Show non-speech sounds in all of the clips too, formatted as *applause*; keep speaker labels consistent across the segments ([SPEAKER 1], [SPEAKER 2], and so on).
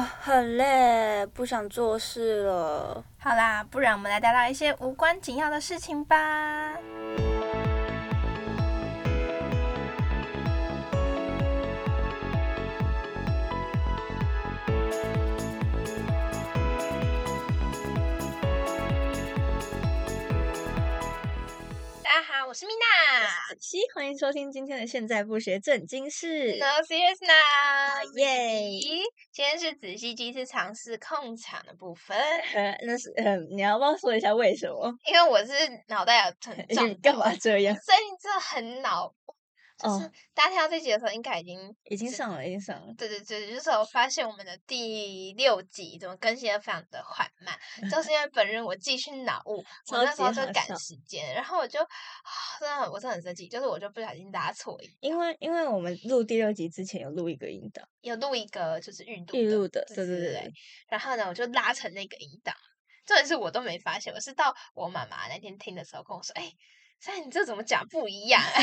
[SPEAKER 1] 很累，不想做事了。
[SPEAKER 2] 好啦，不然我们来聊聊一些无关紧要的事情吧。大家好，我是米娜。
[SPEAKER 1] 小西，欢迎收听今天的《现在不学正经事》。
[SPEAKER 2] No serious now，
[SPEAKER 1] 耶！
[SPEAKER 2] 咦，今天是子熙第一次尝试控场的
[SPEAKER 1] *laughs*
[SPEAKER 2] 部分，
[SPEAKER 1] 呃，那是呃，你要不要说一下为什么？
[SPEAKER 2] 因为我是脑袋有很重，
[SPEAKER 1] 你干嘛这样？
[SPEAKER 2] 所以这很脑。就是
[SPEAKER 1] 哦
[SPEAKER 2] 大家听到这集的时候，应该已经
[SPEAKER 1] 已经
[SPEAKER 2] 是
[SPEAKER 1] 上了，已经上了。
[SPEAKER 2] 对对对，就是我发现我们的第六集怎么更新的非常的缓
[SPEAKER 1] *laughs*
[SPEAKER 2] 慢，就是因为本人我继续脑雾，我
[SPEAKER 1] 超
[SPEAKER 2] 那时候
[SPEAKER 1] 级
[SPEAKER 2] 就
[SPEAKER 1] 好
[SPEAKER 2] 赶
[SPEAKER 1] 笑
[SPEAKER 2] 时间，然后我就、啊真的很我真的很生气，就是我就不小心拉错一
[SPEAKER 1] 因为因为我们录第六集之前有录一个引导，
[SPEAKER 2] 有录一个就是预录
[SPEAKER 1] 预录的，
[SPEAKER 2] 对
[SPEAKER 1] 对
[SPEAKER 2] 对
[SPEAKER 1] 对
[SPEAKER 2] 对
[SPEAKER 1] 对，
[SPEAKER 2] 然后呢我就拉成那个音档，重点是我都没发现，我是到我妈妈那天听的时候跟我说，哎、现在你这怎么讲
[SPEAKER 1] *laughs*
[SPEAKER 2] 不一样、啊？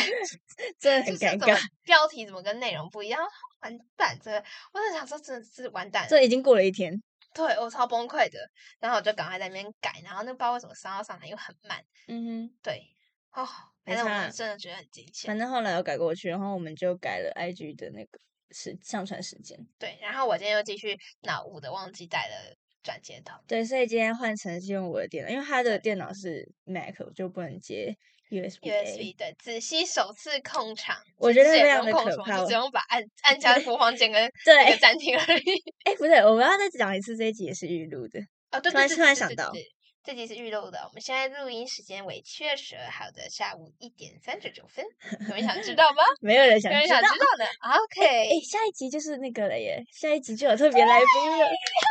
[SPEAKER 1] 真的
[SPEAKER 2] 就
[SPEAKER 1] 很
[SPEAKER 2] 是
[SPEAKER 1] 尴
[SPEAKER 2] 怎么
[SPEAKER 1] 尬。
[SPEAKER 2] 标题怎么跟内容不一样？完蛋，这个我在想说真的是完蛋了，
[SPEAKER 1] 这已经过了一天，
[SPEAKER 2] 对我超崩溃的。然后我就赶快在那边改，然后那不知道为什么上到上来又很慢，
[SPEAKER 1] 嗯
[SPEAKER 2] 对，哦，
[SPEAKER 1] 没
[SPEAKER 2] 反正
[SPEAKER 1] 差
[SPEAKER 2] 我
[SPEAKER 1] 啦
[SPEAKER 2] 真的觉得很惊
[SPEAKER 1] 哼，
[SPEAKER 2] 险
[SPEAKER 1] 反。正后来有改过去，然后我们就改了 IG 的那个时上传时间。
[SPEAKER 2] 对，然后我今天又继续脑雾的忘记带了转接头。
[SPEAKER 1] 对，所以今天换成是用我的电脑，因为他的电脑是 Mac，我就不能接 USB。
[SPEAKER 2] USB 对，子熙首次控场，
[SPEAKER 1] 我
[SPEAKER 2] 其
[SPEAKER 1] 觉
[SPEAKER 2] 实
[SPEAKER 1] 得
[SPEAKER 2] 也
[SPEAKER 1] 非常
[SPEAKER 2] 不
[SPEAKER 1] 的
[SPEAKER 2] 用控
[SPEAKER 1] 可
[SPEAKER 2] 什么就
[SPEAKER 1] 怕
[SPEAKER 2] 只用把
[SPEAKER 1] *laughs*
[SPEAKER 2] 按按下播放键跟
[SPEAKER 1] 对，
[SPEAKER 2] 那个
[SPEAKER 1] 哎、
[SPEAKER 2] 暂停而已。
[SPEAKER 1] 不对，我们要再讲一次，这一集也是预录的。
[SPEAKER 2] 哦，对
[SPEAKER 1] 突
[SPEAKER 2] 对
[SPEAKER 1] 然突
[SPEAKER 2] 对对
[SPEAKER 1] 然
[SPEAKER 2] 对
[SPEAKER 1] 想
[SPEAKER 2] 对
[SPEAKER 1] 到
[SPEAKER 2] 对这集是预录的，我们现在录音时间为七月十二号的下午一点三十九分，有人想
[SPEAKER 1] *laughs*
[SPEAKER 2] 知道吗？
[SPEAKER 1] 没有人
[SPEAKER 2] 有
[SPEAKER 1] 想
[SPEAKER 2] 人
[SPEAKER 1] 知道
[SPEAKER 2] 想。知道呢
[SPEAKER 1] *laughs* 哎、
[SPEAKER 2] ？OK，
[SPEAKER 1] 下一集就是那个了耶，下一集就有特别来
[SPEAKER 2] 啊
[SPEAKER 1] 宾了。
[SPEAKER 2] *laughs*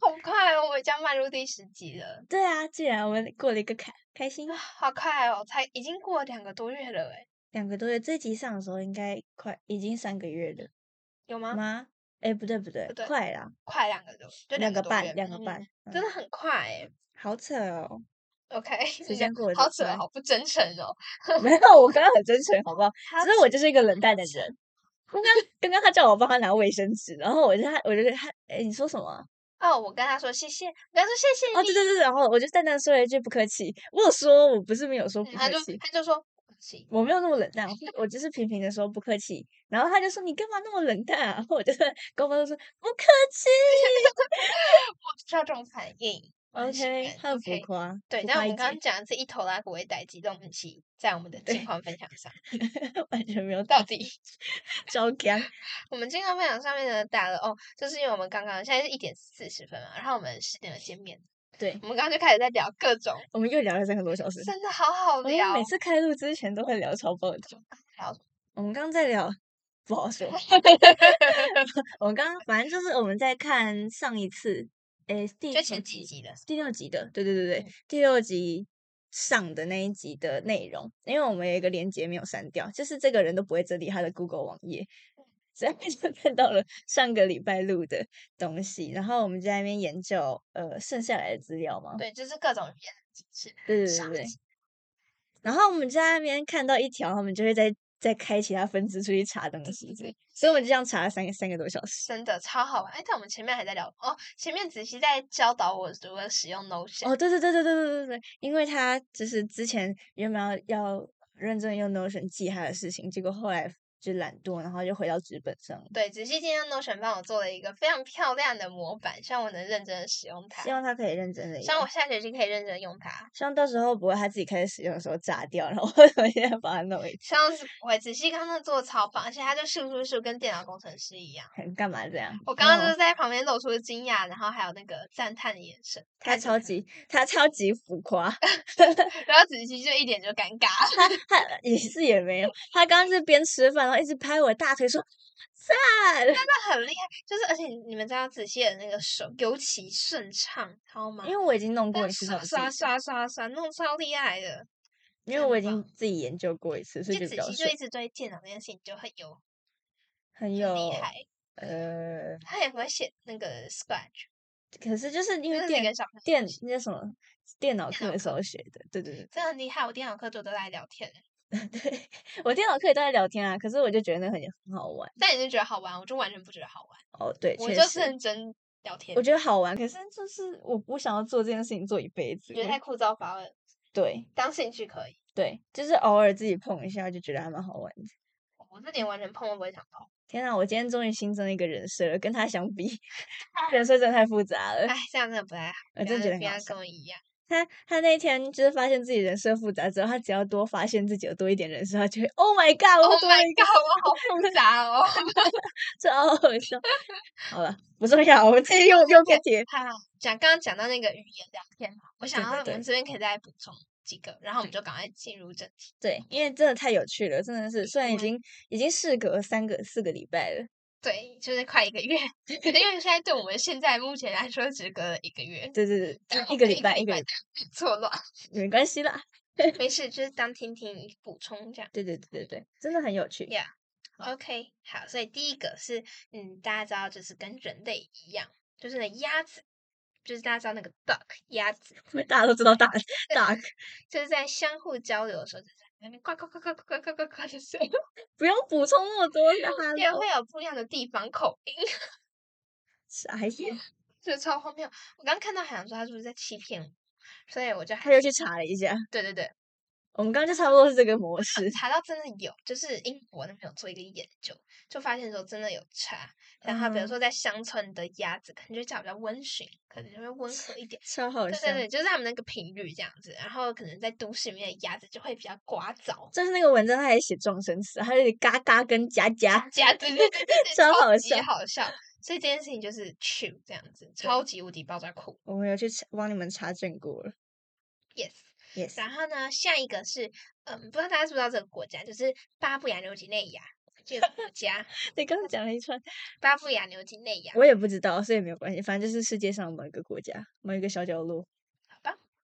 [SPEAKER 2] 好快哦，我们将迈入第十集了，
[SPEAKER 1] 对啊，既然我们过了一个坎，开心
[SPEAKER 2] 啊。好快哦，才已经过了两个多月了，哎，
[SPEAKER 1] 两个多月，这集上的时候应该快已经三个月了
[SPEAKER 2] 有吗？
[SPEAKER 1] 吗？哎、不对不对，
[SPEAKER 2] 啊不对
[SPEAKER 1] 快啦，
[SPEAKER 2] 快两个多，就
[SPEAKER 1] 两
[SPEAKER 2] 个
[SPEAKER 1] 个
[SPEAKER 2] 多月
[SPEAKER 1] 半，两
[SPEAKER 2] 了
[SPEAKER 1] 个
[SPEAKER 2] 嗯
[SPEAKER 1] 半，嗯
[SPEAKER 2] 真的很快哎。
[SPEAKER 1] 好扯哦。 *laughs*
[SPEAKER 2] OK，你
[SPEAKER 1] 间
[SPEAKER 2] 的
[SPEAKER 1] 过得
[SPEAKER 2] 好
[SPEAKER 1] 很
[SPEAKER 2] 扯哦，
[SPEAKER 1] 快
[SPEAKER 2] 好不真诚哦。
[SPEAKER 1] 没有，我刚刚很真诚，好不好？
[SPEAKER 2] 好
[SPEAKER 1] 只是我就是一个冷淡的 *laughs* 人。刚刚刚刚他叫我帮他拿卫生纸，然后我就他我就他哎你说什么啊？
[SPEAKER 2] 哦，我跟他说谢谢，我跟他说谢谢
[SPEAKER 1] 哦对
[SPEAKER 2] 你，
[SPEAKER 1] 对对，然后我就淡淡说了一句不客气。我有说我不是没有说不
[SPEAKER 2] 嗯他就
[SPEAKER 1] 客气，
[SPEAKER 2] 他就说不行，
[SPEAKER 1] 我没有那么冷淡，
[SPEAKER 2] *laughs*
[SPEAKER 1] 我就是平平的说不客气。然后他就说你干嘛那么冷淡啊？然 *laughs* 后我就在高峰就说不客气。
[SPEAKER 2] 我知道这种反应。我很喜
[SPEAKER 1] OK，
[SPEAKER 2] 欢
[SPEAKER 1] 他很浮
[SPEAKER 2] OK
[SPEAKER 1] 夸，
[SPEAKER 2] 对，
[SPEAKER 1] 浮
[SPEAKER 2] 但
[SPEAKER 1] 夸
[SPEAKER 2] 我
[SPEAKER 1] 一
[SPEAKER 2] 们刚刚
[SPEAKER 1] 姐
[SPEAKER 2] 讲的是一头拉古为代机动武器，在我们的近
[SPEAKER 1] 对
[SPEAKER 2] 况分享上，
[SPEAKER 1] *laughs* 完全没有
[SPEAKER 2] 到
[SPEAKER 1] 打
[SPEAKER 2] 底
[SPEAKER 1] *laughs* 招干。
[SPEAKER 2] 我们近况分享上面呢打了哦，就是因为我们刚刚现在是一点四十分嘛，然后我们十点了见面，
[SPEAKER 1] 对
[SPEAKER 2] 我们刚刚就开始在聊各种，
[SPEAKER 1] 我们又聊了三个多小时，
[SPEAKER 2] 真的好好
[SPEAKER 1] 我们
[SPEAKER 2] 聊，哦
[SPEAKER 1] 每次开录之前都会聊超爆的。
[SPEAKER 2] 聊
[SPEAKER 1] 我们刚刚在聊，不好
[SPEAKER 2] *laughs*
[SPEAKER 1] 说。 *laughs* 我们刚刚反正就是我们在看上一次，诶，第
[SPEAKER 2] 就
[SPEAKER 1] 什么
[SPEAKER 2] 前几集的，
[SPEAKER 1] 第六集的，对对对
[SPEAKER 2] 嗯
[SPEAKER 1] 对，第六集上的那一集的内容，因为我们有一个连接没有删掉，就是这个人都不会整理他的 Google 网页。
[SPEAKER 2] 嗯
[SPEAKER 1] 所以就看到了上个礼拜录的东西，然后我们就在那边研究呃剩下来的资料嘛，
[SPEAKER 2] 对，就是各种语言的知识。
[SPEAKER 1] 对对
[SPEAKER 2] 上
[SPEAKER 1] 对对
[SPEAKER 2] 集。
[SPEAKER 1] 然后我们在那边看到一条，他们就会再再开其他分支出去查东西之类，所以我们就这样查了三个三个多小时。
[SPEAKER 2] 真的超好玩，哎，但我们前面还在聊哦，前面子熙在教导我如何使用 Notion，、
[SPEAKER 1] 哦，对对对对对对对对，因为他就是之前原本要要认真用 Notion 记他的事情，结果后来就懒惰，然后就回到纸本上了。
[SPEAKER 2] 对，子熙今天用 Notion 帮我做了一个非常漂亮的模板，希望我能认真的使用它，
[SPEAKER 1] 希望他可以认真的，
[SPEAKER 2] 希啊望我下学期可以认真地用它，
[SPEAKER 1] 希望到时候不会他自己开始使用的时候炸掉，然后我现在把它弄一
[SPEAKER 2] 希
[SPEAKER 1] *laughs*
[SPEAKER 2] 望是不会。子熙刚刚做超棒，而且他就咻咻咻跟电脑工程师一样，
[SPEAKER 1] 很干嘛这样？
[SPEAKER 2] 我刚刚
[SPEAKER 1] 哦
[SPEAKER 2] 就是在旁边露出惊讶，然后还有那个赞叹的眼神，
[SPEAKER 1] 他
[SPEAKER 2] 看着
[SPEAKER 1] 超级他超级浮夸。
[SPEAKER 2] 他，然后子熙就一脸就尴尬， *laughs*
[SPEAKER 1] 他他也是也没有，他刚刚是边吃饭，然后一直拍我的大腿说赞，
[SPEAKER 2] 他很厉害，就是而且你们知道子熙的那个手尤其顺畅，知道吗？
[SPEAKER 1] 因为我已经弄过一次这
[SPEAKER 2] 刷
[SPEAKER 1] 种事
[SPEAKER 2] 刷
[SPEAKER 1] 情，
[SPEAKER 2] 刷刷刷，弄超厉害的。
[SPEAKER 1] 因为
[SPEAKER 2] 很
[SPEAKER 1] 我已
[SPEAKER 2] 棒
[SPEAKER 1] 经自己研究过一次，所以就
[SPEAKER 2] 就
[SPEAKER 1] 比
[SPEAKER 2] 子
[SPEAKER 1] 较
[SPEAKER 2] 熙就
[SPEAKER 1] 顺
[SPEAKER 2] 一直对电脑那件事情就很有
[SPEAKER 1] 很
[SPEAKER 2] 很
[SPEAKER 1] 有
[SPEAKER 2] 厉害，
[SPEAKER 1] 呃，
[SPEAKER 2] 他也不会写那个 Scratch，
[SPEAKER 1] 可是就是因
[SPEAKER 2] 因
[SPEAKER 1] 为
[SPEAKER 2] 为那
[SPEAKER 1] 电
[SPEAKER 2] 个小朋友
[SPEAKER 1] 电
[SPEAKER 2] 写
[SPEAKER 1] 那叫什么电脑
[SPEAKER 2] 电
[SPEAKER 1] 课
[SPEAKER 2] 脑
[SPEAKER 1] 的时候学的，对对
[SPEAKER 2] 真的很厉害。我电脑课都都在聊天，
[SPEAKER 1] 对对，我电脑课也都在聊天啊，可是我就觉得那很很好玩
[SPEAKER 2] 但你就觉得好玩，我就完全不觉得好玩，
[SPEAKER 1] 哦，对，
[SPEAKER 2] 我
[SPEAKER 1] 确
[SPEAKER 2] 就是
[SPEAKER 1] 实
[SPEAKER 2] 认真聊天，
[SPEAKER 1] 我觉得好玩，可是就是我不想要做这件事情做一辈子。
[SPEAKER 2] 觉得
[SPEAKER 1] 我
[SPEAKER 2] 太枯燥乏味了。
[SPEAKER 1] 对
[SPEAKER 2] 当兴趣可以，
[SPEAKER 1] 对，就是偶尔自己碰一下，就觉得还蛮好玩的。
[SPEAKER 2] 我这点完全碰都不会想碰。
[SPEAKER 1] 天啊，我今天终于新增了一个人设了，跟他相
[SPEAKER 2] *laughs*
[SPEAKER 1] 比，人设真的太复杂了
[SPEAKER 2] 哎。，这样真的不太好。
[SPEAKER 1] 我
[SPEAKER 2] 不
[SPEAKER 1] 呃真的
[SPEAKER 2] 要
[SPEAKER 1] 觉得很
[SPEAKER 2] 不
[SPEAKER 1] 好
[SPEAKER 2] 要
[SPEAKER 1] 笑
[SPEAKER 2] 跟我一样，
[SPEAKER 1] 他他那天就是发现自己人设复杂之后，他只要多发现自己有多一点人设，他就会 Oh my God，我
[SPEAKER 2] Oh
[SPEAKER 1] 多了 *laughs*
[SPEAKER 2] my
[SPEAKER 1] 一个
[SPEAKER 2] god，我好复杂哦！
[SPEAKER 1] 这好好笑。好了，不重要，我们这又又偏题了。
[SPEAKER 2] 哈，讲刚刚讲到那个语言聊天嘛，我想
[SPEAKER 1] 对
[SPEAKER 2] 要
[SPEAKER 1] 对
[SPEAKER 2] 我们
[SPEAKER 1] 对
[SPEAKER 2] 这边可以再补充几个，然后我们就赶快进入正题。
[SPEAKER 1] 对，因为真的太有趣了，真的是，虽然已
[SPEAKER 2] 嗯
[SPEAKER 1] 经已经事隔三个四个礼拜了，
[SPEAKER 2] 对，就是快一个月， *laughs* 可能因为现在对我们现在目前来说只隔了一个月，
[SPEAKER 1] 对对对
[SPEAKER 2] 然，后
[SPEAKER 1] 一个
[SPEAKER 2] 对
[SPEAKER 1] 礼拜一个
[SPEAKER 2] 拜
[SPEAKER 1] 礼
[SPEAKER 2] 的错
[SPEAKER 1] *laughs*
[SPEAKER 2] 乱，
[SPEAKER 1] 拜没关系啦。
[SPEAKER 2] 没事，就是当听听补充这样。
[SPEAKER 1] 对对对对对，真的很有趣。
[SPEAKER 2] Yeah。OK，好，所以第一个是，嗯，大家知道就是跟人类一样，就是那鸭子，就是大家知道那个 duck 鸭子，
[SPEAKER 1] 大家都知道大
[SPEAKER 2] *laughs*
[SPEAKER 1] 大，
[SPEAKER 2] 就是在相互交流的时候，就是在那边呱呱呱呱呱呱呱呱呱，就是
[SPEAKER 1] *laughs* 不用补充那么多，让他
[SPEAKER 2] 也会有不一样的地方口音，
[SPEAKER 1] 傻眼。
[SPEAKER 2] 就是超荒谬。我刚看到海洋说他是不是在欺骗我，所以我就还
[SPEAKER 1] 他又去查了一下，
[SPEAKER 2] 对对对，
[SPEAKER 1] 我们刚刚就差不多是这个模式。 *laughs*
[SPEAKER 2] 查到真的有，就是英国那边有做一个研究，就发现说真的有差。然后比如
[SPEAKER 1] 嗯
[SPEAKER 2] 说在乡村的鸭子，可能就叫比较温驯，可能就会温和一
[SPEAKER 1] *laughs*
[SPEAKER 2] 点。
[SPEAKER 1] 超好
[SPEAKER 2] 对
[SPEAKER 1] 笑，
[SPEAKER 2] 对对，就是他们那个频率这样子。然后可能在都市里面的鸭子就会比较聒噪，
[SPEAKER 1] 就是那个文章，他还写撞声词，还有嘎嘎跟夹夹，
[SPEAKER 2] 鸭子对对对对，
[SPEAKER 1] 超好
[SPEAKER 2] 级
[SPEAKER 1] 笑
[SPEAKER 2] 好笑。所以这件事情就是 true 这样子，超级无敌爆炸酷
[SPEAKER 1] 我们有去查帮你们查证过了。
[SPEAKER 2] ，yes。
[SPEAKER 1] Yes， *laughs*
[SPEAKER 2] 然后呢，下一个是，嗯，不知道大家知不知道这个国家，就是巴布亚纽几内亚这个国家，
[SPEAKER 1] 你刚刚讲了一串，
[SPEAKER 2] 巴布亚纽几内亚。
[SPEAKER 1] 我也不知道，所以没有关系，反正就是世界上某一个国家，某一个小角落。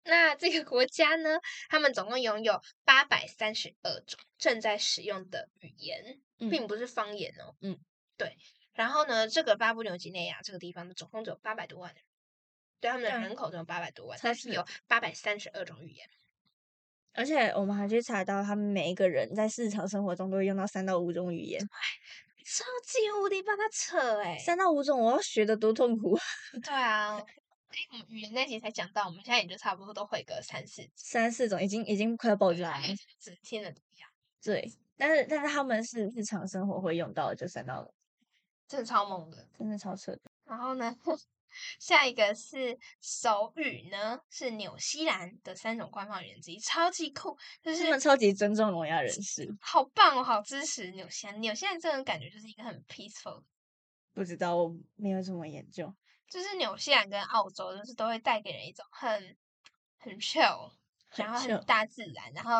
[SPEAKER 2] 那这个国家呢，他们总共拥有八百三十二种正在使用的语言，
[SPEAKER 1] 嗯
[SPEAKER 2] 并不是方言哦。
[SPEAKER 1] 嗯，
[SPEAKER 2] 对。然后呢，这个巴布纽几内亚这个地方呢，总共只有八百多万人，对他们的
[SPEAKER 1] 嗯
[SPEAKER 2] 人口总有八百多万，
[SPEAKER 1] 超
[SPEAKER 2] 但是
[SPEAKER 1] 级
[SPEAKER 2] 有八百三十二种语言。
[SPEAKER 1] 而且我们还去查到，他们每一个人在日常生活中都会用到三到五种语言，
[SPEAKER 2] 超级无敌帮他扯哎、
[SPEAKER 1] 三到五种，我要学的多痛苦啊！
[SPEAKER 2] 对啊，哎，我们语言那集才讲到，我们现在也就差不多都会个三四次，
[SPEAKER 1] 三四种已经已经快要爆炸了。
[SPEAKER 2] 只听得懂一样，
[SPEAKER 1] 对，但是但是他们是日常生活会用到的，就三到五，
[SPEAKER 2] 真的超猛的。
[SPEAKER 1] 真的超扯的。
[SPEAKER 2] 然后呢， *laughs* 下一个是手语呢，是纽西兰的三种官方语言之一，超级酷，就
[SPEAKER 1] 他们
[SPEAKER 2] 是
[SPEAKER 1] 超级尊重聋哑人士，
[SPEAKER 2] 好棒哦，好支持纽西兰。纽西兰这种感觉就是一个很 peaceful，的
[SPEAKER 1] 不知道我没有什么研究。
[SPEAKER 2] 就是纽西兰跟澳洲就是都会带给人一种很很 chill，然后
[SPEAKER 1] chill
[SPEAKER 2] 很大自然，然后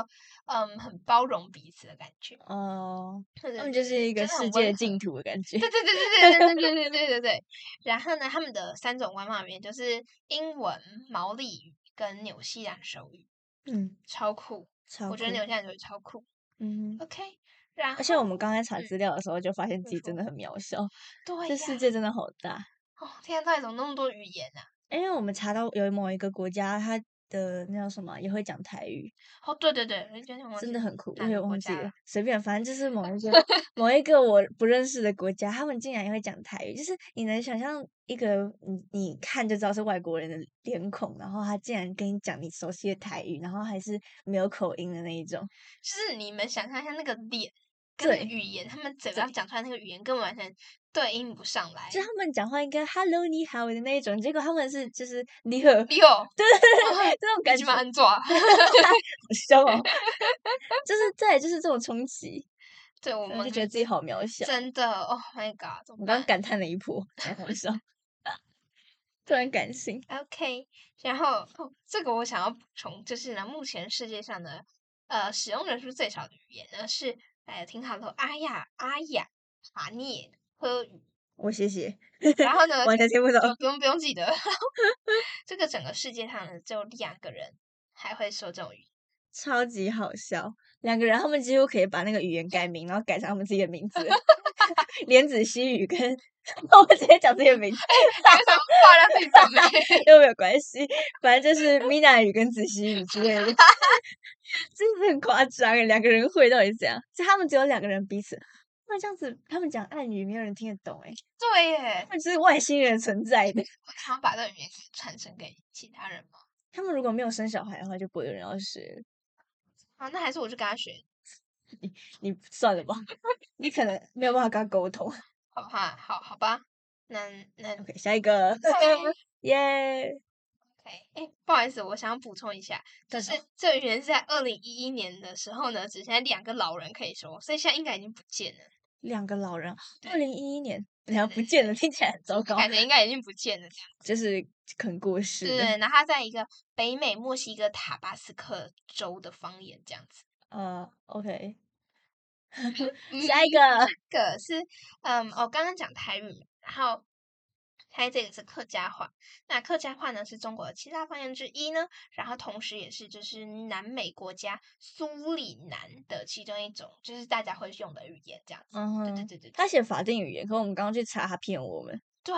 [SPEAKER 2] 嗯很包容彼此的感觉，
[SPEAKER 1] 哦，
[SPEAKER 2] 或者
[SPEAKER 1] 他们就是一个
[SPEAKER 2] 真的
[SPEAKER 1] 世
[SPEAKER 2] 很温
[SPEAKER 1] 界的
[SPEAKER 2] 和
[SPEAKER 1] 净土的感觉 *laughs*
[SPEAKER 2] 对对对对对。对对对对对对对。然后呢，他们的三种官方语言就是英文、毛利语跟纽西兰手语，
[SPEAKER 1] 嗯，
[SPEAKER 2] 超酷！
[SPEAKER 1] *laughs* 超
[SPEAKER 2] 我觉得
[SPEAKER 1] 酷
[SPEAKER 2] 纽西兰手语超酷。
[SPEAKER 1] 嗯哼，
[SPEAKER 2] OK，然后
[SPEAKER 1] 而且我们刚才查
[SPEAKER 2] 嗯
[SPEAKER 1] 资料的时候就发现自
[SPEAKER 2] 你
[SPEAKER 1] 己真
[SPEAKER 2] 说
[SPEAKER 1] 的很渺小，
[SPEAKER 2] 对
[SPEAKER 1] 这
[SPEAKER 2] 呀，
[SPEAKER 1] 世界真的好大。
[SPEAKER 2] 哦天啊，到底怎么那么多语言啊？
[SPEAKER 1] 因为我们查到有某一个国家，它的那叫什么啊也会讲台语，
[SPEAKER 2] 哦，对对对，我就有点忘
[SPEAKER 1] 真
[SPEAKER 2] 记
[SPEAKER 1] 的
[SPEAKER 2] 了
[SPEAKER 1] 很酷，我
[SPEAKER 2] 哪
[SPEAKER 1] 也
[SPEAKER 2] 个国
[SPEAKER 1] 忘记
[SPEAKER 2] 家
[SPEAKER 1] 了
[SPEAKER 2] 了，
[SPEAKER 1] 随便，反正就是某一
[SPEAKER 2] *laughs*
[SPEAKER 1] 个某一个我不认识的国家，他们竟然也会讲台语，就是你能想象一个你你看就知道是外国人的脸孔，然后他竟然跟你讲你熟悉的台语，然后还是没有口音的那一种，
[SPEAKER 2] 就是你们想象一下那个脸跟那个
[SPEAKER 1] 对
[SPEAKER 2] 语言，他们嘴巴讲出来那个语言根本完全对应不上来。 *laughs*
[SPEAKER 1] 就他们讲话应该 “hello 你好”的那一种，结果他们是就是“你好”，对
[SPEAKER 2] 六，
[SPEAKER 1] 对对，这种感
[SPEAKER 2] 你
[SPEAKER 1] 觉
[SPEAKER 2] 们
[SPEAKER 1] 好
[SPEAKER 2] 安坐。
[SPEAKER 1] 笑
[SPEAKER 2] *laughs*
[SPEAKER 1] 哦，就是对，就是这种冲击，
[SPEAKER 2] 对，我
[SPEAKER 1] 我
[SPEAKER 2] 们
[SPEAKER 1] 就觉得自己好渺小。
[SPEAKER 2] 真的，Oh my god！怎
[SPEAKER 1] 我
[SPEAKER 2] 么
[SPEAKER 1] 刚
[SPEAKER 2] 办
[SPEAKER 1] 刚？感叹了一波， *laughs* 好好笑，突然感性。
[SPEAKER 2] OK，然后、 *laughs* 哦、这个我想要补充，就是呢，目前世界上呢，呃，使用人数最少的语言呢是，哎，挺好的，阿雅、阿雅、哈涅、呵
[SPEAKER 1] *laughs*
[SPEAKER 2] 语，
[SPEAKER 1] 我谢谢，
[SPEAKER 2] 然后呢，
[SPEAKER 1] 完全听不懂。
[SPEAKER 2] 呃不用不用
[SPEAKER 1] *laughs*
[SPEAKER 2] 记得， *laughs* 这个整个世界上呢，只有两个人还会说这种语言，
[SPEAKER 1] 超级好笑。两个人，他们几乎可以把那个语言改名，然后改成他们自己的名字， *laughs* 莲子西语跟我们直接讲自己的名字
[SPEAKER 2] 为什么挂在自己旁边？
[SPEAKER 1] 又没有关系，反正就是米娜语跟子西语之类的 *laughs* ，真的很夸张欸。两个人会到底是怎样？就他们只有两个人彼此那这样子，他们讲暗语，没有人听得懂哎、
[SPEAKER 2] *laughs* 对耶
[SPEAKER 1] 他，们就是外星人存在的。
[SPEAKER 2] 我想要把这个语言传承给其他人嘛。
[SPEAKER 1] 他们如果没有生小孩的话，就不会有人要学。
[SPEAKER 2] 啊，那还是我去跟他学，
[SPEAKER 1] 你算了吧， *laughs* 你可能没有办法跟他沟通。
[SPEAKER 2] 好不好？好好吧，那
[SPEAKER 1] *laughs*
[SPEAKER 2] 那
[SPEAKER 1] OK，下一个，
[SPEAKER 2] OK
[SPEAKER 1] 耶、
[SPEAKER 2] 哎、诶不好意思，我想要补充一下，
[SPEAKER 1] 干
[SPEAKER 2] 是
[SPEAKER 1] 什
[SPEAKER 2] 这个语言是在二零一一年的时候呢，只剩下两个老人可以说，所以现在应该已经不见了，
[SPEAKER 1] 两个老人，
[SPEAKER 2] 对
[SPEAKER 1] 二零一一年，然后不见了，听起来很糟糕，
[SPEAKER 2] 感觉
[SPEAKER 1] *laughs*
[SPEAKER 2] 应该已经不见了这样。
[SPEAKER 1] 就是肯过世
[SPEAKER 2] 对
[SPEAKER 1] 的。
[SPEAKER 2] 对，然后它在一个北美墨西哥塔巴斯克州的方言这样子。
[SPEAKER 1] 呃，OK，
[SPEAKER 2] *laughs* 嗯
[SPEAKER 1] *laughs* 下一个，
[SPEAKER 2] 这个是，嗯，我、刚刚讲台语嘛，然后它这个是客家话。那客家话呢是中国的七大方言之一呢，然后同时也是就是南美国家苏里南的其中一种，就是大家会用的语言这样子。
[SPEAKER 1] 嗯
[SPEAKER 2] 对对
[SPEAKER 1] 哼，
[SPEAKER 2] 对对对
[SPEAKER 1] 他写法定语言，可我们刚刚去查，他骗我们，
[SPEAKER 2] 对，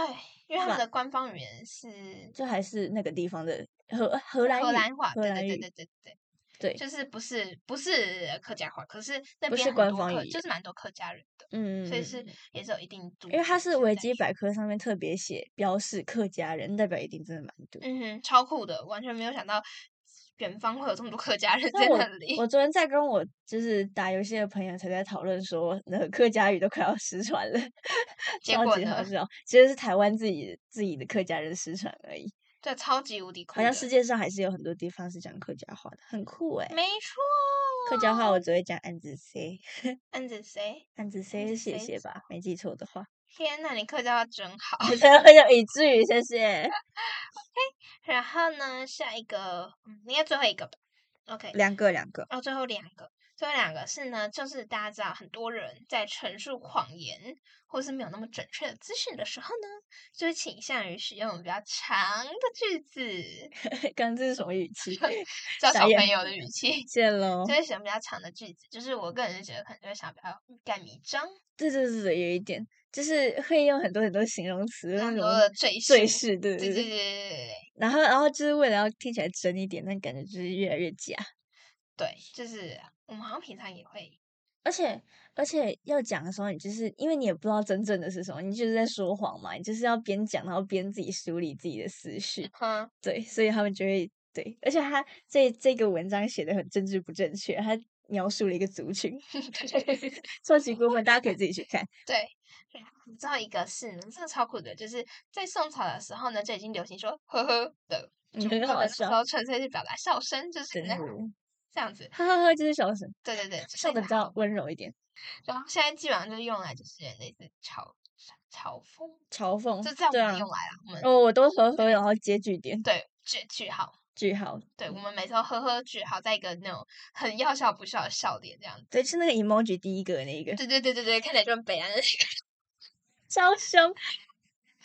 [SPEAKER 2] 因为他
[SPEAKER 1] 吧
[SPEAKER 2] 们的官方语言是
[SPEAKER 1] 就还是那个地方的荷荷兰
[SPEAKER 2] 荷
[SPEAKER 1] 语，
[SPEAKER 2] 兰话，
[SPEAKER 1] 荷
[SPEAKER 2] 对
[SPEAKER 1] 兰
[SPEAKER 2] 对对
[SPEAKER 1] 语，
[SPEAKER 2] 对对对，
[SPEAKER 1] 对，
[SPEAKER 2] 就是不是不是客家话，可是那
[SPEAKER 1] 不
[SPEAKER 2] 边
[SPEAKER 1] 是
[SPEAKER 2] 很
[SPEAKER 1] 官
[SPEAKER 2] 多
[SPEAKER 1] 方
[SPEAKER 2] 客
[SPEAKER 1] 语
[SPEAKER 2] 就是蛮多客家人的，
[SPEAKER 1] 嗯，
[SPEAKER 2] 所以是也是有一定族群在学，
[SPEAKER 1] 因为它是维基百科上面特别写标示客家人，代表一定真的蛮多。
[SPEAKER 2] 嗯哼，超酷的，完全没有想到远方会有这么多客家人
[SPEAKER 1] 但
[SPEAKER 2] 在
[SPEAKER 1] 我
[SPEAKER 2] 那里。
[SPEAKER 1] 我昨天在跟我就是打游戏的朋友才在讨论说，那个客家语都快要失传了，
[SPEAKER 2] 结
[SPEAKER 1] 超
[SPEAKER 2] 果
[SPEAKER 1] 级好
[SPEAKER 2] 呢
[SPEAKER 1] 笑。其实是台湾自己自己的客家人失传而已，
[SPEAKER 2] 对，超级无敌酷
[SPEAKER 1] 好
[SPEAKER 2] 的，
[SPEAKER 1] 像世界上还是有很多地方是讲客家话的，很酷诶、
[SPEAKER 2] 没错。
[SPEAKER 1] 客家话我
[SPEAKER 2] 哦
[SPEAKER 1] 只会讲安子 C，
[SPEAKER 2] 嗯子谁？
[SPEAKER 1] 安子 C
[SPEAKER 2] 子
[SPEAKER 1] 是谢
[SPEAKER 2] C
[SPEAKER 1] 谢吧，没记错的话，
[SPEAKER 2] 天呐，你客家话真好。
[SPEAKER 1] 我才 *laughs* 会有以至于谢谢。
[SPEAKER 2] *laughs* 然后呢，下一个，嗯，应该最后一个吧。OK，
[SPEAKER 1] 两个两个，
[SPEAKER 2] 然后最后两个，最后两个是呢，就是大家知道很多人在陈述谎言或是没有那么准确的资讯的时候呢，就会倾向于使用比较长的句子，
[SPEAKER 1] 刚刚这是什么语气？
[SPEAKER 2] *laughs* 教
[SPEAKER 1] 傻
[SPEAKER 2] 小
[SPEAKER 1] 眼
[SPEAKER 2] 朋友的语气。
[SPEAKER 1] 见喽
[SPEAKER 2] 就。会喜欢比较长的句子，就是我个人是觉得可能就会想比较欲盖弥彰，
[SPEAKER 1] 对对对对，有一点就是会用很多很多形容词，那
[SPEAKER 2] 很
[SPEAKER 1] 种
[SPEAKER 2] 多的赘述。
[SPEAKER 1] 赘饰，对
[SPEAKER 2] 对
[SPEAKER 1] 对
[SPEAKER 2] 对对
[SPEAKER 1] 对。
[SPEAKER 2] 对
[SPEAKER 1] 然后然后就是为了要听起来真一点，但感觉就是越来越假。
[SPEAKER 2] 对对，就是我们好像平常也会，
[SPEAKER 1] 而且而且要讲的时候，你就是因为你也不知道真正的是什么，你就是在说谎嘛，你就是要边讲然后边自己梳理自己的思绪，
[SPEAKER 2] 嗯，
[SPEAKER 1] 对，所以他们就会对。而且他这这个文章写的很政治不正确，他描述了一个族群，超级过分，大家可以自己去 *laughs* 看。
[SPEAKER 2] 对。然后最后一个是呢，这个超酷的，就是在宋朝的时候呢，就已经流行说呵呵 *laughs* 的，
[SPEAKER 1] 嗯
[SPEAKER 2] 就
[SPEAKER 1] 很
[SPEAKER 2] 我
[SPEAKER 1] 好
[SPEAKER 2] 们那时
[SPEAKER 1] 笑
[SPEAKER 2] 候纯粹是表达笑声，就是 *laughs*
[SPEAKER 1] 对
[SPEAKER 2] 可能
[SPEAKER 1] 对对
[SPEAKER 2] 这样子，
[SPEAKER 1] 哈哈哈，就是小沈，
[SPEAKER 2] 对对对，就是
[SPEAKER 1] 笑的比
[SPEAKER 2] 然
[SPEAKER 1] 较
[SPEAKER 2] 后
[SPEAKER 1] 温柔一点，
[SPEAKER 2] 然后现在基本上就是用来就是类似嘲嘲讽，
[SPEAKER 1] 嘲讽
[SPEAKER 2] 就在我
[SPEAKER 1] 对
[SPEAKER 2] 们
[SPEAKER 1] 啊
[SPEAKER 2] 用，来了，我们
[SPEAKER 1] 哦，我都呵呵，然后接句点
[SPEAKER 2] 对句句号。
[SPEAKER 1] 句号，
[SPEAKER 2] 对，我们每次都呵呵句，好在一个那种很要笑不笑的笑脸这样子。
[SPEAKER 1] 对，是那个 emoji 第一个的那一个，
[SPEAKER 2] 对对对对对，看起来就很北安的那个。
[SPEAKER 1] 超凶，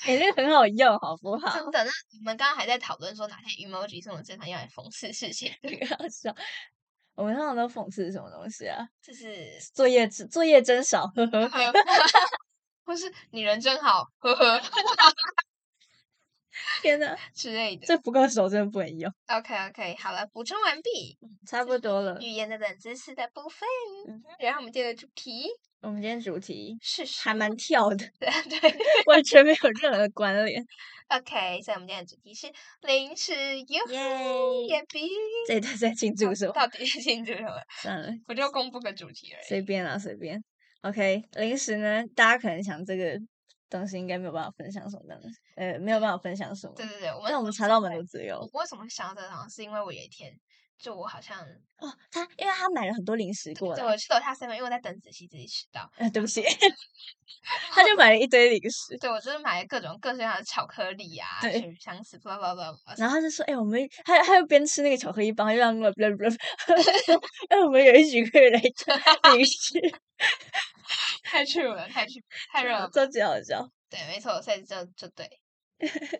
[SPEAKER 1] 哎、那个很好用，好不好？
[SPEAKER 2] *laughs* 真的，那我们刚刚还在讨论说哪些 emoji 是我们正常用来讽刺事情的，
[SPEAKER 1] 很好笑。我们通常都讽刺什么东西啊？
[SPEAKER 2] 就是
[SPEAKER 1] 作业真作业真少，呵呵。
[SPEAKER 2] 呵呵哎 *laughs* 或是你人真好，呵呵
[SPEAKER 1] 天哪，
[SPEAKER 2] 之类的。
[SPEAKER 1] 这不够熟，真的不能用。
[SPEAKER 2] OK OK，好了，补充完毕，
[SPEAKER 1] 差不多了
[SPEAKER 2] 语，言的冷知识的部分。
[SPEAKER 1] 嗯
[SPEAKER 2] 然后我们接着主题
[SPEAKER 1] 我们今天主题
[SPEAKER 2] 是什
[SPEAKER 1] 还
[SPEAKER 2] 么？
[SPEAKER 1] 蛮跳的， *laughs*
[SPEAKER 2] 对 *laughs* 对
[SPEAKER 1] 完全没有任何的关
[SPEAKER 2] *laughs*
[SPEAKER 1] 联。
[SPEAKER 2] ，OK，所以我们今天的主题是零食优
[SPEAKER 1] 耶！
[SPEAKER 2] 野比。
[SPEAKER 1] 这也在庆
[SPEAKER 2] *laughs*
[SPEAKER 1] 祝是吧？
[SPEAKER 2] 到底是庆祝什么？
[SPEAKER 1] 算了，
[SPEAKER 2] 我就公布个主题而已。
[SPEAKER 1] 随便啦，随便。OK，零食呢，大家可能想这个东西应该没有办法分享什么东西，呃，没有办法分享什么。
[SPEAKER 2] 对对对，我们
[SPEAKER 1] 但我们哦
[SPEAKER 2] 怎
[SPEAKER 1] 查
[SPEAKER 2] 么
[SPEAKER 1] 到蛮
[SPEAKER 2] 会
[SPEAKER 1] 多资料
[SPEAKER 2] 我为什么会想到这个？好像是因为我有一天，就我好像
[SPEAKER 1] 哦。他因为他买了很多零食过
[SPEAKER 2] 对
[SPEAKER 1] 来，
[SPEAKER 2] 我去楼下 seven，因为我在等子熙自己迟到，
[SPEAKER 1] 呃，对不起， *laughs* 他就买了一堆零食，
[SPEAKER 2] 对我就是买了各种各式各样的巧克力啊，
[SPEAKER 1] 对
[SPEAKER 2] 水相思，巴拉巴拉巴拉。
[SPEAKER 1] 然后他就说：“哎、我们他他又边吃那个巧克力棒，又让我 blah blah blah，哎，我们有一局可
[SPEAKER 2] *laughs*
[SPEAKER 1] 以来做零食，
[SPEAKER 2] 太 true 了，太 true，太热了。
[SPEAKER 1] 超级好笑，
[SPEAKER 2] 对，没错，所以就就
[SPEAKER 1] *laughs*
[SPEAKER 2] 对。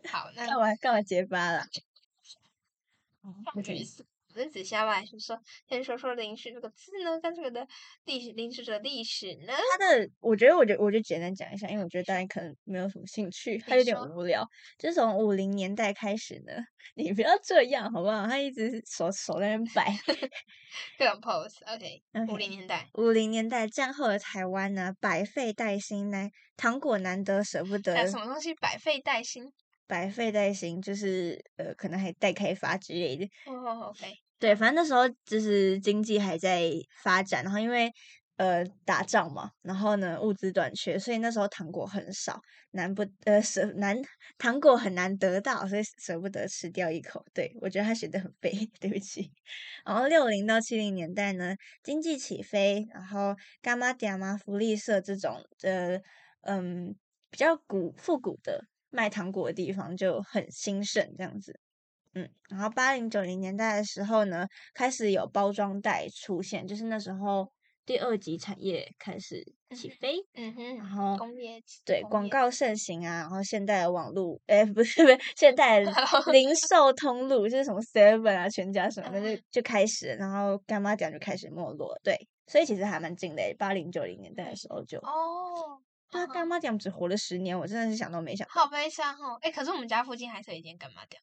[SPEAKER 2] 好，那 *laughs*
[SPEAKER 1] 干嘛干嘛结巴啦？
[SPEAKER 2] 放
[SPEAKER 1] 不
[SPEAKER 2] 橘
[SPEAKER 1] 行
[SPEAKER 2] 子，我们仔细要来说说，先说说“临时”这个字呢，跟这个的历史“临时”的历史呢，
[SPEAKER 1] 它的，我觉得，我觉得，我就简单讲一下，因为我觉得大家可能没有什么兴趣，它
[SPEAKER 2] 你
[SPEAKER 1] 有点
[SPEAKER 2] 说
[SPEAKER 1] 无聊。就是从五零年代开始呢， *laughs* 你不要这样好不好？他一直是手手在那边
[SPEAKER 2] *laughs*
[SPEAKER 1] 摆
[SPEAKER 2] 各种 pose，OK，、
[SPEAKER 1] OK。
[SPEAKER 2] 五零年代，
[SPEAKER 1] 五零年代战后的台湾呢，百废待兴呢，糖果难得舍不得，
[SPEAKER 2] 那什么东西百废待兴？
[SPEAKER 1] 百废待兴就是呃，可能还待开发之类的。
[SPEAKER 2] 哦，OK，
[SPEAKER 1] 对，反正那时候就是经济还在发展，然后因为呃打仗嘛，然后呢物资短缺，所以那时候糖果很少，难不呃舍难糖果很难得到，所以舍不得吃掉一口。对我觉得他写的很悲， *laughs* 对不起。然后六零到七零年代呢，经济起飞，然后干妈嗲妈啊福利社这种呃嗯比较古复古的卖糖果的地方就很兴盛，这样子。嗯，然后八零九零年代的时候呢，开始有包装袋出现，就是那时候第二级产业开始起
[SPEAKER 2] 嗯哼
[SPEAKER 1] 飞，
[SPEAKER 2] 嗯哼，
[SPEAKER 1] *laughs* 然后
[SPEAKER 2] 工业
[SPEAKER 1] 对广
[SPEAKER 2] 工业
[SPEAKER 1] 告盛行啊，然后现代的网络，哎，不是不是，现代
[SPEAKER 2] *laughs*
[SPEAKER 1] 的零售通路就是什么 Seven 啊、全家什么的，就
[SPEAKER 2] 嗯
[SPEAKER 1] 就开始，然后干妈讲就开始没落，对，所以其实还蛮近的，八零九零年代的时候就，
[SPEAKER 2] 哦，
[SPEAKER 1] 对啊，
[SPEAKER 2] 嗯
[SPEAKER 1] 干妈讲只活了十年，我真的是想都没想
[SPEAKER 2] 好悲伤哦。哎，可是我们家附近还是有一间干妈店，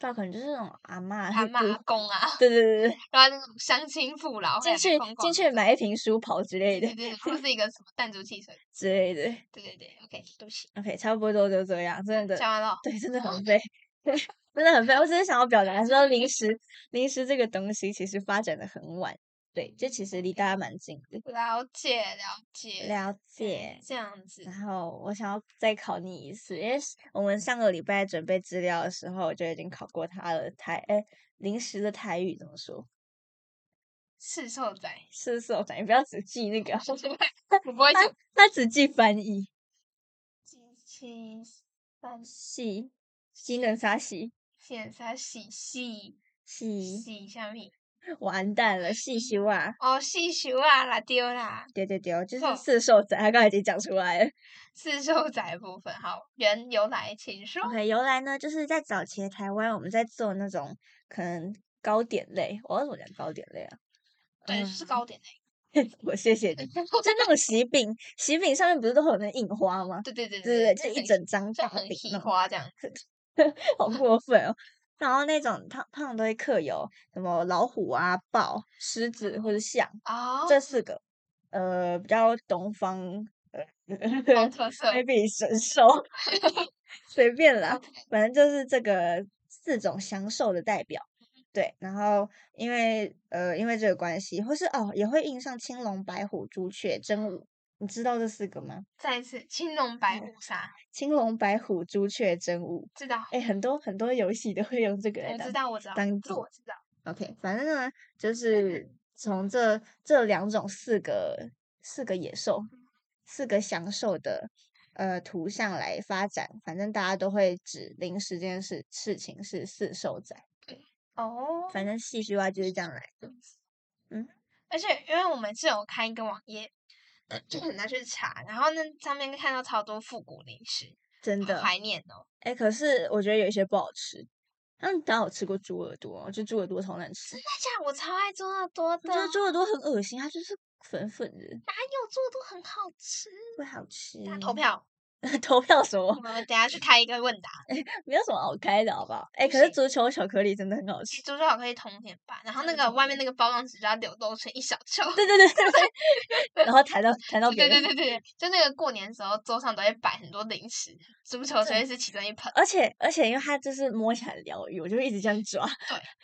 [SPEAKER 1] 到，可能就是那种阿嬷
[SPEAKER 2] 阿
[SPEAKER 1] 会
[SPEAKER 2] 妈、
[SPEAKER 1] 故
[SPEAKER 2] 阿公啊， *laughs*
[SPEAKER 1] 对对对对，
[SPEAKER 2] 然后那种乡亲父老会
[SPEAKER 1] 进
[SPEAKER 2] 来
[SPEAKER 1] 去
[SPEAKER 2] 逛逛
[SPEAKER 1] 进
[SPEAKER 2] 的
[SPEAKER 1] 去买一瓶书跑之类
[SPEAKER 2] 对
[SPEAKER 1] 的
[SPEAKER 2] 对对，或是一个什么弹珠汽水，
[SPEAKER 1] 之类的。
[SPEAKER 2] 对对对，OK，对不起，
[SPEAKER 1] OK，差不多就这样，真的，
[SPEAKER 2] 讲完了。
[SPEAKER 1] 对，真的很废， *laughs* 真的很废。我只是想要表达说，零食零食这个东西其实发展的很晚，对，这其实离大家蛮近的。
[SPEAKER 2] 了解了解，
[SPEAKER 1] 了解
[SPEAKER 2] 嗯，这样子
[SPEAKER 1] 然后我想要再考你一次，因为是我们上个礼拜准备资料的时候，我就已经考过他了。台，哎，零食的台语怎么说？
[SPEAKER 2] 是受仔，
[SPEAKER 1] *laughs*
[SPEAKER 2] *laughs*
[SPEAKER 1] 是是，我讲，你不要只记那个，
[SPEAKER 2] 我
[SPEAKER 1] *laughs*
[SPEAKER 2] 不会
[SPEAKER 1] 他
[SPEAKER 2] 讲
[SPEAKER 1] 他只记翻译，
[SPEAKER 2] 鸡七三
[SPEAKER 1] 系，西能啥系
[SPEAKER 2] 线三细细
[SPEAKER 1] 系，
[SPEAKER 2] 细下面
[SPEAKER 1] 完蛋了，系修啊！
[SPEAKER 2] 哦，细球啊啦丢啦，
[SPEAKER 1] 对对对，就是
[SPEAKER 2] 哦
[SPEAKER 1] 四兽仔，他刚才已经讲出来了。
[SPEAKER 2] 是受仔的部分。好，人由来，请说。
[SPEAKER 1] OK，由来呢，就是在早期的台湾，我们在做那种可能糕点类，我要怎么讲糕点类啊？
[SPEAKER 2] 对，
[SPEAKER 1] 嗯
[SPEAKER 2] 是糕点类。
[SPEAKER 1] 我谢谢你。就那种喜饼，喜饼上面不是都会有那印花吗？
[SPEAKER 2] 对对对
[SPEAKER 1] 对对对，就
[SPEAKER 2] 这
[SPEAKER 1] 一整张
[SPEAKER 2] 这
[SPEAKER 1] 大
[SPEAKER 2] 很
[SPEAKER 1] 饼
[SPEAKER 2] 喜
[SPEAKER 1] 那种，
[SPEAKER 2] 花这样。
[SPEAKER 1] 好过分哦。然后那种胖胖都会刻有什么老虎啊、豹、狮子或者象
[SPEAKER 2] 哦，
[SPEAKER 1] 这四个，呃，比较东方 *laughs* 呃
[SPEAKER 2] 方特色。
[SPEAKER 1] maybe 神兽， *laughs* 随便啦，反正就是这个四种享受的代表。
[SPEAKER 2] 嗯
[SPEAKER 1] 对，然后因为呃，因为这个关系，或是哦，也会印上青龙、白虎、朱雀、真武，你知道这四个吗？
[SPEAKER 2] 再一次，青龙
[SPEAKER 1] 嗯
[SPEAKER 2] 白虎啥？
[SPEAKER 1] 青龙、白虎、朱雀、真武，
[SPEAKER 2] 知道，
[SPEAKER 1] 哎，很多很多游戏都会用这个来
[SPEAKER 2] 我知
[SPEAKER 1] 当
[SPEAKER 2] 道，我知道，
[SPEAKER 1] 当
[SPEAKER 2] 这
[SPEAKER 1] 季
[SPEAKER 2] 我知道。
[SPEAKER 1] OK，反正呢，就是
[SPEAKER 2] 嗯
[SPEAKER 1] 从这这两种四个四个野兽、四个享受的呃图像来发展，反正大家都会指零食这件事事情是四兽仔，
[SPEAKER 2] 哦，
[SPEAKER 1] 反正戏剧化就是这样来的。
[SPEAKER 2] 而且因为我们是有开一个网页，呃就很难去查，然后呢上面看到超多复古零食，
[SPEAKER 1] 真
[SPEAKER 2] 好
[SPEAKER 1] 的，
[SPEAKER 2] 怀念哦。
[SPEAKER 1] 哎，可是我觉得有一些不好吃。那你大家有吃过猪耳朵吗？我觉得猪耳朵超难吃，
[SPEAKER 2] 大家我超爱做乐多
[SPEAKER 1] 我
[SPEAKER 2] 的，
[SPEAKER 1] 觉得
[SPEAKER 2] 哪
[SPEAKER 1] 猪耳朵很恶心，它就是粉粉的，
[SPEAKER 2] 有做都很好吃。
[SPEAKER 1] 不好吃。
[SPEAKER 2] 大家投票，
[SPEAKER 1] *laughs* 投票什
[SPEAKER 2] 我
[SPEAKER 1] 么？
[SPEAKER 2] 们等下去开一个问答。
[SPEAKER 1] 没有什么好开的，好不好？哎，
[SPEAKER 2] 不
[SPEAKER 1] 可是
[SPEAKER 2] 行
[SPEAKER 1] 足球巧克力真的很好吃。
[SPEAKER 2] 猪肉可以童年版，然后
[SPEAKER 1] 真
[SPEAKER 2] 那
[SPEAKER 1] 的
[SPEAKER 2] 个
[SPEAKER 1] 童
[SPEAKER 2] 外面那个包装纸要流动成一小
[SPEAKER 1] *laughs*
[SPEAKER 2] 球。
[SPEAKER 1] 对对对对对，然后谈到谈到别
[SPEAKER 2] 对对
[SPEAKER 1] 人，
[SPEAKER 2] 对对对，就那个过年的时候桌上都会摆很多零食，足球就
[SPEAKER 1] 对
[SPEAKER 2] 会是其中一盆。
[SPEAKER 1] 而且而且因为它就是摸起来很疗愈，我就一直这样抓，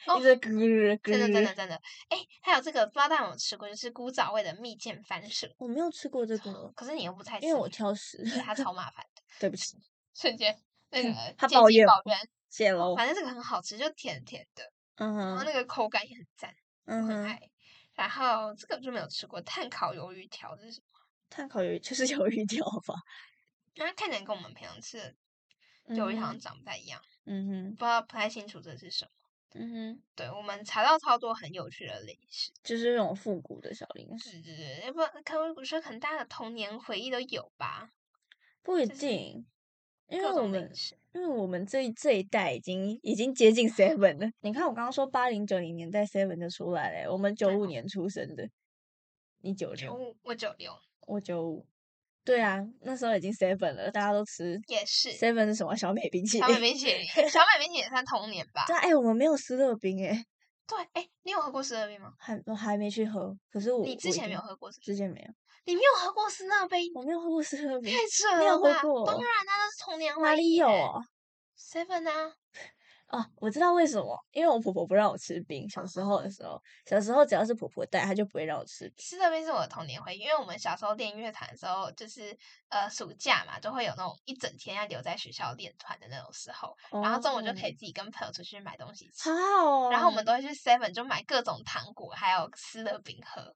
[SPEAKER 2] 哦
[SPEAKER 1] 一直咕噜咕
[SPEAKER 2] 真的真的
[SPEAKER 1] 噜。
[SPEAKER 2] 真的，哎、还有这个不知道大家有没有吃过，就是古早味的蜜饯番薯，
[SPEAKER 1] 我没有吃过这个，
[SPEAKER 2] 可是你又不太吃，
[SPEAKER 1] 因为我挑食，
[SPEAKER 2] 对它超麻烦的，
[SPEAKER 1] 对不起，
[SPEAKER 2] 瞬间那个
[SPEAKER 1] 嗯他
[SPEAKER 2] 借
[SPEAKER 1] 抱
[SPEAKER 2] 机
[SPEAKER 1] 怨
[SPEAKER 2] 抱怨，
[SPEAKER 1] 谢喽。
[SPEAKER 2] 哦反正这个很好吃，就甜甜的，
[SPEAKER 1] 嗯
[SPEAKER 2] 然后
[SPEAKER 1] 哼
[SPEAKER 2] 那个口感也很赞，我
[SPEAKER 1] 嗯
[SPEAKER 2] 很
[SPEAKER 1] 哼，
[SPEAKER 2] 爱。然后这个就没有吃过，碳烤鱿鱼条这是什么？
[SPEAKER 1] 碳烤鱿鱼就是鱿鱼条吧？
[SPEAKER 2] 因为它看起来跟我们平常吃的鱿鱼好像
[SPEAKER 1] 嗯
[SPEAKER 2] 长不太一样，
[SPEAKER 1] 嗯哼
[SPEAKER 2] 不知道不太清楚这是什么。
[SPEAKER 1] 嗯哼，
[SPEAKER 2] 对我们查到超多很有趣的零食，
[SPEAKER 1] 就是那种复古的小零食，
[SPEAKER 2] 对对对，要不可我觉得很大的童年回忆都有吧。
[SPEAKER 1] 不一
[SPEAKER 2] 就是
[SPEAKER 1] 定。因为
[SPEAKER 2] 各
[SPEAKER 1] 我
[SPEAKER 2] 种
[SPEAKER 1] 们
[SPEAKER 2] 零食。
[SPEAKER 1] 因为我们这一这一代已经已经接近 Seven 了。你看，我刚刚说八零九零年代 Seven 就出来了欸，我们九
[SPEAKER 2] 对
[SPEAKER 1] 五
[SPEAKER 2] 哦
[SPEAKER 1] 年出生的，你九
[SPEAKER 2] 九
[SPEAKER 1] 六，
[SPEAKER 2] 五我九六
[SPEAKER 1] 我九五。对啊，那时候已经 Seven 了，大家都吃
[SPEAKER 2] 也是，
[SPEAKER 1] Seven 是什么？小美冰淇
[SPEAKER 2] 小美
[SPEAKER 1] 淋。
[SPEAKER 2] 冰淇
[SPEAKER 1] *laughs*
[SPEAKER 2] 淋，小美冰淇淋也算童年吧？
[SPEAKER 1] 对啊，哎、我们没有湿乐冰哎、
[SPEAKER 2] 对，哎，你有喝过十二冰吗？
[SPEAKER 1] 还我还没去喝，可是我
[SPEAKER 2] 你
[SPEAKER 1] 我
[SPEAKER 2] 之
[SPEAKER 1] 一
[SPEAKER 2] 前没
[SPEAKER 1] 定
[SPEAKER 2] 有，喝过是不是，
[SPEAKER 1] 之前没有，
[SPEAKER 2] 你没有喝过斯乐冰，
[SPEAKER 1] 我没有喝过湿乐冰
[SPEAKER 2] 太，扯了
[SPEAKER 1] 你有喝
[SPEAKER 2] 吧
[SPEAKER 1] 过
[SPEAKER 2] 当然，那都是童年回忆。
[SPEAKER 1] 哪里有啊？
[SPEAKER 2] Seven 啊？
[SPEAKER 1] 哦，我知道为什么，因为我婆婆不让我吃冰。小时候的时候，小时候只要是婆婆带，她就不会让我吃冰。
[SPEAKER 2] 斯乐冰是我的童年回忆，因为我们小时候练乐团的时候，就是呃暑假嘛，就会有那种一整天要留在学校练团的那种时候，然后中午就可以自己跟朋友出去买东西吃。
[SPEAKER 1] 哦，好好哦。
[SPEAKER 2] 然后我们都会去 Seven 就买各种糖果，还有斯乐饼喝，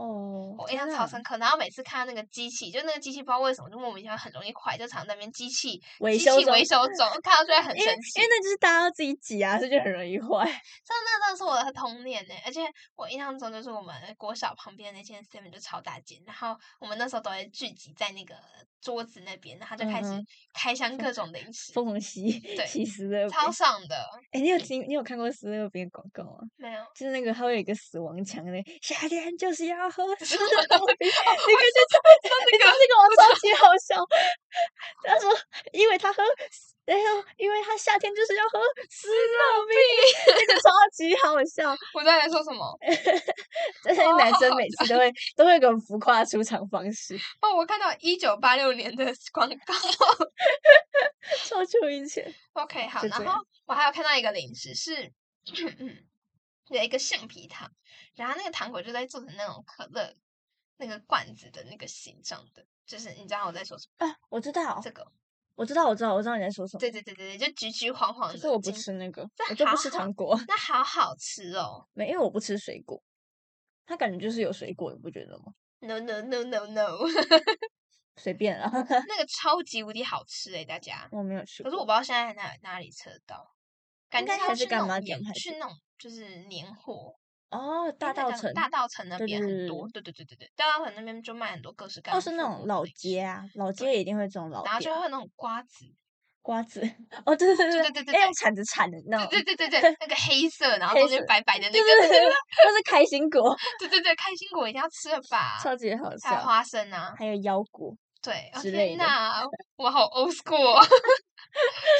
[SPEAKER 1] 哦，
[SPEAKER 2] 我印
[SPEAKER 1] 天
[SPEAKER 2] 象
[SPEAKER 1] 哪
[SPEAKER 2] 超深刻。然后每次看到那个机器，就那个机器不知道为什么就莫名其妙很容易坏，就常在那边机器
[SPEAKER 1] 维
[SPEAKER 2] 机
[SPEAKER 1] 修
[SPEAKER 2] 器维
[SPEAKER 1] 中
[SPEAKER 2] 修中，看到就会很
[SPEAKER 1] 因为
[SPEAKER 2] 生
[SPEAKER 1] 因
[SPEAKER 2] 气
[SPEAKER 1] 为。那就是大家要自己挤啊，这就很容易坏。 *laughs*
[SPEAKER 2] 真的，那真的是我的童年呢、而且我印象中，就是我们国小旁边那间 Seven 就超大间，然后我们那时候都会聚集在那个桌子那边，然后就开始
[SPEAKER 1] 嗯哼
[SPEAKER 2] 开箱各种零食，
[SPEAKER 1] 凤凰西
[SPEAKER 2] 对
[SPEAKER 1] 其实的，
[SPEAKER 2] 超爽的。
[SPEAKER 1] 哎，你有听你有看过十六冰的广告吗？
[SPEAKER 2] 没有，
[SPEAKER 1] 就是那个它会有一个死亡墙的，夏天就是要 *laughs* 喝十六冰，你看就你知道这个我超级好笑。他说，因为他喝，然后因为他夏天就是要喝湿热冰，那个超级好 *laughs* 笑。
[SPEAKER 2] 我在说什么？
[SPEAKER 1] 哎这些男生每次都会都会有个浮夸出场方式，
[SPEAKER 2] 哦，我看到一九八六年的 *laughs* 广
[SPEAKER 1] *laughs*
[SPEAKER 2] 告。
[SPEAKER 1] 超久以前。
[SPEAKER 2] OK，好，
[SPEAKER 1] 就
[SPEAKER 2] 然
[SPEAKER 1] 这样
[SPEAKER 2] 后我还有看到一个零食是有一个橡皮糖，然后那个糖果就在做成那种可乐那个罐子的那个形状的，就是你知道我在说什么？
[SPEAKER 1] 啊，我知道
[SPEAKER 2] 这，个，
[SPEAKER 1] 我知道，我知道，我知道你在说什么。
[SPEAKER 2] 对对对对对，就橘橘黄黄
[SPEAKER 1] 可
[SPEAKER 2] 的。
[SPEAKER 1] 是我不
[SPEAKER 2] 金，
[SPEAKER 1] 吃那个，
[SPEAKER 2] 这
[SPEAKER 1] 我就
[SPEAKER 2] 好
[SPEAKER 1] 不吃
[SPEAKER 2] 好
[SPEAKER 1] 糖果，
[SPEAKER 2] 那好好吃哦
[SPEAKER 1] 没，因为我不吃水果。它感觉就是有水果，你不觉得吗？
[SPEAKER 2] ！No no no no no， *laughs*
[SPEAKER 1] 随便啊，
[SPEAKER 2] 那个超级无敌好吃诶、大家。
[SPEAKER 1] 我没有吃
[SPEAKER 2] 嗯
[SPEAKER 1] 过。
[SPEAKER 2] 可是我不知道现在哪哪里吃得到，感
[SPEAKER 1] 应
[SPEAKER 2] 觉
[SPEAKER 1] 该还
[SPEAKER 2] 要
[SPEAKER 1] 是
[SPEAKER 2] 去那
[SPEAKER 1] 干妈
[SPEAKER 2] 种
[SPEAKER 1] 店
[SPEAKER 2] 年
[SPEAKER 1] 还
[SPEAKER 2] 去那种就是年货。
[SPEAKER 1] 哦，大
[SPEAKER 2] 诶那
[SPEAKER 1] 道
[SPEAKER 2] 叫
[SPEAKER 1] 城
[SPEAKER 2] 大道城那
[SPEAKER 1] 对
[SPEAKER 2] 边
[SPEAKER 1] 对
[SPEAKER 2] 很
[SPEAKER 1] 对
[SPEAKER 2] 多，对对对对对，大道城那边就卖很多各式各样
[SPEAKER 1] 或
[SPEAKER 2] 的
[SPEAKER 1] 是
[SPEAKER 2] 复
[SPEAKER 1] 那
[SPEAKER 2] 古
[SPEAKER 1] 种
[SPEAKER 2] 的
[SPEAKER 1] 老
[SPEAKER 2] 零
[SPEAKER 1] 街
[SPEAKER 2] 食，
[SPEAKER 1] 啊，老
[SPEAKER 2] 对
[SPEAKER 1] 街一定啊会这种老
[SPEAKER 2] 然后
[SPEAKER 1] 店
[SPEAKER 2] 就会有那种瓜子，
[SPEAKER 1] 瓜
[SPEAKER 2] *laughs*
[SPEAKER 1] 子。哦，对对
[SPEAKER 2] 对
[SPEAKER 1] 对
[SPEAKER 2] 对对
[SPEAKER 1] 哎，
[SPEAKER 2] 对
[SPEAKER 1] 用铲子铲的那
[SPEAKER 2] 对
[SPEAKER 1] 种，
[SPEAKER 2] 对对对对，那个黑色，然后
[SPEAKER 1] 黑
[SPEAKER 2] 中间
[SPEAKER 1] 色
[SPEAKER 2] 白白
[SPEAKER 1] *laughs*
[SPEAKER 2] 的那
[SPEAKER 1] 对对
[SPEAKER 2] 个，
[SPEAKER 1] 对，或是开心果，
[SPEAKER 2] 对对对，开心果一定要吃了吧？
[SPEAKER 1] 超级好
[SPEAKER 2] 还有
[SPEAKER 1] 笑。
[SPEAKER 2] 啊花生啊，
[SPEAKER 1] 还有腰果，
[SPEAKER 2] 对，哦
[SPEAKER 1] 之类
[SPEAKER 2] 天
[SPEAKER 1] 的 *laughs*
[SPEAKER 2] 呐，我好 old school 哦 *laughs* 现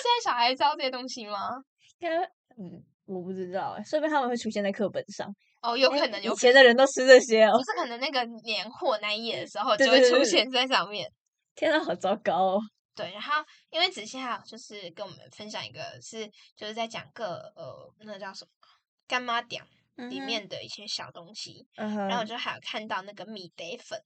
[SPEAKER 2] 在小孩知道这些东西吗？
[SPEAKER 1] 应该嗯，我不知道哎，说不定他们会出现在课本上。
[SPEAKER 2] 哦，有
[SPEAKER 1] 哎
[SPEAKER 2] 可能，有
[SPEAKER 1] 以
[SPEAKER 2] 可能，
[SPEAKER 1] 前的人都吃这些哦
[SPEAKER 2] 就，是可能那个年货那一页的时
[SPEAKER 1] *laughs*
[SPEAKER 2] 候
[SPEAKER 1] 对
[SPEAKER 2] 就会
[SPEAKER 1] 对
[SPEAKER 2] 出
[SPEAKER 1] 对
[SPEAKER 2] 现在上面。
[SPEAKER 1] 天哪，好糟糕哦。
[SPEAKER 2] 对，然后因为子熙还有就是跟我们分享一个是就是在讲各呃那个叫什么干妈店里
[SPEAKER 1] 嗯哼，
[SPEAKER 2] 面的一些小东西，
[SPEAKER 1] 嗯
[SPEAKER 2] 然后我
[SPEAKER 1] 哼，
[SPEAKER 2] 就还有看到那个米得粉，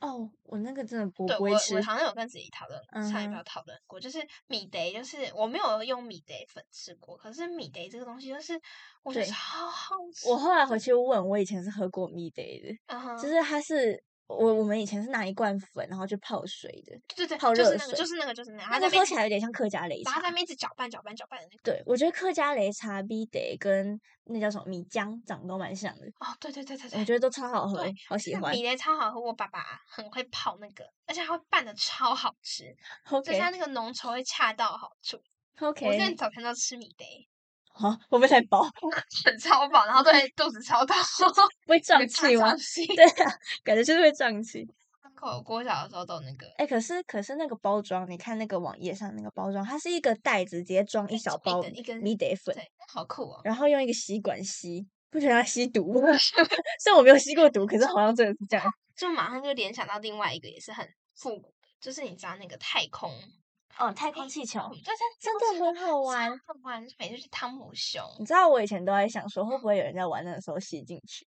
[SPEAKER 1] 哦，我那个真的不
[SPEAKER 2] 对
[SPEAKER 1] 不
[SPEAKER 2] 我
[SPEAKER 1] 会吃
[SPEAKER 2] 我，好像有跟子怡讨论，上一
[SPEAKER 1] 嗯
[SPEAKER 2] 秒
[SPEAKER 1] 哼
[SPEAKER 2] 讨论过，就是米得就是我没有用米得粉吃过，可是米得这个东西就是我觉得
[SPEAKER 1] 对
[SPEAKER 2] 超好吃，
[SPEAKER 1] 我后来回去问，我以前是喝过蜜 day 的，
[SPEAKER 2] 嗯哼，
[SPEAKER 1] 就是它是我我们以前是拿一罐粉，然后去泡水的，
[SPEAKER 2] 对对
[SPEAKER 1] 泡
[SPEAKER 2] 对，就
[SPEAKER 1] 热
[SPEAKER 2] 是那个就
[SPEAKER 1] 水
[SPEAKER 2] 是那个就是那个，然
[SPEAKER 1] 那
[SPEAKER 2] 后在
[SPEAKER 1] 个
[SPEAKER 2] 那边
[SPEAKER 1] 喝
[SPEAKER 2] 一
[SPEAKER 1] 起
[SPEAKER 2] 直
[SPEAKER 1] 来有点像客家擂
[SPEAKER 2] 然
[SPEAKER 1] 茶
[SPEAKER 2] 后在那。边一直搅拌搅拌搅拌的那个，
[SPEAKER 1] 对，我觉得客家擂茶、米 day 跟那叫什么米浆长得都蛮像的，
[SPEAKER 2] 哦，对对对对对，
[SPEAKER 1] 我觉得都超好喝
[SPEAKER 2] 对，
[SPEAKER 1] 好喜
[SPEAKER 2] 那
[SPEAKER 1] 欢
[SPEAKER 2] 米。雷超好喝，我爸爸很会泡那个，而且他会拌的超好吃，就是
[SPEAKER 1] OK
[SPEAKER 2] 他那个浓稠会恰到好处。我之前
[SPEAKER 1] OK，
[SPEAKER 2] 早餐都吃米雷，
[SPEAKER 1] 好，会不会太饱？
[SPEAKER 2] *laughs* 很超饱，然后
[SPEAKER 1] *laughs*
[SPEAKER 2] 对肚子超大， *laughs*
[SPEAKER 1] 不会
[SPEAKER 2] 很
[SPEAKER 1] 胀气吗
[SPEAKER 2] 大？ *laughs* 气
[SPEAKER 1] *laughs* 对啊，感觉就是会胀气。
[SPEAKER 2] 口锅小的时候都那个
[SPEAKER 1] 哎、可是可是那个包装，你看那个网页上那个包装，它是一个袋子，直接装一
[SPEAKER 2] 哎
[SPEAKER 1] 小
[SPEAKER 2] 就一
[SPEAKER 1] 包
[SPEAKER 2] 根一根
[SPEAKER 1] 米 day 粉，
[SPEAKER 2] 对，好酷哦。
[SPEAKER 1] 然后用一个吸管吸，不觉得它吸 *laughs* 毒吗？虽然我没有吸过毒，可是好像真的是这样。
[SPEAKER 2] 就马上就联想到另外一个也是很复古的，就是你知道那个太空，
[SPEAKER 1] *laughs*
[SPEAKER 2] 嗯
[SPEAKER 1] 哦，太
[SPEAKER 2] 空
[SPEAKER 1] 气球
[SPEAKER 2] 对对，
[SPEAKER 1] 真的很好玩。 *laughs*
[SPEAKER 2] 好玩，每次去汤姆熊， *laughs*
[SPEAKER 1] 你知道我以前都在想说，会不会有人在玩那个时候吸进去？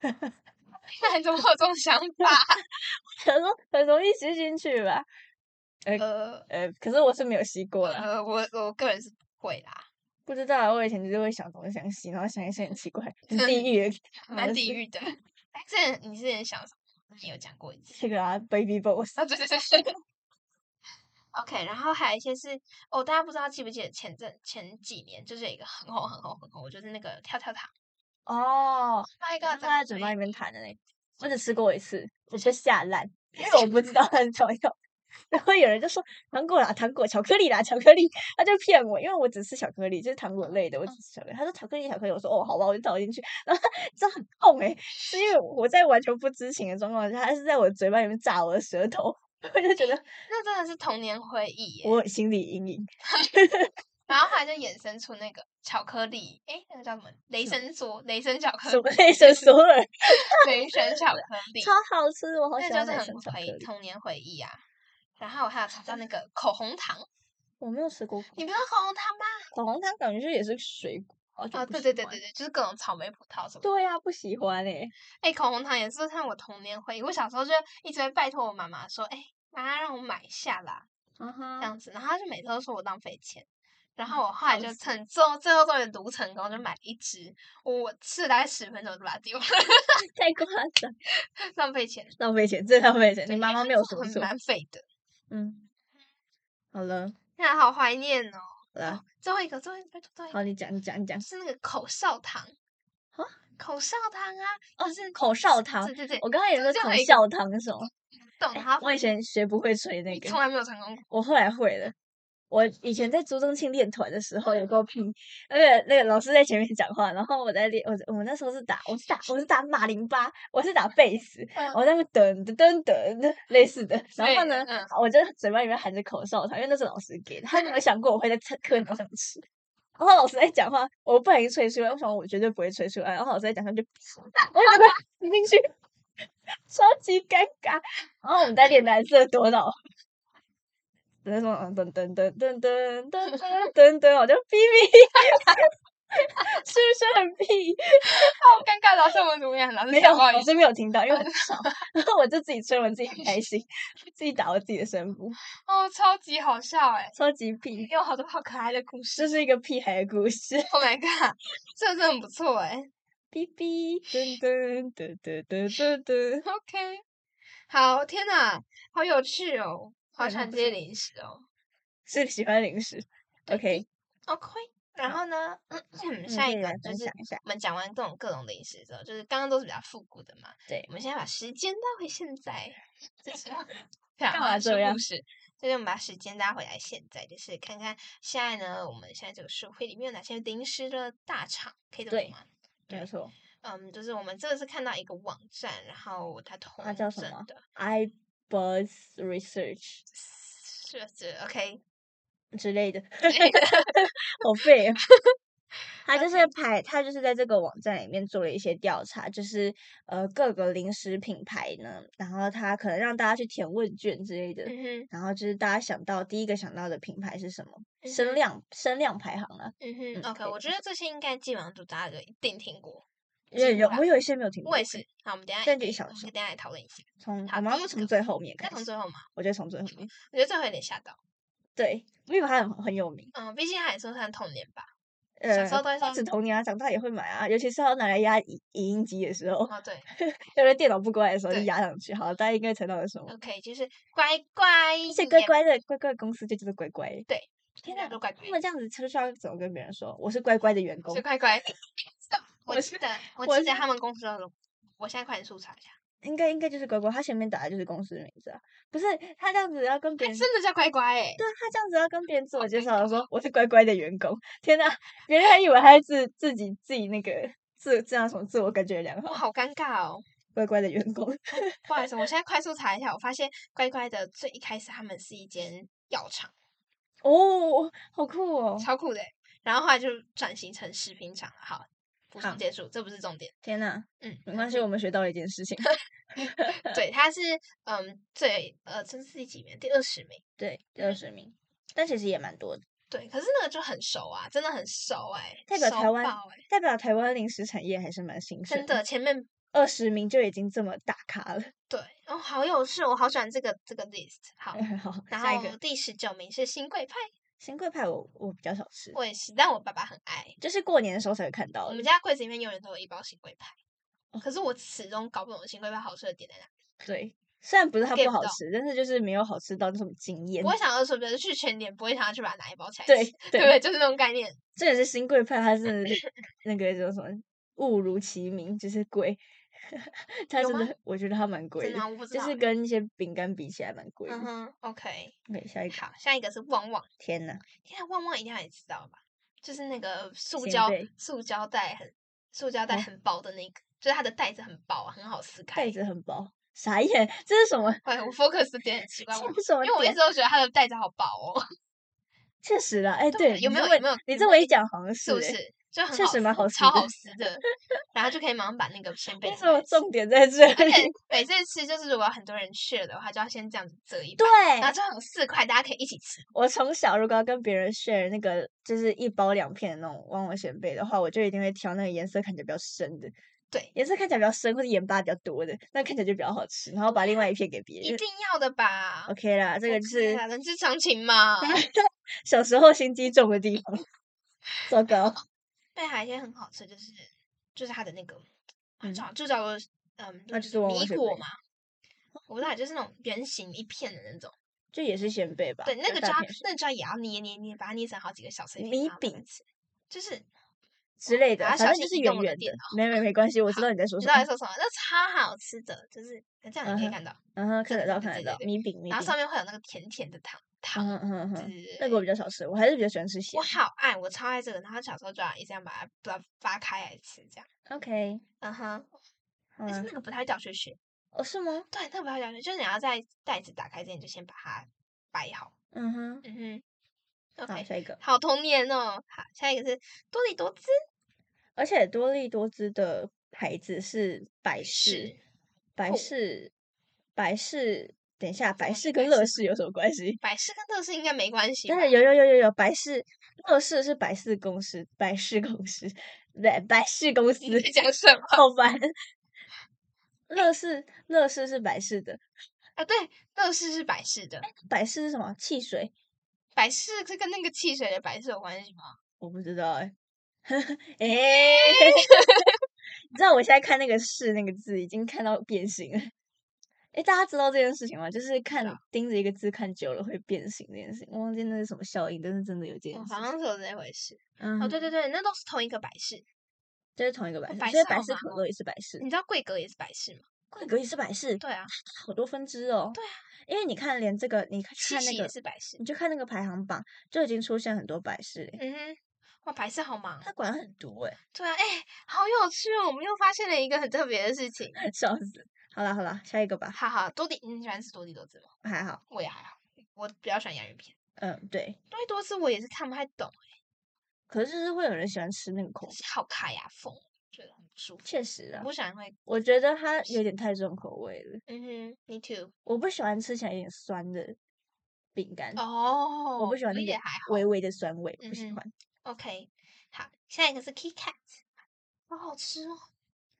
[SPEAKER 1] *laughs*
[SPEAKER 2] 那你怎么会有这种想法？
[SPEAKER 1] 很容很容易吸进去吧？
[SPEAKER 2] 呃，
[SPEAKER 1] 呃，可是我是没有吸过啦，
[SPEAKER 2] 呃，我我个人是不会啦，
[SPEAKER 1] 不知道啊。我以前就是会想东想西，然后想一些很奇 *laughs* 怪、很地狱的
[SPEAKER 2] 蛮
[SPEAKER 1] 呃
[SPEAKER 2] 地
[SPEAKER 1] 是
[SPEAKER 2] 狱的。 *laughs* 哎，之前你之前想什么？你有讲过一次 *laughs*
[SPEAKER 1] 这个啊，Baby Boss。
[SPEAKER 2] 啊？对对对对。OK，然后还有一些是哦，大家不知道记不记得前阵前几年就是有一个很红很红很红，就是那个跳跳糖。
[SPEAKER 1] 哦，
[SPEAKER 2] My
[SPEAKER 1] 放
[SPEAKER 2] God，
[SPEAKER 1] 在嘴
[SPEAKER 2] 嘴
[SPEAKER 1] 巴里面弹的那个，我只吃过一次，我被吓烂，因为我不知道它是怎么用。 *laughs* 然后有人就说糖果啦，糖果，巧克力啦，巧克力，他就骗我，因为我只吃巧克力，就是糖果类的，
[SPEAKER 2] 嗯
[SPEAKER 1] 我只吃巧克力。他说巧克力，巧克力，我说哦，好吧，我就倒进去，然后他这很痛诶、是因为我在完全不知情的状况下，他是在我嘴巴里面炸我的舌头， *laughs* 我就觉得
[SPEAKER 2] 那真的是童年回忆耶。
[SPEAKER 1] 我有心理阴影。
[SPEAKER 2] 然后后来就衍生出那个巧克力，诶，那个叫什么？雷神索，雷神巧克
[SPEAKER 1] 什么
[SPEAKER 2] 力，
[SPEAKER 1] 黑神索尔，
[SPEAKER 2] 雷
[SPEAKER 1] *laughs*
[SPEAKER 2] 神巧克力，
[SPEAKER 1] 超好吃，我好喜
[SPEAKER 2] 那
[SPEAKER 1] 欢
[SPEAKER 2] 就是
[SPEAKER 1] 黑
[SPEAKER 2] 很
[SPEAKER 1] 神巧克
[SPEAKER 2] 回
[SPEAKER 1] 力。
[SPEAKER 2] 童年回忆啊。然后我还有吃到那个口红糖，
[SPEAKER 1] 我没有吃过
[SPEAKER 2] 你不知道口红糖吗？
[SPEAKER 1] 口红糖，感觉就也是水果啊。就
[SPEAKER 2] 啊，
[SPEAKER 1] 不
[SPEAKER 2] 对
[SPEAKER 1] 喜
[SPEAKER 2] 对对
[SPEAKER 1] 欢
[SPEAKER 2] 对对，就是各种草莓、葡萄什么的。
[SPEAKER 1] 对呀、不喜欢哎、
[SPEAKER 2] 哎、口红糖也是算我童年回忆。我小时候就一直会拜托我妈妈说，哎、妈让我买一下啦，
[SPEAKER 1] 啊
[SPEAKER 2] 这
[SPEAKER 1] 哈，
[SPEAKER 2] 样子。然后她就每次都说我浪费钱。然后我后来
[SPEAKER 1] 好
[SPEAKER 2] 就
[SPEAKER 1] 吃
[SPEAKER 2] 趁最后最后终于读成功，就买了一支。我吃了大概十分钟就把它丢了， *laughs*
[SPEAKER 1] 太夸张，
[SPEAKER 2] 浪费钱。
[SPEAKER 1] 浪费钱，真浪费钱。你
[SPEAKER 2] 对
[SPEAKER 1] 妈
[SPEAKER 2] 也
[SPEAKER 1] 妈
[SPEAKER 2] 是
[SPEAKER 1] 没有
[SPEAKER 2] 做
[SPEAKER 1] 说
[SPEAKER 2] 很
[SPEAKER 1] 错，
[SPEAKER 2] 蛮费的。
[SPEAKER 1] 嗯，好了，
[SPEAKER 2] 那好怀念哦。
[SPEAKER 1] 好了，
[SPEAKER 2] 最后一个，最后一个，拜托最后一个
[SPEAKER 1] 好，你讲，你讲，你讲。
[SPEAKER 2] 是那个口哨糖
[SPEAKER 1] 啊，
[SPEAKER 2] 口哨糖啊，
[SPEAKER 1] 哦
[SPEAKER 2] 就是
[SPEAKER 1] 口哨糖
[SPEAKER 2] 对对对，
[SPEAKER 1] 我刚才也
[SPEAKER 2] 这
[SPEAKER 1] 说
[SPEAKER 2] 最后
[SPEAKER 1] 口
[SPEAKER 2] 一个
[SPEAKER 1] 哨糖是什么？
[SPEAKER 2] 懂
[SPEAKER 1] 哎
[SPEAKER 2] 它。
[SPEAKER 1] 我以前学不会吹那
[SPEAKER 2] 你
[SPEAKER 1] 个
[SPEAKER 2] 从，来没有成功过，
[SPEAKER 1] 我后来会了。我以前在朱宗庆练团的时候有够
[SPEAKER 2] 嗯
[SPEAKER 1] 拼， *laughs* 那个那个老师在前面讲话，然后我在练，我我那时候是打我是打我是打马林巴，我是打贝斯，
[SPEAKER 2] 嗯
[SPEAKER 1] 我在那边噔噔噔噔类似的，然后
[SPEAKER 2] 对
[SPEAKER 1] 呢，
[SPEAKER 2] 嗯
[SPEAKER 1] 我就嘴巴里面含着口哨糖，因为那是老师给的，他没有想过我会在课课堂上吃。然后老师在讲话，我不小心吹出来，我想我绝对不会吹出来。然后老师在讲话就，我就把它吞进去，超级尴尬。然后我们在练蓝色多脑，那种噔噔噔噔噔噔噔噔噔，我就哔哔，是不是很屁？
[SPEAKER 2] 好尴尬，老师我们怎么样？老师
[SPEAKER 1] 没
[SPEAKER 2] 讲
[SPEAKER 1] 有，
[SPEAKER 2] 不好意
[SPEAKER 1] 我
[SPEAKER 2] 思，
[SPEAKER 1] 是没有听到，因为很吵。然后我就自己吹，我自己很开心，自己打我自己的声部，
[SPEAKER 2] 哦，超级好笑哎、
[SPEAKER 1] 超级屁，
[SPEAKER 2] 有好多好可爱的故事
[SPEAKER 1] 这是一个屁孩的故事。 *laughs*
[SPEAKER 2] ，Oh my god，这真的很不错哎、
[SPEAKER 1] 哔哔噔噔噔噔噔噔噔，
[SPEAKER 2] OK，好，天哪，好有趣哦，好
[SPEAKER 1] 对那
[SPEAKER 2] 想
[SPEAKER 1] 不
[SPEAKER 2] 这些
[SPEAKER 1] 错
[SPEAKER 2] 零食哦。
[SPEAKER 1] 是喜欢零 *laughs* 食。
[SPEAKER 2] 对
[SPEAKER 1] OK，
[SPEAKER 2] OK，然
[SPEAKER 1] 好
[SPEAKER 2] 后呢，
[SPEAKER 1] 嗯
[SPEAKER 2] 下
[SPEAKER 1] 可
[SPEAKER 2] 一
[SPEAKER 1] 以
[SPEAKER 2] 个
[SPEAKER 1] 来
[SPEAKER 2] 就
[SPEAKER 1] 分
[SPEAKER 2] 是
[SPEAKER 1] 享一下
[SPEAKER 2] 我们讲完各种各种零食之后，就是刚刚都是比较复古的嘛。
[SPEAKER 1] 对
[SPEAKER 2] 我们现在把时间拉回现在，就是
[SPEAKER 1] *laughs*
[SPEAKER 2] 干
[SPEAKER 1] 干嘛这样
[SPEAKER 2] 故事，就是我们把时间拉回来现在，就是看看现在呢，我们现在这个社会里面有哪些零食的大厂，可以这么
[SPEAKER 1] 对
[SPEAKER 2] 说吗？
[SPEAKER 1] 没有错
[SPEAKER 2] 嗯，就是我们这个是看到一个网站，然后它统
[SPEAKER 1] 它叫什么
[SPEAKER 2] 整的，
[SPEAKER 1] ，I Buzz Research
[SPEAKER 2] 是是
[SPEAKER 1] *laughs*
[SPEAKER 2] OK，
[SPEAKER 1] 之类的，好废、哦。 *laughs* 他就是排，他就是在这个网站里面做了一些调查，就是呃各个零食品牌呢，然后他可能让大家去填问卷之类的，
[SPEAKER 2] 嗯哼，
[SPEAKER 1] 然后就是大家想到第一个想到的品牌是什么，
[SPEAKER 2] 嗯哼
[SPEAKER 1] 声量声量排行啊，
[SPEAKER 2] 嗯
[SPEAKER 1] 嗯
[SPEAKER 2] 哼，OK，
[SPEAKER 1] 可以
[SPEAKER 2] 我觉得这些应该基本上就大家就一定听过。
[SPEAKER 1] 因为
[SPEAKER 2] 几
[SPEAKER 1] 有
[SPEAKER 2] 乎啦
[SPEAKER 1] 我有一些没有听过，
[SPEAKER 2] 我也是。好，我们等一下
[SPEAKER 1] 但
[SPEAKER 2] 一
[SPEAKER 1] 就一
[SPEAKER 2] 个
[SPEAKER 1] 小
[SPEAKER 2] 我们
[SPEAKER 1] 时
[SPEAKER 2] 等一下来讨论一下。
[SPEAKER 1] 从
[SPEAKER 2] 好
[SPEAKER 1] 我们
[SPEAKER 2] 第
[SPEAKER 1] 要
[SPEAKER 2] 一
[SPEAKER 1] 从
[SPEAKER 2] 个
[SPEAKER 1] 最后面
[SPEAKER 2] 那
[SPEAKER 1] 开
[SPEAKER 2] 从
[SPEAKER 1] 始，
[SPEAKER 2] 最嗯后嘛，
[SPEAKER 1] 我觉得从最后面，
[SPEAKER 2] 我觉得最后有点吓到。
[SPEAKER 1] 对，因为它很很有名，
[SPEAKER 2] 嗯，毕竟它也是算童年吧。小
[SPEAKER 1] 呃
[SPEAKER 2] 时候都会，
[SPEAKER 1] 不
[SPEAKER 2] 上
[SPEAKER 1] 止童年啊，长大也会买啊，尤其是要拿来压影影音机的时候，
[SPEAKER 2] 哦，
[SPEAKER 1] *laughs*
[SPEAKER 2] 对
[SPEAKER 1] 就是电脑不乖的时候就
[SPEAKER 2] 对嗯
[SPEAKER 1] 压上去。好，大家应该猜到了什么？
[SPEAKER 2] ，OK，就是乖乖
[SPEAKER 1] 而且
[SPEAKER 2] 你
[SPEAKER 1] 乖
[SPEAKER 2] 也，
[SPEAKER 1] 乖的乖乖公司就叫做乖乖。
[SPEAKER 2] 天哪，都乖
[SPEAKER 1] 他们
[SPEAKER 2] 乖，
[SPEAKER 1] 这样子出去要怎么跟别人说？我是乖乖的员工
[SPEAKER 2] 是。乖乖。 *laughs*
[SPEAKER 1] *laughs*
[SPEAKER 2] 我
[SPEAKER 1] 我
[SPEAKER 2] 记
[SPEAKER 1] 是
[SPEAKER 2] 得，我
[SPEAKER 1] 我
[SPEAKER 2] 记得
[SPEAKER 1] 是
[SPEAKER 2] 他们公司的 logo，我现在快点速查一下，
[SPEAKER 1] 应该应该就是乖乖，他前面打的就是公司的名字啊，不是他这样子要跟别
[SPEAKER 2] 哎，
[SPEAKER 1] 人，
[SPEAKER 2] 真的叫乖乖哎。
[SPEAKER 1] 对啊，他这样子要跟别人自我
[SPEAKER 2] 好
[SPEAKER 1] 介
[SPEAKER 2] 尴
[SPEAKER 1] 绍的说我是乖乖的员工，天呐，别人还以为他是自自己自己那个自这样什么自我感觉良
[SPEAKER 2] 哇，
[SPEAKER 1] 好，
[SPEAKER 2] 好尴尬哦！
[SPEAKER 1] 乖乖的员
[SPEAKER 2] *laughs*
[SPEAKER 1] 工，
[SPEAKER 2] 不好意思，我现在快速查一下，我发现乖乖的最一开始他们是一间药厂，
[SPEAKER 1] 哦，好酷哦，
[SPEAKER 2] 超酷的欸。然后后来就转型成食品厂了。好，补
[SPEAKER 1] 好
[SPEAKER 2] 充结束，这不是重点。
[SPEAKER 1] 天呐，
[SPEAKER 2] 嗯，
[SPEAKER 1] 没关系，我们学到了一件事
[SPEAKER 2] *laughs*
[SPEAKER 1] 情，
[SPEAKER 2] 对，它是嗯最呃，这是第几名？第二十名。
[SPEAKER 1] 对，第二十名，但其实也蛮多的，
[SPEAKER 2] 对，可是那个就很熟啊，真的很熟哎、
[SPEAKER 1] 代表
[SPEAKER 2] 熟
[SPEAKER 1] 台湾
[SPEAKER 2] 爆哎、
[SPEAKER 1] 代表台湾零食产业还是蛮兴盛，
[SPEAKER 2] 真的，前面
[SPEAKER 1] 二十名就已经这么大咖了，
[SPEAKER 2] 对哦，好有趣，我好喜欢这个这个 list。好，
[SPEAKER 1] *laughs* 好，
[SPEAKER 2] 然
[SPEAKER 1] 下一个
[SPEAKER 2] 后。第十九名是新贵派，
[SPEAKER 1] 新贵派我我比较少吃，
[SPEAKER 2] 我嗯也是，但我爸爸很爱。
[SPEAKER 1] 就是过年的时候才会看到
[SPEAKER 2] 我
[SPEAKER 1] 的哦
[SPEAKER 2] 们家柜子里面永远都有一包新贵派，可是我始终搞不懂新贵派好吃的点在哪。
[SPEAKER 1] 对，虽然不是它不
[SPEAKER 2] get 不
[SPEAKER 1] 好
[SPEAKER 2] 到
[SPEAKER 1] 吃，但是就是没有好吃到那种惊艳
[SPEAKER 2] 我。会想要说，比如去全年不会想要去把它拿一包起来
[SPEAKER 1] 对
[SPEAKER 2] 吃，对不
[SPEAKER 1] 对，
[SPEAKER 2] 对？就是那种概念。 *laughs*
[SPEAKER 1] 这也是新贵派，它是 *laughs* 那个叫什么物如其名，就是贵。它
[SPEAKER 2] 有
[SPEAKER 1] 真
[SPEAKER 2] 吗
[SPEAKER 1] 的，我觉得它蛮贵
[SPEAKER 2] 真的吗
[SPEAKER 1] 的，
[SPEAKER 2] 我不知
[SPEAKER 1] 就
[SPEAKER 2] 道欸。
[SPEAKER 1] 是跟一些饼干比起来蛮贵的
[SPEAKER 2] 嗯。哼，OK，
[SPEAKER 1] OK，下一个，
[SPEAKER 2] 好，下一个是旺旺，
[SPEAKER 1] 天呐，
[SPEAKER 2] 天啊，旺旺一定要你知道吧？就是那个塑
[SPEAKER 1] 鲜
[SPEAKER 2] 胶
[SPEAKER 1] 贝
[SPEAKER 2] 塑胶袋很塑胶袋
[SPEAKER 1] 哦
[SPEAKER 2] 很薄的那个，就是它的袋子很薄，啊很好撕开
[SPEAKER 1] 袋。子很薄， *laughs* 傻眼，这是什么？
[SPEAKER 2] 哎，我 focus 点很奇怪，我
[SPEAKER 1] 这是 *laughs* 什么
[SPEAKER 2] 因为我一
[SPEAKER 1] 点
[SPEAKER 2] 直？都觉得它的袋子好薄哦，
[SPEAKER 1] 确实啦，哎，
[SPEAKER 2] 对
[SPEAKER 1] 对，
[SPEAKER 2] *laughs* 有
[SPEAKER 1] 你
[SPEAKER 2] 没
[SPEAKER 1] 这
[SPEAKER 2] 有
[SPEAKER 1] 么
[SPEAKER 2] 有没有
[SPEAKER 1] 你
[SPEAKER 2] 有
[SPEAKER 1] 这
[SPEAKER 2] 没
[SPEAKER 1] 么
[SPEAKER 2] 有
[SPEAKER 1] 一讲，好像
[SPEAKER 2] 是不
[SPEAKER 1] 欸？
[SPEAKER 2] 是？就很
[SPEAKER 1] 确
[SPEAKER 2] 好
[SPEAKER 1] 实蛮好
[SPEAKER 2] 撕，超
[SPEAKER 1] 撕的
[SPEAKER 2] 好撕的，然后就可以马上把那个鲜贝
[SPEAKER 1] 为
[SPEAKER 2] 拿
[SPEAKER 1] 什么
[SPEAKER 2] 来吃
[SPEAKER 1] 重点在这
[SPEAKER 2] 而且
[SPEAKER 1] 里？
[SPEAKER 2] 每次吃就是如果很多人去了的话，就要先这样子折一半，然后
[SPEAKER 1] 对，
[SPEAKER 2] 这种四块大家可以一起吃。
[SPEAKER 1] 我从小如果要跟别人 share 那个就是一包两片的那种旺旺仙贝的话，我就一定会挑那个颜色看起来比较深的，
[SPEAKER 2] 对，
[SPEAKER 1] 颜色看起来比较深或者盐巴比较多的，那看起来就比较好吃，然后把另外一片给别
[SPEAKER 2] 一
[SPEAKER 1] 人。
[SPEAKER 2] 定要的吧？
[SPEAKER 1] OK 啦，哦这个就
[SPEAKER 2] OK
[SPEAKER 1] 是
[SPEAKER 2] 啦人之常情嘛。
[SPEAKER 1] *laughs* 小时候心机重的地方。糟糕，
[SPEAKER 2] 但啊海鲜很好吃，就是就是它的那个，啊
[SPEAKER 1] 嗯
[SPEAKER 2] 叫就叫做嗯，
[SPEAKER 1] 那
[SPEAKER 2] 那
[SPEAKER 1] 就是旺旺
[SPEAKER 2] 米
[SPEAKER 1] 雪
[SPEAKER 2] 果
[SPEAKER 1] 贝 *laughs*
[SPEAKER 2] 嘛。我不知道，就是那种圆形一片的那种，
[SPEAKER 1] *laughs* 这也是鲜贝吧？
[SPEAKER 2] 对，那
[SPEAKER 1] 比较
[SPEAKER 2] 个就
[SPEAKER 1] 大
[SPEAKER 2] 要
[SPEAKER 1] 片
[SPEAKER 2] 那个就要也要捏捏捏，把它捏成好几个小碎片，
[SPEAKER 1] 米
[SPEAKER 2] 然后慢慢
[SPEAKER 1] 饼
[SPEAKER 2] 吃，就是
[SPEAKER 1] 之类的
[SPEAKER 2] 啊，
[SPEAKER 1] 反
[SPEAKER 2] 小
[SPEAKER 1] 正
[SPEAKER 2] 心
[SPEAKER 1] 就是
[SPEAKER 2] 移
[SPEAKER 1] 圆
[SPEAKER 2] 动我的
[SPEAKER 1] 圆的
[SPEAKER 2] 电。
[SPEAKER 1] 没没没关系，我知道你在说
[SPEAKER 2] 你
[SPEAKER 1] 什
[SPEAKER 2] 知道在
[SPEAKER 1] 么。
[SPEAKER 2] 说什么？那超好吃的，就是这样你可
[SPEAKER 1] 嗯
[SPEAKER 2] 以
[SPEAKER 1] 哼
[SPEAKER 2] 看到，
[SPEAKER 1] 嗯哼，看
[SPEAKER 2] 对
[SPEAKER 1] 得到
[SPEAKER 2] 对
[SPEAKER 1] 看得
[SPEAKER 2] 对对
[SPEAKER 1] 到，
[SPEAKER 2] 对
[SPEAKER 1] 米饼米
[SPEAKER 2] 然后
[SPEAKER 1] 饼。
[SPEAKER 2] 上面会有那个甜甜的糖糖
[SPEAKER 1] 嗯，哼嗯哼嗯
[SPEAKER 2] 对
[SPEAKER 1] 哼，
[SPEAKER 2] 对对
[SPEAKER 1] 那个我比较少吃，我还是比较喜欢吃
[SPEAKER 2] 我
[SPEAKER 1] 咸。
[SPEAKER 2] 好爱，我超爱这个。然后小时候就要一直这样把它把它扒开来吃，这样，
[SPEAKER 1] OK，
[SPEAKER 2] 嗯哼。
[SPEAKER 1] 好
[SPEAKER 2] 但是
[SPEAKER 1] 啦
[SPEAKER 2] 那个不太叫学学，
[SPEAKER 1] 哦是吗？
[SPEAKER 2] 对，那个不太叫学，就是你要在袋子打开之前就先把它摆好，
[SPEAKER 1] 嗯哼，
[SPEAKER 2] 嗯哼。
[SPEAKER 1] 好
[SPEAKER 2] OK，
[SPEAKER 1] 下一个。
[SPEAKER 2] 好童年哦。好，下一个是多利多姿，
[SPEAKER 1] 而且多利多姿的牌子是百事
[SPEAKER 2] 是，
[SPEAKER 1] 百
[SPEAKER 2] 哦
[SPEAKER 1] 事，百事。等一下，百
[SPEAKER 2] 么
[SPEAKER 1] 事
[SPEAKER 2] 是
[SPEAKER 1] 跟
[SPEAKER 2] 百
[SPEAKER 1] 乐
[SPEAKER 2] 事
[SPEAKER 1] 事有什么关系？
[SPEAKER 2] 百事跟乐事应该没关系吧
[SPEAKER 1] 当？然有有有有有，百事乐事是百事公司，百事公司，对，百事公
[SPEAKER 2] *laughs*
[SPEAKER 1] 司。
[SPEAKER 2] 你在讲什么
[SPEAKER 1] 好烦。乐事乐事是百事的，
[SPEAKER 2] 啊？对，乐事是百事的，
[SPEAKER 1] 百事是什么？汽水？
[SPEAKER 2] 百事这跟那个汽水的百事有关系吗？
[SPEAKER 1] 我不知道哎、 *laughs* 哎、 *laughs* 你知道我现在看那个“是”那个字，已经看到变形了。哎、大家知道这件事情吗？就是看
[SPEAKER 2] 道
[SPEAKER 1] 盯着一个字看久了会变形这件事情，我忘记那是什么效应，但是真的有这件
[SPEAKER 2] 哦
[SPEAKER 1] 事
[SPEAKER 2] 好
[SPEAKER 1] 情。
[SPEAKER 2] 像是有这回事。
[SPEAKER 1] 嗯，
[SPEAKER 2] 哦，对对对，那都是同一个百事。
[SPEAKER 1] 这是同一个百
[SPEAKER 2] 哦
[SPEAKER 1] 事，
[SPEAKER 2] 百
[SPEAKER 1] 所以
[SPEAKER 2] 事
[SPEAKER 1] 百
[SPEAKER 2] 好
[SPEAKER 1] 事
[SPEAKER 2] 麻
[SPEAKER 1] 可
[SPEAKER 2] 哦
[SPEAKER 1] 乐也是嗯百事
[SPEAKER 2] 你，知道桂格也是百事吗？
[SPEAKER 1] 桂格也是百事，
[SPEAKER 2] 对啊，
[SPEAKER 1] 好多分支哦。
[SPEAKER 2] 对啊，
[SPEAKER 1] 因为你看连这个，你看
[SPEAKER 2] 七
[SPEAKER 1] 看
[SPEAKER 2] 喜
[SPEAKER 1] 那
[SPEAKER 2] 也
[SPEAKER 1] 个，
[SPEAKER 2] 是百事
[SPEAKER 1] 你。就看那个排行榜，就已经出现很多百事嘞。
[SPEAKER 2] 嗯哼，哇，百事好忙哦。
[SPEAKER 1] 他管很多哎、
[SPEAKER 2] 对啊，哎、好有趣哦！我们又发现了一个很特别的事情。
[SPEAKER 1] *laughs* 哎笑死！好啦好啦，下一个吧，
[SPEAKER 2] 哈哈，多蒂，你喜欢吃多蒂多汁吗？
[SPEAKER 1] 还好，
[SPEAKER 2] 我也还好，我比较喜欢洋芋片。
[SPEAKER 1] 嗯对。
[SPEAKER 2] 多蒂多汁我也是看不太懂，
[SPEAKER 1] 可是就是会有人喜欢吃那个口
[SPEAKER 2] 可
[SPEAKER 1] 味，
[SPEAKER 2] 是好卡牙缝，觉得很不舒服。
[SPEAKER 1] 确实
[SPEAKER 2] 我
[SPEAKER 1] 啊，
[SPEAKER 2] 不喜欢会，
[SPEAKER 1] 我觉得它有点太重口味了，
[SPEAKER 2] 嗯哼，me too。
[SPEAKER 1] 我不喜欢吃起来有点酸的饼干，
[SPEAKER 2] 哦，
[SPEAKER 1] 我不喜欢那
[SPEAKER 2] 也
[SPEAKER 1] 个
[SPEAKER 2] 还好。
[SPEAKER 1] 微微的酸味，不喜
[SPEAKER 2] 嗯哼
[SPEAKER 1] 欢。
[SPEAKER 2] OK，好，下一个是 Kit Kat，好好吃哦！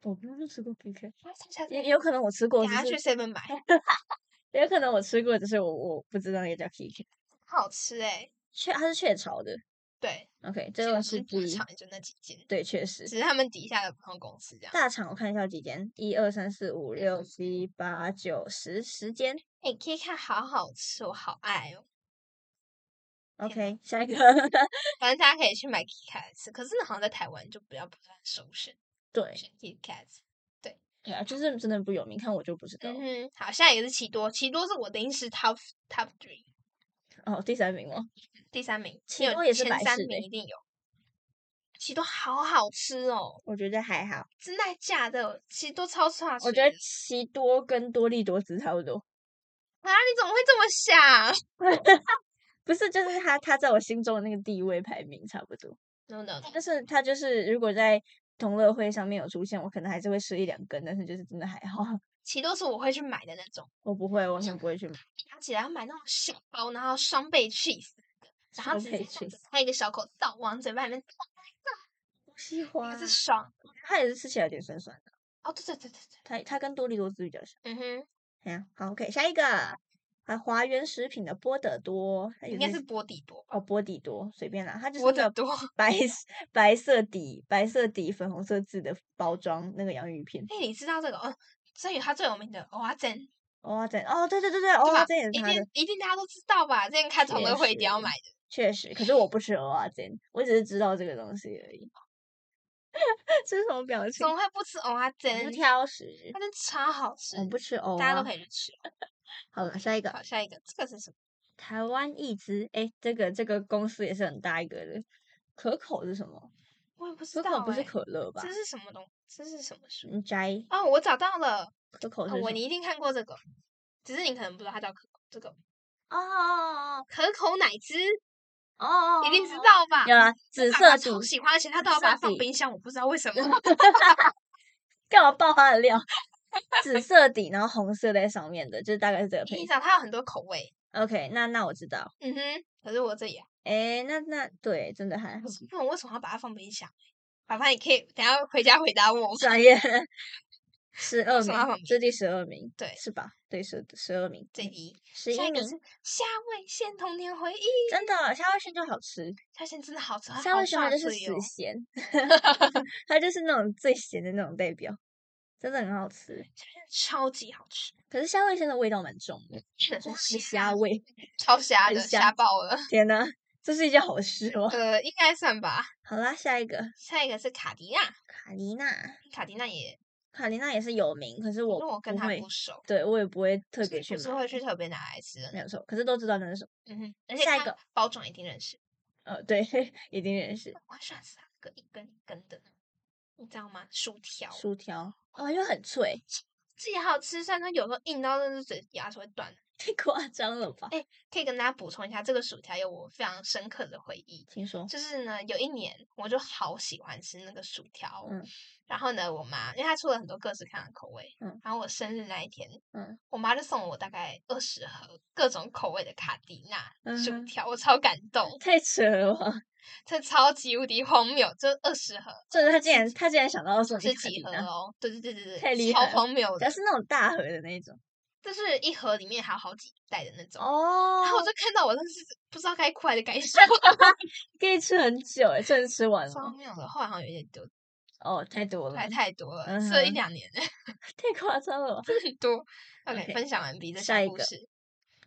[SPEAKER 1] 我不是吃过 PK，
[SPEAKER 2] 哇下下次
[SPEAKER 1] 也也有可能我吃过，
[SPEAKER 2] 等
[SPEAKER 1] 只
[SPEAKER 2] 下去
[SPEAKER 1] 是
[SPEAKER 2] Seven 买，
[SPEAKER 1] 也有可能我吃过，只是我我不知道那个叫 PK。
[SPEAKER 2] 好吃哎、
[SPEAKER 1] 雀它是雀巢的 *laughs*
[SPEAKER 2] 对，
[SPEAKER 1] ，OK，
[SPEAKER 2] 这
[SPEAKER 1] 这个
[SPEAKER 2] 个
[SPEAKER 1] 是第
[SPEAKER 2] 大
[SPEAKER 1] 一
[SPEAKER 2] 厂，也就那几间，
[SPEAKER 1] 对，确实
[SPEAKER 2] 只是他们底下有不同公司这样。
[SPEAKER 1] 大厂我看一下有几间，一二三四五六七八九十十间。
[SPEAKER 2] 哎、k i t Kat 好好吃，我好爱哦。天
[SPEAKER 1] OK，下一个， *laughs*
[SPEAKER 2] 反正大家可以去买 Kit Kat 吃，可是好像在台湾就比较不算首选，
[SPEAKER 1] 对
[SPEAKER 2] 选 Kit Kat。
[SPEAKER 1] 对啊，就是真的不有名，看我就不知道
[SPEAKER 2] 嗯。哼，好，下一个是奇多，奇多是我的零食 top top three
[SPEAKER 1] 哦，第三名哦，
[SPEAKER 2] 第三名，
[SPEAKER 1] 奇
[SPEAKER 2] 你有
[SPEAKER 1] 多也是
[SPEAKER 2] 前
[SPEAKER 1] 百
[SPEAKER 2] 三
[SPEAKER 1] 事的
[SPEAKER 2] 名一定有。奇多好好吃哦，
[SPEAKER 1] 我觉得还好。
[SPEAKER 2] 真的假的？奇多超差，
[SPEAKER 1] 我觉得奇多跟多利多姿差不多，
[SPEAKER 2] 啊，你怎么会这么想
[SPEAKER 1] 不是，就是他他在我心中的那个地位排名差不多。
[SPEAKER 2] ？No No，
[SPEAKER 1] *laughs*
[SPEAKER 2] no
[SPEAKER 1] 但是他就是如果在同乐会上面有出现，我可能还是会吃一两根，但是就是真的还好，
[SPEAKER 2] 奇多是我会去买的那种，
[SPEAKER 1] 我不会，完全不会去买。
[SPEAKER 2] 而且要买那种小包，然后双倍 cheese，然后
[SPEAKER 1] 双
[SPEAKER 2] 直接
[SPEAKER 1] 倍
[SPEAKER 2] 这样子
[SPEAKER 1] cheese
[SPEAKER 2] 开一个小口罩往嘴巴里面倒，
[SPEAKER 1] 不喜
[SPEAKER 2] 那
[SPEAKER 1] 欢
[SPEAKER 2] 个是爽。
[SPEAKER 1] 它也是吃起来有点酸酸的，
[SPEAKER 2] 哦，对对对对对，
[SPEAKER 1] 它它跟多利多姿比较像。
[SPEAKER 2] 嗯哼，
[SPEAKER 1] 哎呀，好，OK，下一个，啊，华源食品的波得多，它
[SPEAKER 2] 应
[SPEAKER 1] 也
[SPEAKER 2] 该是波底多吧，
[SPEAKER 1] 哦，波底多，随便啦，它就是
[SPEAKER 2] 波
[SPEAKER 1] 那
[SPEAKER 2] 底
[SPEAKER 1] 个
[SPEAKER 2] 多。 *laughs*
[SPEAKER 1] 白色白色底白色底粉红色字的包装那个洋芋片，
[SPEAKER 2] 哎，你知道这个？哦，所以它最有名的蚵仔煎，
[SPEAKER 1] 哇塞，哦，对对对对，
[SPEAKER 2] 对
[SPEAKER 1] 哦
[SPEAKER 2] 吧，
[SPEAKER 1] 这也？
[SPEAKER 2] 一
[SPEAKER 1] 是它的
[SPEAKER 2] 定，一定大家都知道吧？之前开同
[SPEAKER 1] 确
[SPEAKER 2] 乐会一定要
[SPEAKER 1] 实
[SPEAKER 2] 买的。
[SPEAKER 1] *laughs* 确实，可是我不吃蚵仔煎，我只是知道这个东西而已。这是什么表情
[SPEAKER 2] 怎？么会不吃蚵仔
[SPEAKER 1] 我不
[SPEAKER 2] 煎？
[SPEAKER 1] 挑食，
[SPEAKER 2] 它真超好吃
[SPEAKER 1] 我，不吃藕、啊。
[SPEAKER 2] 大家都可以去吃。
[SPEAKER 1] 好了，下一个
[SPEAKER 2] 好，下一个，这个是什么？
[SPEAKER 1] 台湾一只，哎，这个这个公司也是很大一个的。可口是什么？
[SPEAKER 2] 我也不
[SPEAKER 1] 可
[SPEAKER 2] 知道、
[SPEAKER 1] 口
[SPEAKER 2] 欸，
[SPEAKER 1] 不是可乐吧
[SPEAKER 2] 这？是什么东？这是什么书？
[SPEAKER 1] 嗯，摘
[SPEAKER 2] 哦，我找到了，
[SPEAKER 1] 可口
[SPEAKER 2] 哦
[SPEAKER 1] 是什
[SPEAKER 2] 我
[SPEAKER 1] 么
[SPEAKER 2] 你一定看过这个，只是你可能不知道它叫可口这个
[SPEAKER 1] 哦哦
[SPEAKER 2] 可口奶汁，
[SPEAKER 1] 哦哦，
[SPEAKER 2] 一定知
[SPEAKER 1] 哦。
[SPEAKER 2] 道吧？
[SPEAKER 1] 有啦，紫
[SPEAKER 2] 爸爸
[SPEAKER 1] 色
[SPEAKER 2] 超
[SPEAKER 1] 主
[SPEAKER 2] 喜欢，而且他
[SPEAKER 1] 紫
[SPEAKER 2] 都要把
[SPEAKER 1] 色
[SPEAKER 2] 它放
[SPEAKER 1] 底
[SPEAKER 2] 冰箱，我不知道为什么。
[SPEAKER 1] *laughs* 干嘛爆它的料？ *laughs* 紫色底，然后红色在上面的，就是大概是这个配
[SPEAKER 2] 你
[SPEAKER 1] 色。
[SPEAKER 2] 想它有很多口味，
[SPEAKER 1] OK，那那我知道。
[SPEAKER 2] 嗯哼，可是我这里啊，
[SPEAKER 1] 哎，那那对，真的
[SPEAKER 2] *laughs*
[SPEAKER 1] 还
[SPEAKER 2] 我是不懂为什么要把它放冰箱。麻烦你可以等一下回家回答我。
[SPEAKER 1] 专业。十二
[SPEAKER 2] 为什么要放
[SPEAKER 1] 名，这第十二名，
[SPEAKER 2] 对
[SPEAKER 1] 是吧？对，十十二名，
[SPEAKER 2] 这题，
[SPEAKER 1] 十
[SPEAKER 2] 下
[SPEAKER 1] 一
[SPEAKER 2] 一个
[SPEAKER 1] 名
[SPEAKER 2] 是，夏威鲜童年回忆，
[SPEAKER 1] 真的夏威轩就好吃，
[SPEAKER 2] 夏鲜真的好吃，它
[SPEAKER 1] 夏
[SPEAKER 2] 啊好
[SPEAKER 1] 威轩它
[SPEAKER 2] 爽
[SPEAKER 1] 就是
[SPEAKER 2] 脆
[SPEAKER 1] 死
[SPEAKER 2] 哦
[SPEAKER 1] 咸， *laughs* 它就是那种最咸的那种代表，真的很好吃。
[SPEAKER 2] 超级好吃，
[SPEAKER 1] 可是夏威轩的味道蛮重的，
[SPEAKER 2] 很
[SPEAKER 1] 是虾味。
[SPEAKER 2] 超瞎
[SPEAKER 1] 很
[SPEAKER 2] 的，
[SPEAKER 1] 瞎
[SPEAKER 2] 瞎爆了。
[SPEAKER 1] 天呐，这是一件好事吗？
[SPEAKER 2] 呃，应该算吧。
[SPEAKER 1] 好啦，下一个
[SPEAKER 2] 下一个是卡迪娜，
[SPEAKER 1] 卡琳娜，
[SPEAKER 2] 卡迪娜也，
[SPEAKER 1] 卡琳娜也是有名，可是
[SPEAKER 2] 因
[SPEAKER 1] 我
[SPEAKER 2] 为哦我跟
[SPEAKER 1] 哦不
[SPEAKER 2] 她
[SPEAKER 1] 会
[SPEAKER 2] 不，熟，
[SPEAKER 1] 对我也不会特
[SPEAKER 2] 所
[SPEAKER 1] 别
[SPEAKER 2] 以
[SPEAKER 1] 去
[SPEAKER 2] 不是
[SPEAKER 1] 买，
[SPEAKER 2] 会去特别拿来吃的
[SPEAKER 1] 没。有错。可是都知道那是什么，
[SPEAKER 2] 嗯哼，而且
[SPEAKER 1] 下一
[SPEAKER 2] 它
[SPEAKER 1] 个
[SPEAKER 2] 包装一定认识，
[SPEAKER 1] 呃，对，一定认
[SPEAKER 2] *laughs*
[SPEAKER 1] 识
[SPEAKER 2] 我很喜欢吃它那个啊一根一根的，你知道吗？薯条，
[SPEAKER 1] 薯条哦，因为很脆，
[SPEAKER 2] 既好吃，虽然它有时候硬到真的是嘴牙齿会断。
[SPEAKER 1] 太夸张了吧？
[SPEAKER 2] 哎，可以跟大家补充一下，这个薯条有我非常深刻的回忆。
[SPEAKER 1] 听说
[SPEAKER 2] 就是呢，有一年我就好喜欢吃那个薯条哦，
[SPEAKER 1] 嗯
[SPEAKER 2] 然后呢，我妈因为她出了很多各式各样的口味，
[SPEAKER 1] 嗯
[SPEAKER 2] 然后我生日那一天，
[SPEAKER 1] 嗯，
[SPEAKER 2] 我妈就送了我大概二十盒各种口味的卡迪娜薯
[SPEAKER 1] 嗯哼
[SPEAKER 2] 条，我超感动，
[SPEAKER 1] 太扯了
[SPEAKER 2] *laughs*
[SPEAKER 1] 吧？
[SPEAKER 2] 这超级无敌荒谬，这二十盒
[SPEAKER 1] 就是他竟然他竟然想到说
[SPEAKER 2] 是
[SPEAKER 1] 你卡
[SPEAKER 2] 几
[SPEAKER 1] 琳
[SPEAKER 2] 盒
[SPEAKER 1] 娜，
[SPEAKER 2] 哦？对对对对对，
[SPEAKER 1] 太厉
[SPEAKER 2] 超
[SPEAKER 1] 害了
[SPEAKER 2] 荒谬
[SPEAKER 1] 它
[SPEAKER 2] 的，
[SPEAKER 1] 是那种大盒的那一
[SPEAKER 2] *laughs*
[SPEAKER 1] 种
[SPEAKER 2] 就是一盒里面还有好几袋的那种。
[SPEAKER 1] 哦
[SPEAKER 2] 然后我就看到，我真是不知道该哭还是该笑，
[SPEAKER 1] 可以吃很久哎，真的吃完
[SPEAKER 2] 超
[SPEAKER 1] 了
[SPEAKER 2] 妙的。后来好像有点丢，
[SPEAKER 1] 哦，太多了
[SPEAKER 2] 太，太多了，吃了
[SPEAKER 1] 嗯
[SPEAKER 2] 一
[SPEAKER 1] 哼
[SPEAKER 2] 两年了，
[SPEAKER 1] 太夸张
[SPEAKER 2] *laughs*
[SPEAKER 1] 了吧？
[SPEAKER 2] 很多。OK，
[SPEAKER 1] OK，
[SPEAKER 2] 分享完毕，这
[SPEAKER 1] 下
[SPEAKER 2] 小
[SPEAKER 1] 一
[SPEAKER 2] 故
[SPEAKER 1] 个
[SPEAKER 2] 事，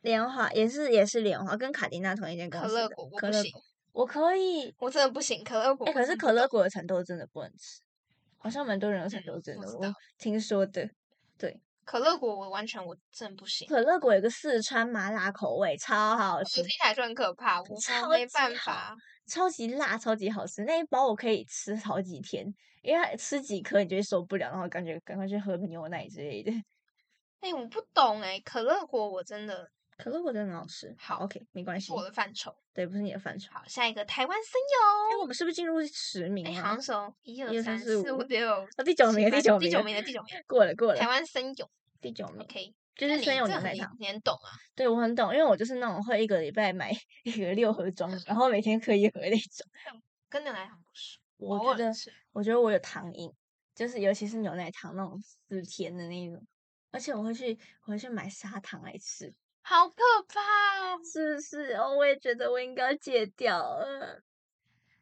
[SPEAKER 1] 莲花也是也是莲花，跟卡琳娜同一间公
[SPEAKER 2] 可
[SPEAKER 1] 司
[SPEAKER 2] 乐
[SPEAKER 1] 的
[SPEAKER 2] 果我
[SPEAKER 1] 可
[SPEAKER 2] 不
[SPEAKER 1] 乐
[SPEAKER 2] 行，
[SPEAKER 1] 我可以，
[SPEAKER 2] 我真的不行，可乐果
[SPEAKER 1] 哎、
[SPEAKER 2] 我
[SPEAKER 1] 可
[SPEAKER 2] 真
[SPEAKER 1] 是
[SPEAKER 2] 的不
[SPEAKER 1] 可乐
[SPEAKER 2] 懂
[SPEAKER 1] 果的蚕豆真的不能吃，好像蛮多人有蚕
[SPEAKER 2] 嗯
[SPEAKER 1] 豆症
[SPEAKER 2] 我
[SPEAKER 1] 的，
[SPEAKER 2] 知
[SPEAKER 1] 我
[SPEAKER 2] 道
[SPEAKER 1] 听说的。
[SPEAKER 2] 可乐果我完全我真的不行，
[SPEAKER 1] 可乐果有个四川麻辣口味，超好
[SPEAKER 2] 我
[SPEAKER 1] 吃
[SPEAKER 2] 听，起来就很可怕，我我
[SPEAKER 1] 超
[SPEAKER 2] 没
[SPEAKER 1] 级
[SPEAKER 2] 办
[SPEAKER 1] 好
[SPEAKER 2] 法。
[SPEAKER 1] 超级辣，超级好吃。那一包我可以吃好几天，因为它吃几颗你就会受不了，然后感觉赶快去喝牛奶之类的。 *laughs*
[SPEAKER 2] 哎，我不懂哎，可乐果我真的
[SPEAKER 1] 可乐果真的很好吃，
[SPEAKER 2] 好
[SPEAKER 1] ，OK，没关
[SPEAKER 2] 不
[SPEAKER 1] 系
[SPEAKER 2] 是，我的范畴。
[SPEAKER 1] 对，不是你的范畴。
[SPEAKER 2] 好，下一个台湾森
[SPEAKER 1] 哎、
[SPEAKER 2] 友，
[SPEAKER 1] 我们是不是进入十名
[SPEAKER 2] 哦哎，
[SPEAKER 1] 了、
[SPEAKER 2] 好
[SPEAKER 1] 啊
[SPEAKER 2] 像？是哦，一
[SPEAKER 1] 一
[SPEAKER 2] 二
[SPEAKER 1] 二三
[SPEAKER 2] 三
[SPEAKER 1] 四
[SPEAKER 2] 四五
[SPEAKER 1] 五
[SPEAKER 2] 六
[SPEAKER 1] 啊第九
[SPEAKER 2] 七
[SPEAKER 1] 名了，
[SPEAKER 2] 八
[SPEAKER 1] 第九
[SPEAKER 2] 第
[SPEAKER 1] 名
[SPEAKER 2] 九
[SPEAKER 1] 了，
[SPEAKER 2] 名了，第九名了，
[SPEAKER 1] 过了过了
[SPEAKER 2] 台，湾森友
[SPEAKER 1] 第九名，
[SPEAKER 2] ，OK，
[SPEAKER 1] 就
[SPEAKER 2] 那
[SPEAKER 1] 是
[SPEAKER 2] 你
[SPEAKER 1] 森友
[SPEAKER 2] 这
[SPEAKER 1] 牛
[SPEAKER 2] 很
[SPEAKER 1] 奶
[SPEAKER 2] 你
[SPEAKER 1] 糖。
[SPEAKER 2] 你很懂啊，
[SPEAKER 1] 对我很懂，因为我就是那种会一个礼拜买一个六盒装的，然后每天嗑一盒那种。
[SPEAKER 2] 跟牛奶糖不熟，
[SPEAKER 1] 我
[SPEAKER 2] 偶
[SPEAKER 1] 觉
[SPEAKER 2] 尔
[SPEAKER 1] 得
[SPEAKER 2] 吃
[SPEAKER 1] 我觉得我有糖瘾，就是尤其是牛奶糖那种死甜的那一种，而且我会去我会去买砂糖来吃，
[SPEAKER 2] 好可怕哦！
[SPEAKER 1] 是不是？哦，我也觉得我应该戒掉呃了，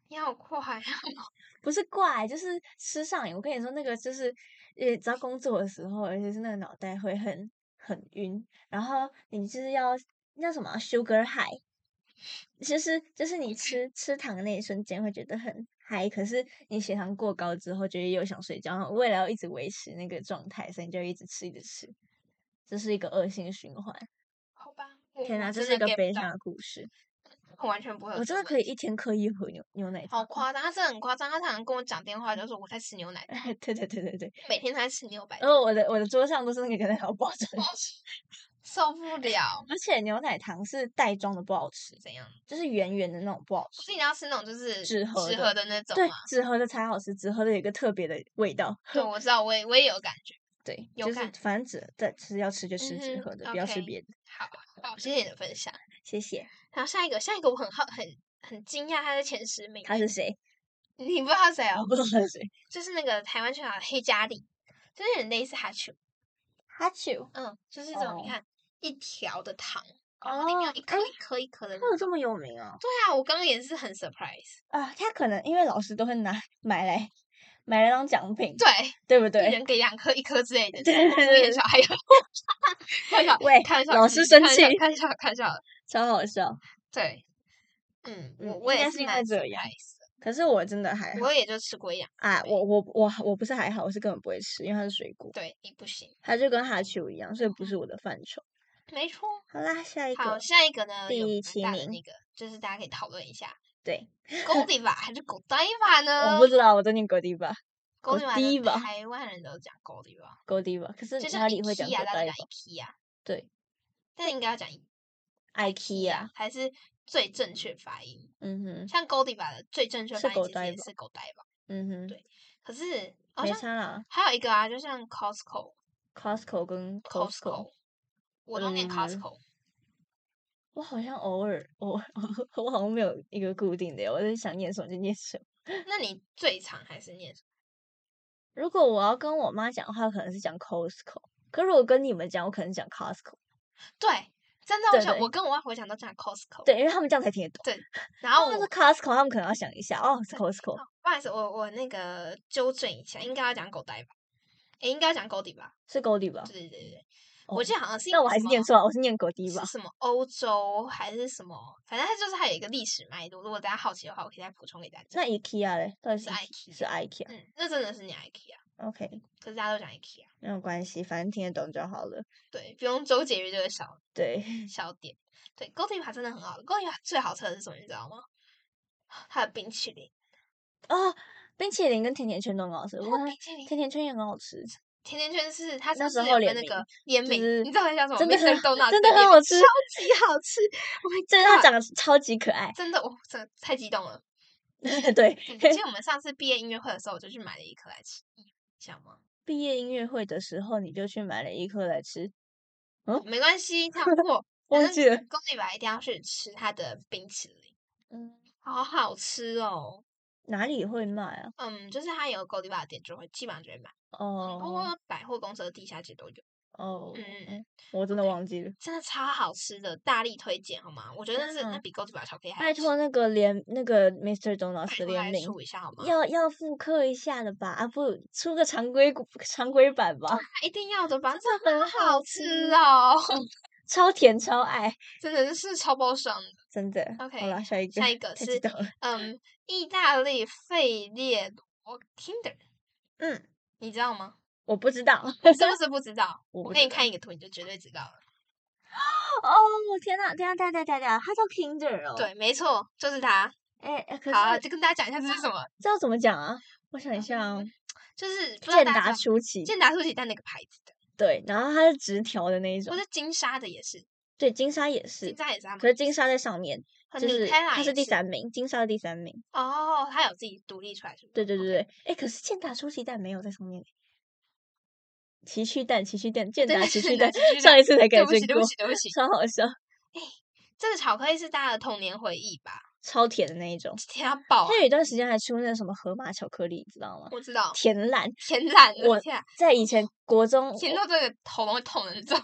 [SPEAKER 2] 你好快啊！
[SPEAKER 1] 不是怪，就是吃上瘾。我跟你说，那个就是，呃，只要工作的时候，而且是那个脑袋会很很晕，然后你就是要那什么啊 sugar high。就是就是你吃吃糖的那一瞬间会觉得很嗨，可是你血糖过高之后，就会又想睡觉，然后为了要一直维持那个状态，所以你就一直吃一直吃，这是一个恶性循环。
[SPEAKER 2] 好吧，我
[SPEAKER 1] 天
[SPEAKER 2] 我
[SPEAKER 1] 哪，这
[SPEAKER 2] 真
[SPEAKER 1] 是一
[SPEAKER 2] 的
[SPEAKER 1] 个
[SPEAKER 2] get 不
[SPEAKER 1] 悲
[SPEAKER 2] 到
[SPEAKER 1] 伤的故事，
[SPEAKER 2] 我完全不会有
[SPEAKER 1] 我
[SPEAKER 2] 这
[SPEAKER 1] 真
[SPEAKER 2] 种
[SPEAKER 1] 的
[SPEAKER 2] 问
[SPEAKER 1] 可以
[SPEAKER 2] 题
[SPEAKER 1] 一天嗑一盒牛牛奶
[SPEAKER 2] 好
[SPEAKER 1] 糖。
[SPEAKER 2] 夸张，他真的很夸张，他常常跟我讲电话，就说我在吃牛奶糖，
[SPEAKER 1] *laughs* 对对对对对，
[SPEAKER 2] 每天都在吃牛奶
[SPEAKER 1] 然
[SPEAKER 2] 糖，
[SPEAKER 1] 后我的我的桌上都是那个牛奶糖包装，
[SPEAKER 2] 受不了，
[SPEAKER 1] 而且牛奶糖是袋装的不好吃，
[SPEAKER 2] 怎样？
[SPEAKER 1] 就是圆圆的那种不好
[SPEAKER 2] 不
[SPEAKER 1] 吃。
[SPEAKER 2] 是你要吃那种就是
[SPEAKER 1] 纸盒的
[SPEAKER 2] 的那种
[SPEAKER 1] 对
[SPEAKER 2] 吗？，
[SPEAKER 1] 纸盒的才好吃，纸盒的有一个特别的味道。
[SPEAKER 2] 对，我知道，我也我也有感觉。
[SPEAKER 1] 对，
[SPEAKER 2] 有
[SPEAKER 1] 就是
[SPEAKER 2] 感
[SPEAKER 1] 反正只对吃要吃就吃纸
[SPEAKER 2] 嗯哼
[SPEAKER 1] 盒的，不要吃
[SPEAKER 2] OK
[SPEAKER 1] 别的。
[SPEAKER 2] 好好，谢谢你的分享。
[SPEAKER 1] 谢谢。
[SPEAKER 2] 然后下一个，下一个我很好很很惊讶，他在前十名
[SPEAKER 1] 他
[SPEAKER 2] 欸，
[SPEAKER 1] 是谁？
[SPEAKER 2] 你不知道他谁
[SPEAKER 1] 我
[SPEAKER 2] 哦？
[SPEAKER 1] 不知道他是谁。
[SPEAKER 2] 就是那个台湾圈的黑加力，就是有点类似哈丘，
[SPEAKER 1] 哈啾。
[SPEAKER 2] 嗯，就是这种
[SPEAKER 1] 哦
[SPEAKER 2] 你看一条的糖，然后里面有
[SPEAKER 1] 哦
[SPEAKER 2] 一颗
[SPEAKER 1] 哎
[SPEAKER 2] 一颗一颗的
[SPEAKER 1] 他
[SPEAKER 2] 那种。
[SPEAKER 1] 有这么有名啊？
[SPEAKER 2] 对啊，我刚刚也是很 surprise。
[SPEAKER 1] 啊，他可能因为老师都会拿买来买来当奖品，
[SPEAKER 2] 对，
[SPEAKER 1] 对不
[SPEAKER 2] 一
[SPEAKER 1] 对？
[SPEAKER 2] 人给两颗，一颗之类的。
[SPEAKER 1] 对对
[SPEAKER 2] 有点
[SPEAKER 1] 对
[SPEAKER 2] 小
[SPEAKER 1] *laughs*
[SPEAKER 2] 孩有，开玩笑，
[SPEAKER 1] 喂
[SPEAKER 2] 开玩笑，
[SPEAKER 1] 老
[SPEAKER 2] 开
[SPEAKER 1] 师
[SPEAKER 2] 玩
[SPEAKER 1] 生
[SPEAKER 2] 笑
[SPEAKER 1] 气
[SPEAKER 2] 开玩笑，开玩笑。
[SPEAKER 1] 超好笑。
[SPEAKER 2] 对，嗯，我
[SPEAKER 1] 嗯
[SPEAKER 2] 我
[SPEAKER 1] 应
[SPEAKER 2] 也
[SPEAKER 1] 该是因为
[SPEAKER 2] 蛮
[SPEAKER 1] 这样
[SPEAKER 2] surprise 的
[SPEAKER 1] 可可是我真的还好
[SPEAKER 2] 我也就吃过一两次
[SPEAKER 1] 啊
[SPEAKER 2] 而，已
[SPEAKER 1] 我我我我不是还好，我是根本不会吃，因为它是水果，
[SPEAKER 2] 对你不
[SPEAKER 1] *laughs*
[SPEAKER 2] 行，
[SPEAKER 1] 它就跟哈秋一样，所以不是我的范畴。
[SPEAKER 2] 没错。
[SPEAKER 1] 好啦，下一
[SPEAKER 2] 好，
[SPEAKER 1] 个，
[SPEAKER 2] 下一个呢，有
[SPEAKER 1] 第
[SPEAKER 2] 蛮
[SPEAKER 1] 七
[SPEAKER 2] 大的
[SPEAKER 1] 名
[SPEAKER 2] 那个，就是大家可以讨论一下
[SPEAKER 1] 对，
[SPEAKER 2] ，Godiva 还是 Godiva 呢
[SPEAKER 1] 我不知道，我都念 Godiva
[SPEAKER 2] ？Godiva 呢
[SPEAKER 1] Godiva
[SPEAKER 2] 台湾人都讲 Godiva，
[SPEAKER 1] Godiva，可是
[SPEAKER 2] 就
[SPEAKER 1] 嗯哪
[SPEAKER 2] 像
[SPEAKER 1] 里会讲
[SPEAKER 2] IKEA，大家讲
[SPEAKER 1] Godiva？
[SPEAKER 2] IKEA，
[SPEAKER 1] 对
[SPEAKER 2] 但应该要讲
[SPEAKER 1] ，IKEA，
[SPEAKER 2] 才是最正确发音。
[SPEAKER 1] 嗯哼，
[SPEAKER 2] 像 Godiva 的最正确
[SPEAKER 1] 是
[SPEAKER 2] 发音其实也
[SPEAKER 1] Godiva
[SPEAKER 2] 是 Godiva，
[SPEAKER 1] 嗯哼，
[SPEAKER 2] 对可是好
[SPEAKER 1] 没
[SPEAKER 2] 像
[SPEAKER 1] 差啦
[SPEAKER 2] 还有一个啊，就像 Costco、
[SPEAKER 1] ，Costco 跟 Costco，
[SPEAKER 2] Costco，我都念
[SPEAKER 1] 嗯
[SPEAKER 2] Costco，
[SPEAKER 1] 我好像偶尔， *laughs* 我我好像没有一个固定的耶，我是想念什么就念什么。
[SPEAKER 2] 那你最常还是念什么？
[SPEAKER 1] 如果我要跟我妈讲的话，可能是讲 Costco，可是我跟你们讲，我可能讲 Costco，
[SPEAKER 2] 对，真的，我
[SPEAKER 1] 对
[SPEAKER 2] 想
[SPEAKER 1] 对
[SPEAKER 2] 我跟我外婆讲都讲 Costco，
[SPEAKER 1] 对，因为他们这样才听得懂。
[SPEAKER 2] 然
[SPEAKER 1] 他
[SPEAKER 2] 后
[SPEAKER 1] 们
[SPEAKER 2] 我
[SPEAKER 1] 说 Costco，他们可能要想一下，哦，是 Costco，
[SPEAKER 2] 不好意思，我我那个纠正一下，应该要讲狗呆吧？诶，应该要讲狗底吧？
[SPEAKER 1] 是 Godiva
[SPEAKER 2] 对。对对对，
[SPEAKER 1] 哦
[SPEAKER 2] 我记得好像是因
[SPEAKER 1] 那
[SPEAKER 2] 为
[SPEAKER 1] 我还
[SPEAKER 2] 什
[SPEAKER 1] 是念
[SPEAKER 2] 么
[SPEAKER 1] 错了，啊我是念 Godiva
[SPEAKER 2] 是。什么欧洲还是什么，反正它就是它有一个历史脉络。如果大家好奇的话，我可以再补充给大家
[SPEAKER 1] 那。IKEA 嘞？到底
[SPEAKER 2] 是
[SPEAKER 1] 是 IKEA 是 IKEA？OK，、
[SPEAKER 2] 嗯，那真的是你 IKEA，可是大家都讲 IKEA，
[SPEAKER 1] 没有关系，反正听得懂就好了。
[SPEAKER 2] 对，不用纠结于这个小
[SPEAKER 1] 对， *laughs*
[SPEAKER 2] 小点。对 g o d i v a 真的很好 g o d i v a 最好吃的是什么，你知道吗？它的冰淇淋，
[SPEAKER 1] 哦，冰淇淋跟甜甜圈都很好吃，
[SPEAKER 2] 它
[SPEAKER 1] 我
[SPEAKER 2] 的
[SPEAKER 1] 看
[SPEAKER 2] 哦冰淇淋
[SPEAKER 1] 甜甜圈也很好吃，
[SPEAKER 2] 甜甜圈是它
[SPEAKER 1] 那
[SPEAKER 2] 上
[SPEAKER 1] 时
[SPEAKER 2] 次
[SPEAKER 1] 候
[SPEAKER 2] 有
[SPEAKER 1] 联
[SPEAKER 2] 跟那个
[SPEAKER 1] 名
[SPEAKER 2] 联
[SPEAKER 1] 就
[SPEAKER 2] 名，
[SPEAKER 1] 是
[SPEAKER 2] 你知道它叫什么？
[SPEAKER 1] 真的
[SPEAKER 2] Mr.
[SPEAKER 1] 很 *laughs*
[SPEAKER 2] Donut
[SPEAKER 1] 真的
[SPEAKER 2] 联
[SPEAKER 1] 很
[SPEAKER 2] 名
[SPEAKER 1] 好吃
[SPEAKER 2] 超级好吃。我
[SPEAKER 1] 真的，它长得超级可爱。 *laughs*
[SPEAKER 2] 真的，我真的太激动了。
[SPEAKER 1] 对，
[SPEAKER 2] 嗯记得我们上次毕业音乐会的时候，我就去买了一颗来吃，你想吗？
[SPEAKER 1] 毕业音乐会的时候你就去买了一颗来吃，
[SPEAKER 2] 没关系，跳过。
[SPEAKER 1] *laughs* 忘
[SPEAKER 2] 反
[SPEAKER 1] 记
[SPEAKER 2] 正
[SPEAKER 1] 了
[SPEAKER 2] 公里吧，一定要去吃它的冰淇淋，
[SPEAKER 1] 嗯，
[SPEAKER 2] 好好吃哦。
[SPEAKER 1] 哪里会卖啊？
[SPEAKER 2] 嗯，就是它有 g o d i v a 的店就会基本上就会买，很
[SPEAKER 1] 哦
[SPEAKER 2] 多百货公司的地下街都有，
[SPEAKER 1] 哦
[SPEAKER 2] 嗯嗯，
[SPEAKER 1] 嗯我真的忘记了。
[SPEAKER 2] 真的超好吃的，大力推荐好吗？我觉得那是那
[SPEAKER 1] 嗯
[SPEAKER 2] 比 g o d i v a 巧克力还
[SPEAKER 1] 拜
[SPEAKER 2] 好吃
[SPEAKER 1] 托，那个联那个 Mr. Donuts 的
[SPEAKER 2] 拜托
[SPEAKER 1] 联
[SPEAKER 2] 来
[SPEAKER 1] 名，
[SPEAKER 2] 出一下好吗？
[SPEAKER 1] 要要复刻一下的吧？啊，不，出个常规股常规版吧，
[SPEAKER 2] 一定要的吧，
[SPEAKER 1] 真
[SPEAKER 2] 真
[SPEAKER 1] 的
[SPEAKER 2] 的
[SPEAKER 1] 很好
[SPEAKER 2] 好
[SPEAKER 1] 吃
[SPEAKER 2] 吃哦，
[SPEAKER 1] 超甜超爱，
[SPEAKER 2] 真的是超爆爽的。
[SPEAKER 1] 真的。
[SPEAKER 2] OK，
[SPEAKER 1] 好了，下一个，
[SPEAKER 2] 下一个
[SPEAKER 1] 太激
[SPEAKER 2] 是
[SPEAKER 1] 动了。 *laughs*
[SPEAKER 2] 嗯，意大利费列罗 Kinder，
[SPEAKER 1] 嗯，
[SPEAKER 2] 你知
[SPEAKER 1] *laughs*
[SPEAKER 2] 道吗？
[SPEAKER 1] 我不知道。
[SPEAKER 2] 你是不是不知道？
[SPEAKER 1] 我不
[SPEAKER 2] 给
[SPEAKER 1] 知
[SPEAKER 2] 你看一个图，你就绝对知道了。
[SPEAKER 1] 哦，天呐，天呐，天呐，天呐，它叫 Kinder 哦。。
[SPEAKER 2] 对，没错，就是它。
[SPEAKER 1] 哎、哎可
[SPEAKER 2] 好啊，
[SPEAKER 1] 是
[SPEAKER 2] 就跟大家讲一下这是什么，
[SPEAKER 1] 这要怎么讲啊？我想一下啊、
[SPEAKER 2] 嗯就是不知道
[SPEAKER 1] 健
[SPEAKER 2] 大家
[SPEAKER 1] 达
[SPEAKER 2] 知道
[SPEAKER 1] 出奇，
[SPEAKER 2] 健达出奇蛋那个牌子的，
[SPEAKER 1] 对，然后它是直条的那一种
[SPEAKER 2] 或，是金沙的也是，
[SPEAKER 1] 对，金沙也是
[SPEAKER 2] 金，沙也是他们
[SPEAKER 1] 可是金沙在上面，
[SPEAKER 2] 很
[SPEAKER 1] 就
[SPEAKER 2] 厉
[SPEAKER 1] 是
[SPEAKER 2] 害啦
[SPEAKER 1] 它
[SPEAKER 2] 也
[SPEAKER 1] 是第
[SPEAKER 2] 是
[SPEAKER 1] 三名，金沙的第三名。
[SPEAKER 2] 哦，它有自己独立出来是吗？哦
[SPEAKER 1] 对对对
[SPEAKER 2] OK
[SPEAKER 1] 对，哎，可是健达出奇蛋没有在上面欸。奇趣蛋，奇趣蛋，健
[SPEAKER 2] 对
[SPEAKER 1] 达
[SPEAKER 2] 对
[SPEAKER 1] 奇
[SPEAKER 2] 对
[SPEAKER 1] 趣
[SPEAKER 2] 对
[SPEAKER 1] 蛋
[SPEAKER 2] 奇趣，
[SPEAKER 1] 上
[SPEAKER 2] 蛋
[SPEAKER 1] 一次才
[SPEAKER 2] 对
[SPEAKER 1] 改
[SPEAKER 2] 不起，
[SPEAKER 1] 正
[SPEAKER 2] 对
[SPEAKER 1] 过
[SPEAKER 2] 不，起，对不
[SPEAKER 1] *laughs*
[SPEAKER 2] 起，
[SPEAKER 1] 超好笑，
[SPEAKER 2] 这个巧克力是大家的童年回忆吧？
[SPEAKER 1] 超甜的那一种。
[SPEAKER 2] 甜到爆啊！
[SPEAKER 1] 它有一段时间还出那什么河马巧克力，你知道吗？
[SPEAKER 2] 我知道，
[SPEAKER 1] 甜懒，
[SPEAKER 2] 甜烂
[SPEAKER 1] 我
[SPEAKER 2] 了，天啊，
[SPEAKER 1] 在以前国中，
[SPEAKER 2] 甜到这个喉咙会痛的那种。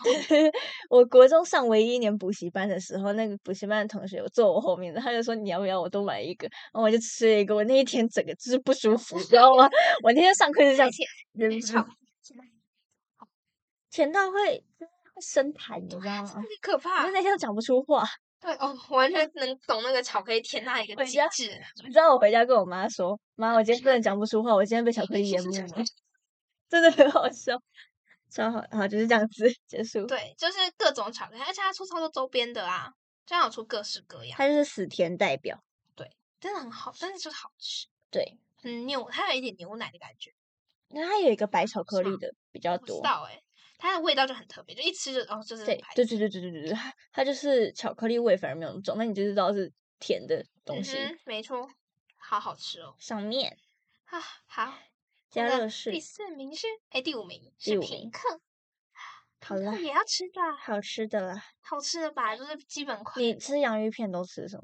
[SPEAKER 1] 我国中上唯一一年补习班的时候，那个补习班的同学有坐我后面的，他就说你要不要我多买一个，然后我就吃了一个，我那一天整个就是不舒服，你知道吗？ *laughs* 我那天上课就这
[SPEAKER 2] 太 *laughs*
[SPEAKER 1] 样，
[SPEAKER 2] 甜
[SPEAKER 1] 忍不
[SPEAKER 2] 巧
[SPEAKER 1] *laughs* 住
[SPEAKER 2] 克力甜
[SPEAKER 1] 甜
[SPEAKER 2] 到
[SPEAKER 1] 到会会生痰，你知道
[SPEAKER 2] *laughs*
[SPEAKER 1] 吗？
[SPEAKER 2] 太可怕
[SPEAKER 1] 我就！那天都讲不出话。
[SPEAKER 2] 对哦，我完全能懂那个巧克力甜到一个
[SPEAKER 1] 回
[SPEAKER 2] 极
[SPEAKER 1] 家
[SPEAKER 2] 致的那种。
[SPEAKER 1] 你知道我回家跟我妈说，妈，我今天真的讲不出话，我今天被巧克力淹没了， *laughs* 真的很好笑，超好，好就是这样子结束。
[SPEAKER 2] 对，就是各种巧克力，而且它出超多周边的啊，这样有出各式各样，
[SPEAKER 1] 它就是死甜代表，
[SPEAKER 2] 真的很好，但是就是好吃，
[SPEAKER 1] 对。
[SPEAKER 2] 很牛，它有一点牛奶的感觉，
[SPEAKER 1] 那它有一个白巧克
[SPEAKER 2] 像
[SPEAKER 1] 力的比较
[SPEAKER 2] 嗯我知
[SPEAKER 1] 多，
[SPEAKER 2] 道哎、它的味道就很特别，就一吃就哦，就是
[SPEAKER 1] 对
[SPEAKER 2] 牌
[SPEAKER 1] 对
[SPEAKER 2] 子
[SPEAKER 1] 对对对对对，它它就是巧克力味，反而没有那么重，那你就知道是甜的东西。
[SPEAKER 2] 嗯哼，没错，好好吃哦
[SPEAKER 1] 上面
[SPEAKER 2] 啊，好，
[SPEAKER 1] 加
[SPEAKER 2] 那
[SPEAKER 1] 热士
[SPEAKER 2] 第四名是哎第五名
[SPEAKER 1] 第
[SPEAKER 2] 是
[SPEAKER 1] 五
[SPEAKER 2] 品
[SPEAKER 1] 名
[SPEAKER 2] 客，
[SPEAKER 1] 好
[SPEAKER 2] 品
[SPEAKER 1] 啦
[SPEAKER 2] 客也要吃的啊，
[SPEAKER 1] 好吃的啦，
[SPEAKER 2] 好吃的吧，就是基本款
[SPEAKER 1] 你吃洋芋片都吃什么？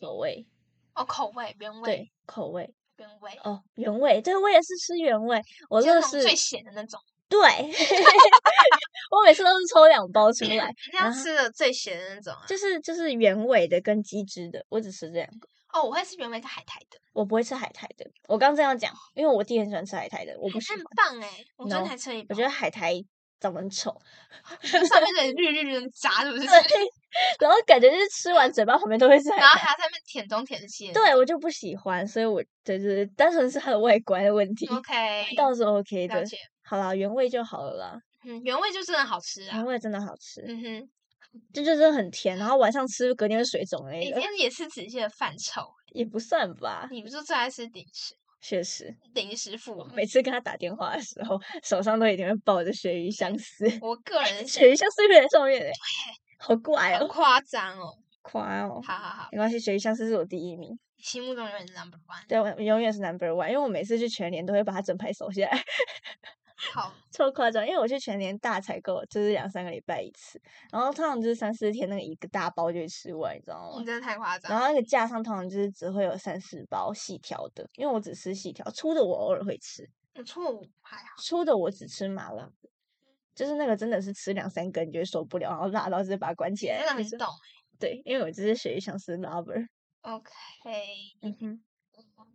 [SPEAKER 1] 口味
[SPEAKER 2] 哦，口味原味
[SPEAKER 1] 对口味
[SPEAKER 2] 原味，
[SPEAKER 1] 哦，原味对我也是吃原味，我
[SPEAKER 2] 就是
[SPEAKER 1] 乐
[SPEAKER 2] 那种
[SPEAKER 1] 事
[SPEAKER 2] 最咸的那种，
[SPEAKER 1] 对，
[SPEAKER 2] *laughs*
[SPEAKER 1] 我每次都是抽两包出来，啊
[SPEAKER 2] 人家
[SPEAKER 1] 然后
[SPEAKER 2] 吃的最咸的那种啊。
[SPEAKER 1] 就是就是原味的跟鸡汁的，我只吃这两个，
[SPEAKER 2] 哦，我会吃原味跟海苔的，
[SPEAKER 1] 我不会吃海苔的。我刚这样讲，因为我弟很喜欢吃海苔的，我不喜
[SPEAKER 2] 海苔
[SPEAKER 1] 欢
[SPEAKER 2] 很，棒哎、我昨天
[SPEAKER 1] No，
[SPEAKER 2] 才吃了一包，
[SPEAKER 1] 我觉得海苔长得很丑， *laughs*
[SPEAKER 2] 就上面的绿绿的渣，是不是？
[SPEAKER 1] 然后感觉就是吃完嘴巴旁边都会是海
[SPEAKER 2] 然后
[SPEAKER 1] 苔。
[SPEAKER 2] 还要在那边舔东舔西。
[SPEAKER 1] 对我就不喜欢，所以我就是单纯是它的外观的问题，
[SPEAKER 2] ，OK，
[SPEAKER 1] 味道是 OK
[SPEAKER 2] 了
[SPEAKER 1] 的。
[SPEAKER 2] 解。
[SPEAKER 1] 好啦，原味就好了啦，
[SPEAKER 2] 嗯，原味就真的好吃啊
[SPEAKER 1] 原。味真的好吃，
[SPEAKER 2] 嗯哼，
[SPEAKER 1] 这就是很甜，然后晚上吃隔天会水肿的
[SPEAKER 2] 你
[SPEAKER 1] 那
[SPEAKER 2] 今
[SPEAKER 1] 个，
[SPEAKER 2] 天也是仔细的犯愁。
[SPEAKER 1] *laughs* 也不算吧，
[SPEAKER 2] 你不是最爱吃零食，
[SPEAKER 1] 确实。
[SPEAKER 2] 零食妇吗？
[SPEAKER 1] 每次跟他打电话的时候，手上都一定会抱着鳕鱼相思，
[SPEAKER 2] 我个人是
[SPEAKER 1] 鳕鱼相思会在上面欸好怪
[SPEAKER 2] 很
[SPEAKER 1] 哦，
[SPEAKER 2] 夸张哦。
[SPEAKER 1] 夸哦。
[SPEAKER 2] 好好好，
[SPEAKER 1] 没关系，鳕鱼相思是我第一名，
[SPEAKER 2] 心目中永远是 number one。
[SPEAKER 1] 对，我永远是 number one，因为我每次去全联都会把它整排收下来。 *laughs*
[SPEAKER 2] 好，
[SPEAKER 1] 超夸张，因为我去全年大采购，就是两三个礼拜一次，然后通常就是三四天那个一个大包就会吃完，你知道
[SPEAKER 2] 你
[SPEAKER 1] 吗？
[SPEAKER 2] 嗯真的太夸张
[SPEAKER 1] 哦然
[SPEAKER 2] 了。
[SPEAKER 1] 后那个架上通常就是只会有三四包细条的，因为我只吃细条，粗的我偶尔会吃，
[SPEAKER 2] 我错误还好，
[SPEAKER 1] 粗的我只吃麻辣的，就是那个真的是吃两三根就会受不了，然后辣到直接把它关起
[SPEAKER 2] 你
[SPEAKER 1] 来
[SPEAKER 2] 真的。
[SPEAKER 1] 你
[SPEAKER 2] 很
[SPEAKER 1] 知道
[SPEAKER 2] 懂。
[SPEAKER 1] 对，因为我就是属于想吃 lover。
[SPEAKER 2] OK，
[SPEAKER 1] 嗯哼，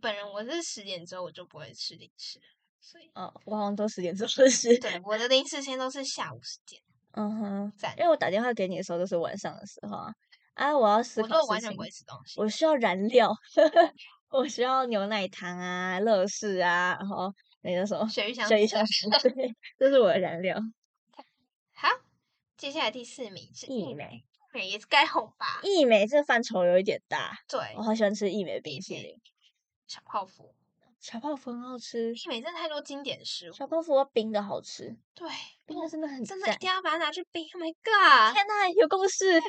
[SPEAKER 2] 本人我是十点之后我就不会吃零食了，所以
[SPEAKER 1] 哦，我好像都十点钟了是。
[SPEAKER 2] 对我的零食现在都是下午时间。
[SPEAKER 1] *laughs* 嗯哼
[SPEAKER 2] 赞，
[SPEAKER 1] 因为我打电话给你的时候都是晚上的时候啊。啊，我要思
[SPEAKER 2] 我
[SPEAKER 1] 考
[SPEAKER 2] 都
[SPEAKER 1] 事
[SPEAKER 2] 完全
[SPEAKER 1] 情
[SPEAKER 2] 不。会吃东西。
[SPEAKER 1] 我需要燃料， *laughs* 我需要牛奶糖啊、乐事啊，然后那个什么
[SPEAKER 2] 鳕鱼 *laughs* 香
[SPEAKER 1] 水
[SPEAKER 2] 思
[SPEAKER 1] 小时，对，这是我的燃料。
[SPEAKER 2] 好，接下来第四名是
[SPEAKER 1] 益
[SPEAKER 2] 莓，
[SPEAKER 1] 美，
[SPEAKER 2] 益美也是该红吧？
[SPEAKER 1] 益美这范畴有一点大，
[SPEAKER 2] 对
[SPEAKER 1] 我，好喜欢吃益美冰
[SPEAKER 2] 冰
[SPEAKER 1] 淇
[SPEAKER 2] 淇
[SPEAKER 1] 淋，
[SPEAKER 2] 小泡芙，
[SPEAKER 1] 小泡芙很好吃，
[SPEAKER 2] 益美真的太多经典食物。
[SPEAKER 1] 小泡芙冰的好吃，
[SPEAKER 2] 对，
[SPEAKER 1] 冰的真的很
[SPEAKER 2] 真的一
[SPEAKER 1] 赞。
[SPEAKER 2] 定要把它拿去冰。Oh my god，
[SPEAKER 1] 天呐，有共识！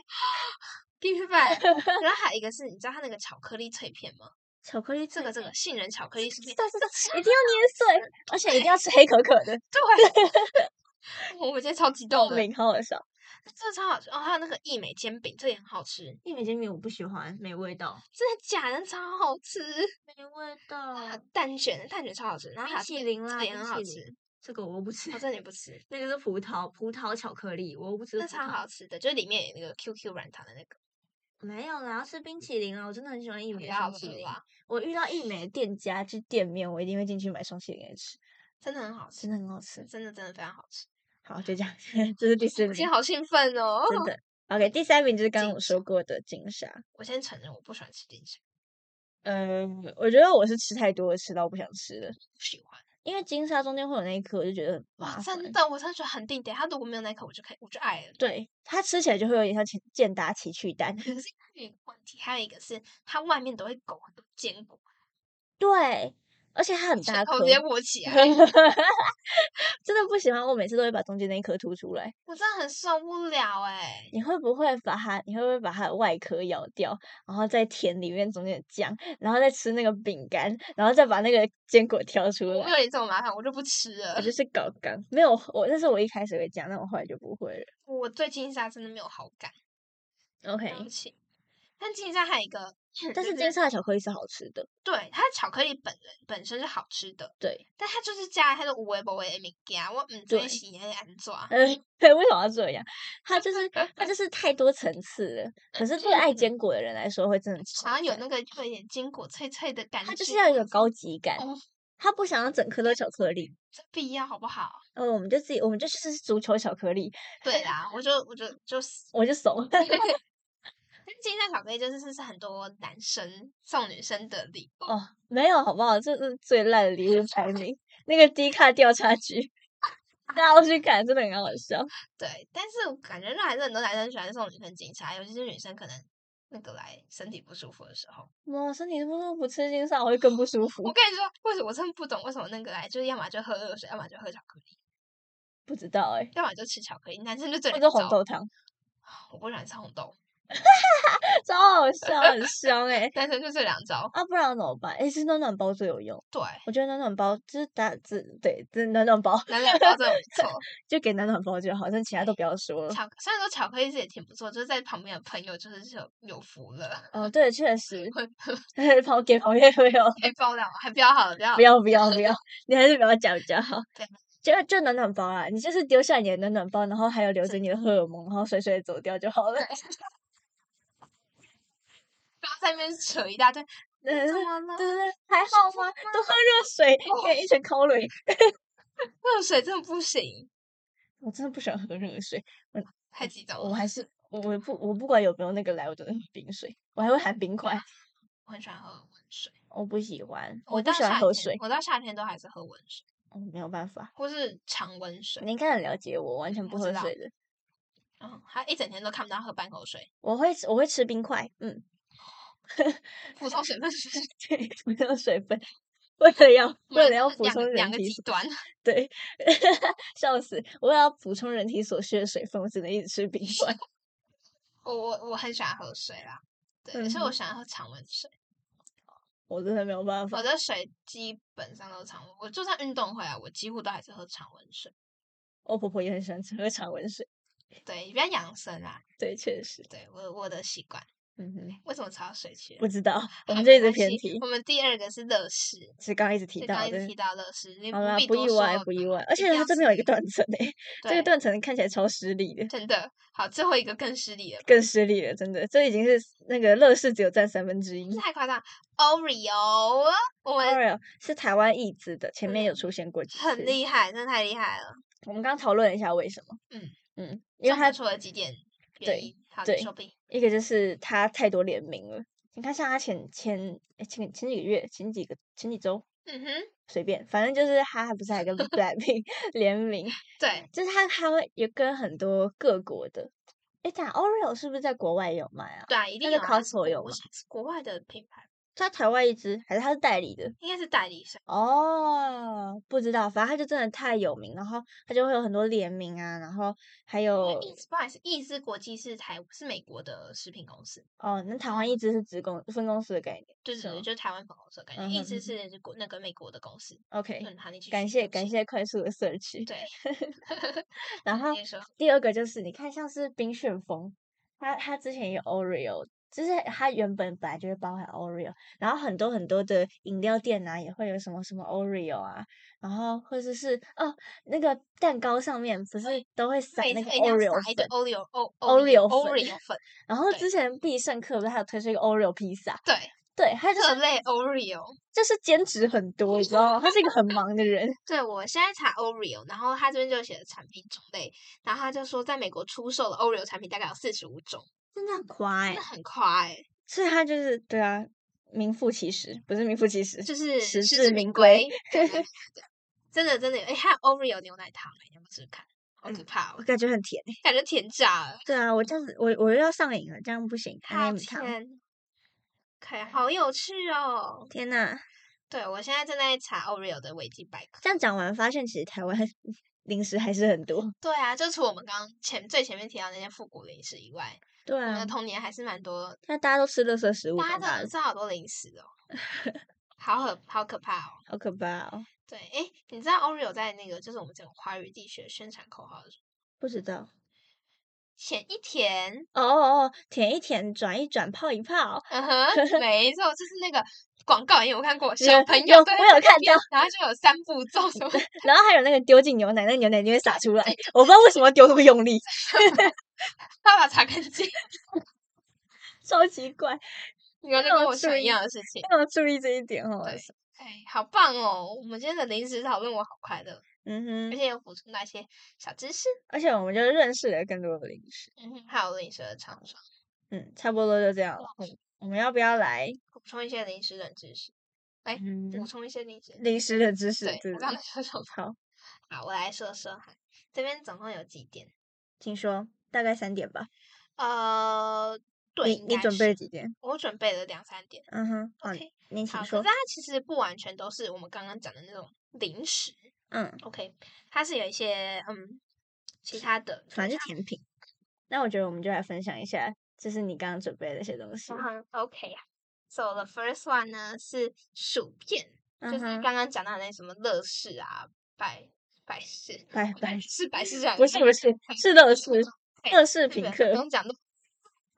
[SPEAKER 2] 必须买。
[SPEAKER 1] *laughs*
[SPEAKER 2] 然后还有一个是，你知道它那个巧克力脆片吗？
[SPEAKER 1] 巧克力
[SPEAKER 2] 这个
[SPEAKER 1] *laughs*
[SPEAKER 2] 这
[SPEAKER 1] 脆
[SPEAKER 2] 个杏仁巧克力脆
[SPEAKER 1] 片，
[SPEAKER 2] 片，
[SPEAKER 1] 但是一
[SPEAKER 2] *laughs*
[SPEAKER 1] 定要捏碎，而且一定要吃黑可可的，
[SPEAKER 2] 对， *laughs* 我我今天超激动
[SPEAKER 1] 透
[SPEAKER 2] 的，
[SPEAKER 1] 明好好笑。
[SPEAKER 2] 这个超好吃哦。还有那个益美煎饼，这也很好吃，真
[SPEAKER 1] 益美煎饼我不喜欢，没味道，
[SPEAKER 2] 的假的？超好
[SPEAKER 1] *laughs*
[SPEAKER 2] 吃。
[SPEAKER 1] 没味道
[SPEAKER 2] 还有蛋卷，蛋卷超好吃，然后还有
[SPEAKER 1] 淇淋
[SPEAKER 2] 这
[SPEAKER 1] 啦
[SPEAKER 2] 个也
[SPEAKER 1] 冰
[SPEAKER 2] 很好
[SPEAKER 1] 淇
[SPEAKER 2] 吃哦
[SPEAKER 1] 淋。这个我又不吃
[SPEAKER 2] 我这你不吃，
[SPEAKER 1] 那个是葡萄葡萄巧克力，我又不吃
[SPEAKER 2] 那
[SPEAKER 1] 葡
[SPEAKER 2] 超
[SPEAKER 1] 萄。
[SPEAKER 2] 好吃的，就是里面有那个 QQ 软糖的那个，
[SPEAKER 1] 没有啦，要吃冰淇淋啊！我真的很喜欢益
[SPEAKER 2] 比
[SPEAKER 1] 美
[SPEAKER 2] 较好
[SPEAKER 1] 双
[SPEAKER 2] 吃
[SPEAKER 1] 淇淋。
[SPEAKER 2] 吧？
[SPEAKER 1] 我遇到益美的店家去店面，我一定会进去买双淇淋来吃，
[SPEAKER 2] 真的很好吃
[SPEAKER 1] 真，的很好吃。
[SPEAKER 2] 真的真的非常好吃。
[SPEAKER 1] 好，就这样， *laughs* 这是第四
[SPEAKER 2] 我今
[SPEAKER 1] 名
[SPEAKER 2] 天，好兴奋哦！
[SPEAKER 1] 真的。OK，第三名就是刚刚我
[SPEAKER 2] 金
[SPEAKER 1] 说过的金沙。
[SPEAKER 2] 我先承认我不喜欢吃金沙，
[SPEAKER 1] 呃，我觉得我是吃太多了，吃到不想吃了。
[SPEAKER 2] 不喜欢。
[SPEAKER 1] 因为金沙中间会有那一颗，我就觉得很麻
[SPEAKER 2] 哇，
[SPEAKER 1] 烦。
[SPEAKER 2] 真的，我真的觉得很定点。它如果没有那一口，我就可以，我就爱了。
[SPEAKER 1] 对，它吃起来就会有点像健健达奇趣蛋。
[SPEAKER 2] 可是有一个问题，还有一个是它外面都会裹很多坚果，
[SPEAKER 1] 对，而且它很大
[SPEAKER 2] 舌
[SPEAKER 1] 颗
[SPEAKER 2] 头直，接裹起来，
[SPEAKER 1] 真的不喜欢。我每次都会把中间那一颗吐出来。
[SPEAKER 2] 我真的很受不了哎、
[SPEAKER 1] 你会不会把它？你会不会把它的外壳咬掉，然后再舔里面中间的酱，然后再吃那个饼干，然后再把那个坚果挑出
[SPEAKER 2] 我没
[SPEAKER 1] 来？
[SPEAKER 2] 有你这么麻烦，我就不吃了
[SPEAKER 1] 我。就是搞刚，没有我，但是我一开始会这样，但我后来就不会了。
[SPEAKER 2] 我对金沙真的没有好感，
[SPEAKER 1] OK，
[SPEAKER 2] 嗯对不起。但金沙还有一个，
[SPEAKER 1] 但是
[SPEAKER 2] 就
[SPEAKER 1] 金沙的巧克力是好吃的，
[SPEAKER 2] 对它的巧克力本人本身是好吃的，
[SPEAKER 1] 对， *laughs*
[SPEAKER 2] 但它就是加了它的无微不微的物件，我唔知
[SPEAKER 1] 对
[SPEAKER 2] 道是安安怎。
[SPEAKER 1] 呃，对，为什么要这样？它就是它就是太多层次了。可是对爱坚果的人来说，会真的
[SPEAKER 2] 然后有
[SPEAKER 1] 那，
[SPEAKER 2] 那个会有点坚果脆脆的感觉，
[SPEAKER 1] 它就是要有一个高级感
[SPEAKER 2] 哦，
[SPEAKER 1] 他不想要整颗都巧克力。
[SPEAKER 2] 这必要好不好？
[SPEAKER 1] 呃，我们就自己，我们就去吃足球巧克力，
[SPEAKER 2] *laughs* 对啦，我就我就就是，
[SPEAKER 1] 我就怂。 *laughs*
[SPEAKER 2] 但金沙巧克力就是是是很多男生送女生的礼物，
[SPEAKER 1] 哦，没有，好不好？这是最烂的礼物排名，那个低卡调查局，大家都去看，真的很好笑。
[SPEAKER 2] 对。但是我感觉还是很多男生喜欢送女生金沙，尤其是女生可能那个来身体不舒服的时候。
[SPEAKER 1] 我身体不舒服，吃金沙我会更不舒服
[SPEAKER 2] *laughs* 我。跟你说，为什么我真的不懂为什么那个来就是要么就喝热水，要么就喝巧克力，
[SPEAKER 1] 不知道哎、
[SPEAKER 2] 要么就吃巧克力，男生就最
[SPEAKER 1] 或
[SPEAKER 2] 难
[SPEAKER 1] 者红
[SPEAKER 2] 找
[SPEAKER 1] 豆汤，
[SPEAKER 2] 我不喜欢吃红豆，
[SPEAKER 1] 超好笑，很香哎、
[SPEAKER 2] 男生就这两招。
[SPEAKER 1] 啊，不然怎么办？哎、其实暖暖包最有用。
[SPEAKER 2] 对，
[SPEAKER 1] 我觉得暖暖包就是打字，对，这暖暖包
[SPEAKER 2] 那两招真的不错。
[SPEAKER 1] 就给暖暖包就好，但其他都不要说
[SPEAKER 2] *laughs*
[SPEAKER 1] 了。
[SPEAKER 2] 巧，虽然说巧克力是也挺不错，就是在旁边的朋友就是有有福了， *laughs*
[SPEAKER 1] 哦，对，确实，
[SPEAKER 2] 会 *laughs*
[SPEAKER 1] 跑给旁边朋友，
[SPEAKER 2] 被爆料，还比较好，比较
[SPEAKER 1] 不要不要不要，你还是不要讲比较好
[SPEAKER 2] *laughs* 对。
[SPEAKER 1] 就就暖暖包啊，你就是丢下你的暖暖包，然后还有留着
[SPEAKER 2] 真
[SPEAKER 1] 你的荷尔蒙，然后水水走掉就好了
[SPEAKER 2] 对。不要在那边扯一大堆，
[SPEAKER 1] 对
[SPEAKER 2] 你
[SPEAKER 1] 对
[SPEAKER 2] 怎么
[SPEAKER 1] 嗯
[SPEAKER 2] 了？
[SPEAKER 1] 对，还好吗？多喝热水，给一身口水。
[SPEAKER 2] 热水真的不行，
[SPEAKER 1] 我真的不喜欢喝热水，我
[SPEAKER 2] 太激动
[SPEAKER 1] 我
[SPEAKER 2] 了。
[SPEAKER 1] 还是我我不我不管有没有那个来，我都会喝 *laughs* 冰水，我还会含冰块，
[SPEAKER 2] 我很喜欢喝温水，
[SPEAKER 1] 我不喜欢，
[SPEAKER 2] 我
[SPEAKER 1] 不
[SPEAKER 2] 到
[SPEAKER 1] 喜欢
[SPEAKER 2] 夏
[SPEAKER 1] 喝
[SPEAKER 2] 天
[SPEAKER 1] 水，
[SPEAKER 2] 我到夏天都还是喝温水，
[SPEAKER 1] 我没有办法。
[SPEAKER 2] 或是常温水。
[SPEAKER 1] 你应该很了解我，完全
[SPEAKER 2] 我
[SPEAKER 1] 不
[SPEAKER 2] 知
[SPEAKER 1] 喝
[SPEAKER 2] 道
[SPEAKER 1] 水的。
[SPEAKER 2] 嗯，他一整天都看不到喝半口水，
[SPEAKER 1] 我会我会吃冰块，嗯，
[SPEAKER 2] 补充水分
[SPEAKER 1] *laughs*
[SPEAKER 2] 是不是
[SPEAKER 1] 对，没有水分，为了要为
[SPEAKER 2] 妈
[SPEAKER 1] 了要
[SPEAKER 2] 这
[SPEAKER 1] 补
[SPEAKER 2] 两个
[SPEAKER 1] 充人
[SPEAKER 2] 两个
[SPEAKER 1] 体
[SPEAKER 2] 极
[SPEAKER 1] 所
[SPEAKER 2] 端，
[SPEAKER 1] 对，, *laughs* 笑死！我也要补充人体所需的水分，我只能一直吃冰块。
[SPEAKER 2] 我我我很喜欢喝水啦，对，所
[SPEAKER 1] 嗯
[SPEAKER 2] 以我喜欢喝常温水。
[SPEAKER 1] 我真的没有办法
[SPEAKER 2] 我。的水基本上都是常温，我就算运动会啊，我几乎都还是喝常温水。
[SPEAKER 1] 我婆婆也很喜欢吃喝常温水，
[SPEAKER 2] 对，比较养生啦。
[SPEAKER 1] 对，确实，
[SPEAKER 2] 对我我的习惯，
[SPEAKER 1] 嗯哼，
[SPEAKER 2] 为什么扯到水去了？
[SPEAKER 1] 不知道，我
[SPEAKER 2] 好
[SPEAKER 1] 们就一
[SPEAKER 2] 没
[SPEAKER 1] 直
[SPEAKER 2] 关
[SPEAKER 1] 偏
[SPEAKER 2] 系
[SPEAKER 1] 题
[SPEAKER 2] 我，们第二个是乐事，
[SPEAKER 1] 是刚刚一直提
[SPEAKER 2] 就
[SPEAKER 1] 到
[SPEAKER 2] 刚一直
[SPEAKER 1] 的
[SPEAKER 2] 提。到乐事，你
[SPEAKER 1] 好啦，
[SPEAKER 2] 必
[SPEAKER 1] 不
[SPEAKER 2] 多
[SPEAKER 1] 意
[SPEAKER 2] 说
[SPEAKER 1] 外，
[SPEAKER 2] 了
[SPEAKER 1] 不
[SPEAKER 2] 吧
[SPEAKER 1] 意外，而
[SPEAKER 2] 定
[SPEAKER 1] 且它
[SPEAKER 2] 要
[SPEAKER 1] 这边有一个
[SPEAKER 2] 是
[SPEAKER 1] 断层
[SPEAKER 2] *laughs*
[SPEAKER 1] 诶，这个
[SPEAKER 2] 对
[SPEAKER 1] 断层看起来超失礼的，
[SPEAKER 2] 真的好，最后一个更失礼了吧，
[SPEAKER 1] 更失礼了，真的，这已经是那个乐视只有占三分之一。
[SPEAKER 2] 太夸张。Oreo，我哦们
[SPEAKER 1] Oreo 是台湾译制的，前面有
[SPEAKER 2] 嗯
[SPEAKER 1] 出现过几次。
[SPEAKER 2] 很厉害，真的太厉害了。
[SPEAKER 1] 我们刚刚讨论了一下为什么，
[SPEAKER 2] 嗯
[SPEAKER 1] 嗯，因为
[SPEAKER 2] 上
[SPEAKER 1] 它
[SPEAKER 2] 次说了几点
[SPEAKER 1] 对
[SPEAKER 2] 原因，好，
[SPEAKER 1] 对
[SPEAKER 2] 你说呗。
[SPEAKER 1] 一个就是它太多联名了。你看，像它前前诶前前几个月、前几个前几周，
[SPEAKER 2] 嗯哼，
[SPEAKER 1] 随便，反正就是它不是还跟 Blackpink *laughs* 联名，
[SPEAKER 2] 对，
[SPEAKER 1] 就是它它会有跟很多各国的。诶，等下 Oreo 是不是在国外有卖啊？
[SPEAKER 2] 对啊，一定
[SPEAKER 1] 个
[SPEAKER 2] 有啊。它
[SPEAKER 1] Costco
[SPEAKER 2] 是
[SPEAKER 1] 有
[SPEAKER 2] 国
[SPEAKER 1] 吗
[SPEAKER 2] 国外的品牌，
[SPEAKER 1] 它台湾一支，还是它是代理的？
[SPEAKER 2] 应该是代理商。
[SPEAKER 1] 哦，不知道，反正它就真的太有名，然后它就会有很多联名啊，然后还有
[SPEAKER 2] e 不好意思，易思国际是台是美国的食品公司，
[SPEAKER 1] 哦，那台湾一支是子公分公司的概念，
[SPEAKER 2] 就是
[SPEAKER 1] 是吗哦
[SPEAKER 2] 就是台湾粉红色感觉，
[SPEAKER 1] 嗯
[SPEAKER 2] 易
[SPEAKER 1] 哼
[SPEAKER 2] 思
[SPEAKER 1] 嗯
[SPEAKER 2] 是国那个美国的公司。
[SPEAKER 1] OK，
[SPEAKER 2] 嗯，好，你继续。
[SPEAKER 1] 感
[SPEAKER 2] 对
[SPEAKER 1] 谢
[SPEAKER 2] 不
[SPEAKER 1] 感
[SPEAKER 2] 起。
[SPEAKER 1] 谢快速的 search。 *laughs*
[SPEAKER 2] 对，
[SPEAKER 1] 然后
[SPEAKER 2] 你说
[SPEAKER 1] 第二个就是你看，像是冰旋风，它它之前有 Oreo，就是它原本本来就会包含 Oreo，然后很多很多的饮料店啊也会有什么什么 Oreo 啊，然后或者是哦那个蛋糕上面不是都会撒
[SPEAKER 2] 每
[SPEAKER 1] 那
[SPEAKER 2] 次
[SPEAKER 1] 个
[SPEAKER 2] 一定要
[SPEAKER 1] Oreo
[SPEAKER 2] 撒一堆
[SPEAKER 1] 粉，
[SPEAKER 2] Oreo O
[SPEAKER 1] Oreo
[SPEAKER 2] Oreo 粉，
[SPEAKER 1] 然后
[SPEAKER 2] 对
[SPEAKER 1] 之前必胜客不是还有推出一个 Oreo 披萨，
[SPEAKER 2] 对，
[SPEAKER 1] 对，它就
[SPEAKER 2] 各
[SPEAKER 1] 是
[SPEAKER 2] 类 Oreo。
[SPEAKER 1] 就是兼职很多，你知道吗？他是一个很忙的人，
[SPEAKER 2] 对，我现在查 Oreo，然后他这边就写了产品种类，然后他就说在美国出售的 Oreo 产品大概有四十五种，
[SPEAKER 1] 真的很夸哎
[SPEAKER 2] *laughs* 真的很快、欸，
[SPEAKER 1] 所以他就是对啊，名副其实，不是名副其实，
[SPEAKER 2] 就是
[SPEAKER 1] 实
[SPEAKER 2] 实
[SPEAKER 1] 至
[SPEAKER 2] 至
[SPEAKER 1] 名
[SPEAKER 2] 名
[SPEAKER 1] 归
[SPEAKER 2] 归。对对对对真的真的有，哎、还有 Oreo 牛奶糖、欸，你要不要试试看？好可怕
[SPEAKER 1] 我
[SPEAKER 2] 哦，
[SPEAKER 1] 感觉很甜欸
[SPEAKER 2] 感觉甜炸了，
[SPEAKER 1] 对啊，我这样子，我我又要上瘾了，这样不行。
[SPEAKER 2] 好
[SPEAKER 1] M 糖，
[SPEAKER 2] 甜。OK，好有趣哦！
[SPEAKER 1] 天呐，
[SPEAKER 2] 对我现在正在查 Oreo 的维基百科。
[SPEAKER 1] 这样讲完，发现其实台湾 *laughs* 零食还是很
[SPEAKER 2] *laughs*
[SPEAKER 1] 多。
[SPEAKER 2] 对啊，就除我们刚刚前最前面提到那些复古零食以外，
[SPEAKER 1] 对
[SPEAKER 2] 我们
[SPEAKER 1] 啊
[SPEAKER 2] 的，童年还是蛮多
[SPEAKER 1] 那大家都吃垃圾食物
[SPEAKER 2] 大
[SPEAKER 1] 长
[SPEAKER 2] 家
[SPEAKER 1] 大
[SPEAKER 2] 真的
[SPEAKER 1] 的，
[SPEAKER 2] 吃好多零食哦，
[SPEAKER 1] *laughs*
[SPEAKER 2] 好可好可怕哦。
[SPEAKER 1] 好可怕哦！
[SPEAKER 2] 对，诶，你知道 Oreo 在那个就是我们整个华语地区的宣传口号是什么
[SPEAKER 1] 不知道，
[SPEAKER 2] 舔一舔，
[SPEAKER 1] 哦哦哦，舔一舔，转一转，泡一泡。*laughs*
[SPEAKER 2] 嗯哼，没错，就是那个广告，因为我看过小
[SPEAKER 1] 有
[SPEAKER 2] 朋
[SPEAKER 1] 有
[SPEAKER 2] 友对
[SPEAKER 1] 我有看到，
[SPEAKER 2] 然后就有三步骤什么，
[SPEAKER 1] 然后还有那个丢进牛奶，那牛奶就会洒出来。我不知道为什么丢这么用
[SPEAKER 2] *laughs*
[SPEAKER 1] 力，
[SPEAKER 2] 爸爸擦干净，
[SPEAKER 1] 超奇怪，
[SPEAKER 2] 你们就
[SPEAKER 1] 那
[SPEAKER 2] 跟
[SPEAKER 1] 我
[SPEAKER 2] 我
[SPEAKER 1] 注
[SPEAKER 2] 想一
[SPEAKER 1] 意
[SPEAKER 2] 样的事情。
[SPEAKER 1] 要注意这一点哦。
[SPEAKER 2] 对哎，好棒哦！我们今天的零食讨论我好快乐，
[SPEAKER 1] 嗯
[SPEAKER 2] 而
[SPEAKER 1] 哼，
[SPEAKER 2] 且有补充到一些小知识。
[SPEAKER 1] 而且我们就认识了更多的零食。
[SPEAKER 2] 嗯哼，还有零食的厂商，
[SPEAKER 1] 嗯，差不多就这样了。
[SPEAKER 2] 哦
[SPEAKER 1] 嗯我们要不要来？
[SPEAKER 2] 补充一些零食冷知识，
[SPEAKER 1] 嗯
[SPEAKER 2] 补充一些零食。
[SPEAKER 1] 零食的知识，
[SPEAKER 2] 对，
[SPEAKER 1] 对
[SPEAKER 2] 我
[SPEAKER 1] 不
[SPEAKER 2] 刚
[SPEAKER 1] 对
[SPEAKER 2] 才说什么？
[SPEAKER 1] 好，
[SPEAKER 2] 好，我来说说哈，这边总共有几点？
[SPEAKER 1] 请说，大概三点吧。
[SPEAKER 2] 呃，对，
[SPEAKER 1] 你
[SPEAKER 2] 应
[SPEAKER 1] 你
[SPEAKER 2] 该
[SPEAKER 1] 准备
[SPEAKER 2] 是
[SPEAKER 1] 了几点？
[SPEAKER 2] 我准备了两三点。
[SPEAKER 1] 嗯哼，好，
[SPEAKER 2] OK，
[SPEAKER 1] 你请
[SPEAKER 2] 好，可是
[SPEAKER 1] 说。
[SPEAKER 2] 它其实不完全都是我们刚刚讲的那种零食。
[SPEAKER 1] 嗯，
[SPEAKER 2] OK，它是有一些嗯其他的，嗯
[SPEAKER 1] 反正是甜品。那我觉得我们就来分享一下，就是你刚刚准备的那些东西
[SPEAKER 2] 嗯。哼，OK 啊。So the first one 呢是薯片，就
[SPEAKER 1] 嗯
[SPEAKER 2] 是
[SPEAKER 1] 哼，
[SPEAKER 2] 刚刚讲到的那什么乐事啊、百百事、
[SPEAKER 1] 拜拜。
[SPEAKER 2] 是 *laughs* 百事这样，
[SPEAKER 1] 不是不是，是乐事，乐事品
[SPEAKER 2] 不
[SPEAKER 1] 客。
[SPEAKER 2] 用讲的，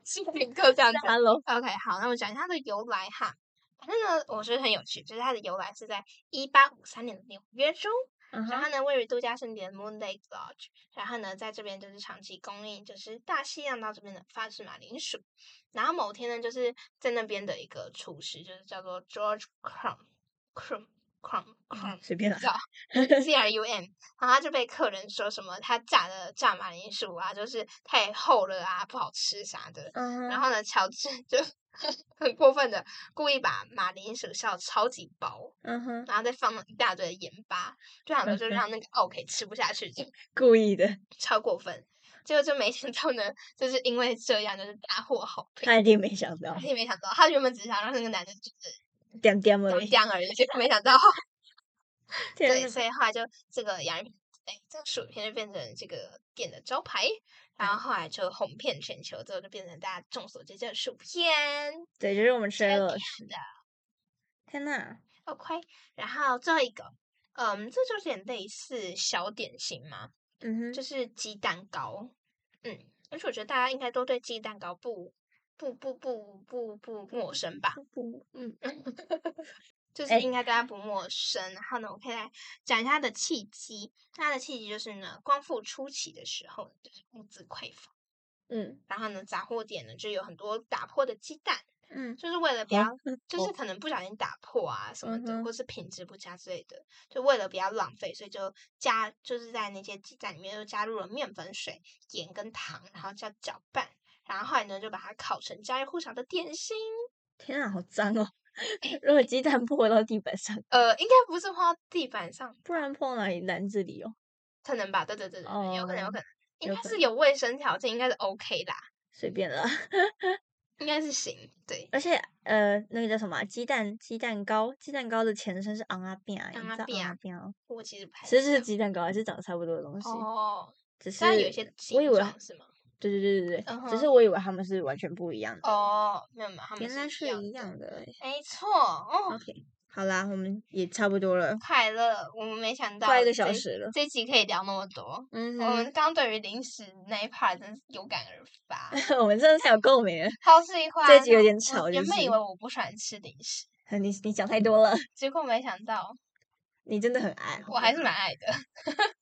[SPEAKER 2] 是品客这样讲。
[SPEAKER 1] Hello，
[SPEAKER 2] OK，好，那我讲一下它的由来哈。反正呢，我觉得很有趣，就是它的由来是在一八五三年的纽约州，
[SPEAKER 1] 嗯
[SPEAKER 2] 然
[SPEAKER 1] 哼，
[SPEAKER 2] 后呢，位于度假胜地的 Moon Lake Lodge，然后呢，在这边就是长期供应，就是大西洋到这边的法式马铃薯。然后某天呢，就是在那边的一个厨师，就是叫做 George Crumb Crumb crumb
[SPEAKER 1] 嗯
[SPEAKER 2] crumb
[SPEAKER 1] 随便啦。
[SPEAKER 2] C R U M，然后他就被客人说什么他炸的炸马铃薯啊，就是太厚了啊，不好吃啥的。
[SPEAKER 1] 嗯
[SPEAKER 2] 然后呢，乔治就 *laughs* 很过分的故意把马铃薯削得超级薄，
[SPEAKER 1] 嗯哼，
[SPEAKER 2] 然后再放了一大堆的盐巴，就想说就让那个 OK 吃不下去，就
[SPEAKER 1] 故意的，
[SPEAKER 2] 超过分。结果就没想到呢，就是因为这样就是大获好评。
[SPEAKER 1] 他一定没想到
[SPEAKER 2] 他，也没想到，他原本只是想让那个男的就是
[SPEAKER 1] 点点而
[SPEAKER 2] 怎么
[SPEAKER 1] 已。
[SPEAKER 2] 样而已，结果没想到
[SPEAKER 1] 天
[SPEAKER 2] 对，
[SPEAKER 1] 哪
[SPEAKER 2] 所以后来就这个洋芋，哎，这个薯片就变成这个店的招牌，然后后来就红遍全球，之后就变成大家众所皆知的薯片。
[SPEAKER 1] 对，就是我们吃
[SPEAKER 2] 这
[SPEAKER 1] 了
[SPEAKER 2] 样
[SPEAKER 1] 是
[SPEAKER 2] 的
[SPEAKER 1] 天呐，
[SPEAKER 2] OK，然后最后一个，嗯，这就是有点类似小点心嘛，
[SPEAKER 1] 嗯
[SPEAKER 2] 就
[SPEAKER 1] 哼，
[SPEAKER 2] 是鸡蛋糕。嗯，而且我觉得大家应该都对鸡蛋糕不不不不不不陌生吧？
[SPEAKER 1] 不，嗯，
[SPEAKER 2] 就是
[SPEAKER 1] 哎
[SPEAKER 2] 应该大家不陌生。然后呢，我可以来讲一下它的契机。它的契机就是呢，光复初期的时候，就是物资匮乏，
[SPEAKER 1] 嗯
[SPEAKER 2] 然后呢，杂货店呢就有很多打破的鸡蛋，
[SPEAKER 1] 嗯，
[SPEAKER 2] 就是为了不
[SPEAKER 1] 好
[SPEAKER 2] 要，就是
[SPEAKER 1] 哦
[SPEAKER 2] 可能不小心打破啊什么的，
[SPEAKER 1] 嗯哼
[SPEAKER 2] 或是品质不佳之类的，就为了不要浪费，所以就加就是在那些鸡蛋里面又加入了面粉、水、盐跟糖，然后加搅拌。然后后来呢，就把它烤成家喻户晓的点心。
[SPEAKER 1] 天啊，好脏哦！ *laughs* 如果鸡蛋破到地板上，
[SPEAKER 2] 呃，应该不是放到地板上，
[SPEAKER 1] 不然碰到你篮子里哦。
[SPEAKER 2] 可能吧，对对对对，对有可能有
[SPEAKER 1] 哦
[SPEAKER 2] 可能，应
[SPEAKER 1] 有
[SPEAKER 2] 该
[SPEAKER 1] 可
[SPEAKER 2] 是有卫生条件，应该是 OK 啦，
[SPEAKER 1] 随便啦， *laughs*
[SPEAKER 2] 应该是行，对，
[SPEAKER 1] 而且呃，那个叫什么啊鸡蛋鸡蛋糕，鸡蛋糕的前身是昂阿饼啊，你知
[SPEAKER 2] 昂啊
[SPEAKER 1] 道
[SPEAKER 2] 饼
[SPEAKER 1] 昂
[SPEAKER 2] 啊
[SPEAKER 1] 阿饼哦，
[SPEAKER 2] 我其实不太
[SPEAKER 1] 其实
[SPEAKER 2] 知
[SPEAKER 1] 就是
[SPEAKER 2] 道
[SPEAKER 1] 鸡蛋糕啊，是长得差不多的东西，
[SPEAKER 2] 哦，
[SPEAKER 1] 只是
[SPEAKER 2] 虽然有一些
[SPEAKER 1] 我
[SPEAKER 2] 形
[SPEAKER 1] 以为
[SPEAKER 2] 状是吗？
[SPEAKER 1] 对对对对对，
[SPEAKER 2] 嗯
[SPEAKER 1] 只
[SPEAKER 2] 哼
[SPEAKER 1] 是我以为他们是完全不一样的，
[SPEAKER 2] 哦，没有没有，他们
[SPEAKER 1] 原来
[SPEAKER 2] 是
[SPEAKER 1] 是一嗯样
[SPEAKER 2] 样的，
[SPEAKER 1] 的欸。
[SPEAKER 2] 没错哦，
[SPEAKER 1] OK，好啦，我们也差不多了，
[SPEAKER 2] 快乐，我们没想到
[SPEAKER 1] 快一个小
[SPEAKER 2] 这
[SPEAKER 1] 时了。
[SPEAKER 2] 这集可以聊那么多，
[SPEAKER 1] 嗯
[SPEAKER 2] 我们
[SPEAKER 1] 哼，
[SPEAKER 2] 刚刚对于零食那一 part 真是有感而发，
[SPEAKER 1] *laughs* 我们真的太有共鸣了。
[SPEAKER 2] 好是一块，
[SPEAKER 1] 这集有点
[SPEAKER 2] 我
[SPEAKER 1] 吵就
[SPEAKER 2] 原本以
[SPEAKER 1] 是
[SPEAKER 2] 为我不喜欢吃零食，
[SPEAKER 1] *laughs* 你你讲太多了，
[SPEAKER 2] 结果没想到
[SPEAKER 1] 你真的很爱。
[SPEAKER 2] 我还是蛮爱的。
[SPEAKER 1] *laughs*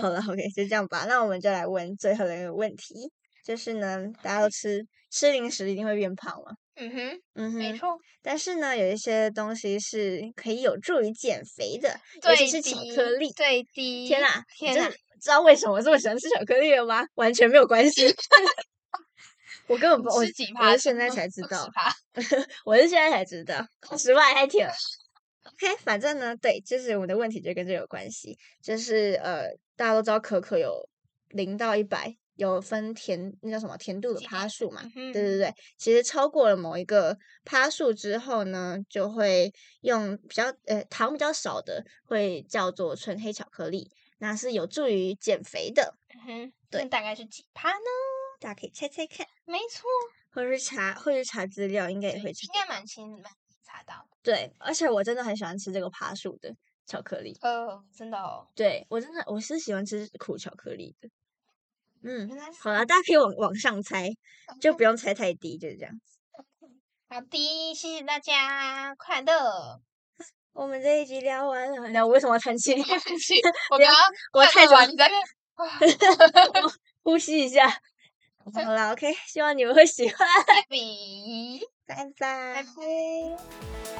[SPEAKER 1] 好了，OK，就这样吧。那我们就来问最后的一个问题，就是呢，大家都吃吃零食一定会变胖嘛？
[SPEAKER 2] 嗯哼，
[SPEAKER 1] 嗯
[SPEAKER 2] 没
[SPEAKER 1] 哼。
[SPEAKER 2] 错，
[SPEAKER 1] 但是呢，有一些东西是可以有助于减肥的，尤
[SPEAKER 2] 对
[SPEAKER 1] 其是
[SPEAKER 2] 的，
[SPEAKER 1] 巧克力。
[SPEAKER 2] 对的。
[SPEAKER 1] 天啦，
[SPEAKER 2] 天啊
[SPEAKER 1] 你真
[SPEAKER 2] 哪
[SPEAKER 1] 的知道为什么我这么喜欢吃巧克力了吗？完全没有关
[SPEAKER 2] *laughs*
[SPEAKER 1] 系。 *laughs* 我根本不，我
[SPEAKER 2] 吃几趴？
[SPEAKER 1] 我是现在才知道
[SPEAKER 2] 十，趴。
[SPEAKER 1] 我是现在才知道， *laughs* 十万太甜了。OK，反正呢，对，就是我的问题就跟这有关系，就是呃，大家都知道可可有零到一百有分甜，那叫什么甜度的
[SPEAKER 2] 几
[SPEAKER 1] 趴数嘛？
[SPEAKER 2] 嗯
[SPEAKER 1] 对对
[SPEAKER 2] 哼，
[SPEAKER 1] 对，其实超过了某一个趴数之后呢，就会用比较呃糖比较少的，会叫做纯黑巧克力，那是有助于减肥的，
[SPEAKER 2] 嗯哼，
[SPEAKER 1] 对
[SPEAKER 2] 那大概是几趴呢？
[SPEAKER 1] 大家可以猜猜看，
[SPEAKER 2] 没错，
[SPEAKER 1] 或是查或是查资料，应该也
[SPEAKER 2] 对
[SPEAKER 1] 会知
[SPEAKER 2] 应该蛮轻，蛮查到。
[SPEAKER 1] 对，而且我真的很喜欢吃这个爬树的巧克力。
[SPEAKER 2] 呃，真的哦，
[SPEAKER 1] 对我真的我是喜欢吃苦巧克力的。嗯，
[SPEAKER 2] 原来是
[SPEAKER 1] 好啦，大家可以往往上猜，就不用猜太低，就是这样。
[SPEAKER 2] 好的，谢谢大家，快乐。
[SPEAKER 1] 我们这一集聊完了，那我为什么要叹气？
[SPEAKER 2] 对不起 *laughs*
[SPEAKER 1] *laughs*
[SPEAKER 2] 我
[SPEAKER 1] 不
[SPEAKER 2] 刚
[SPEAKER 1] 要
[SPEAKER 2] 刚
[SPEAKER 1] *laughs* 我太
[SPEAKER 2] 看到
[SPEAKER 1] 早 *laughs*
[SPEAKER 2] 你在那边。
[SPEAKER 1] 呼吸一下。 *laughs* 好啦，OK，希望你们会喜欢，
[SPEAKER 2] 拜拜，
[SPEAKER 1] *laughs* 拜
[SPEAKER 2] 拜
[SPEAKER 1] 拜。
[SPEAKER 2] 拜。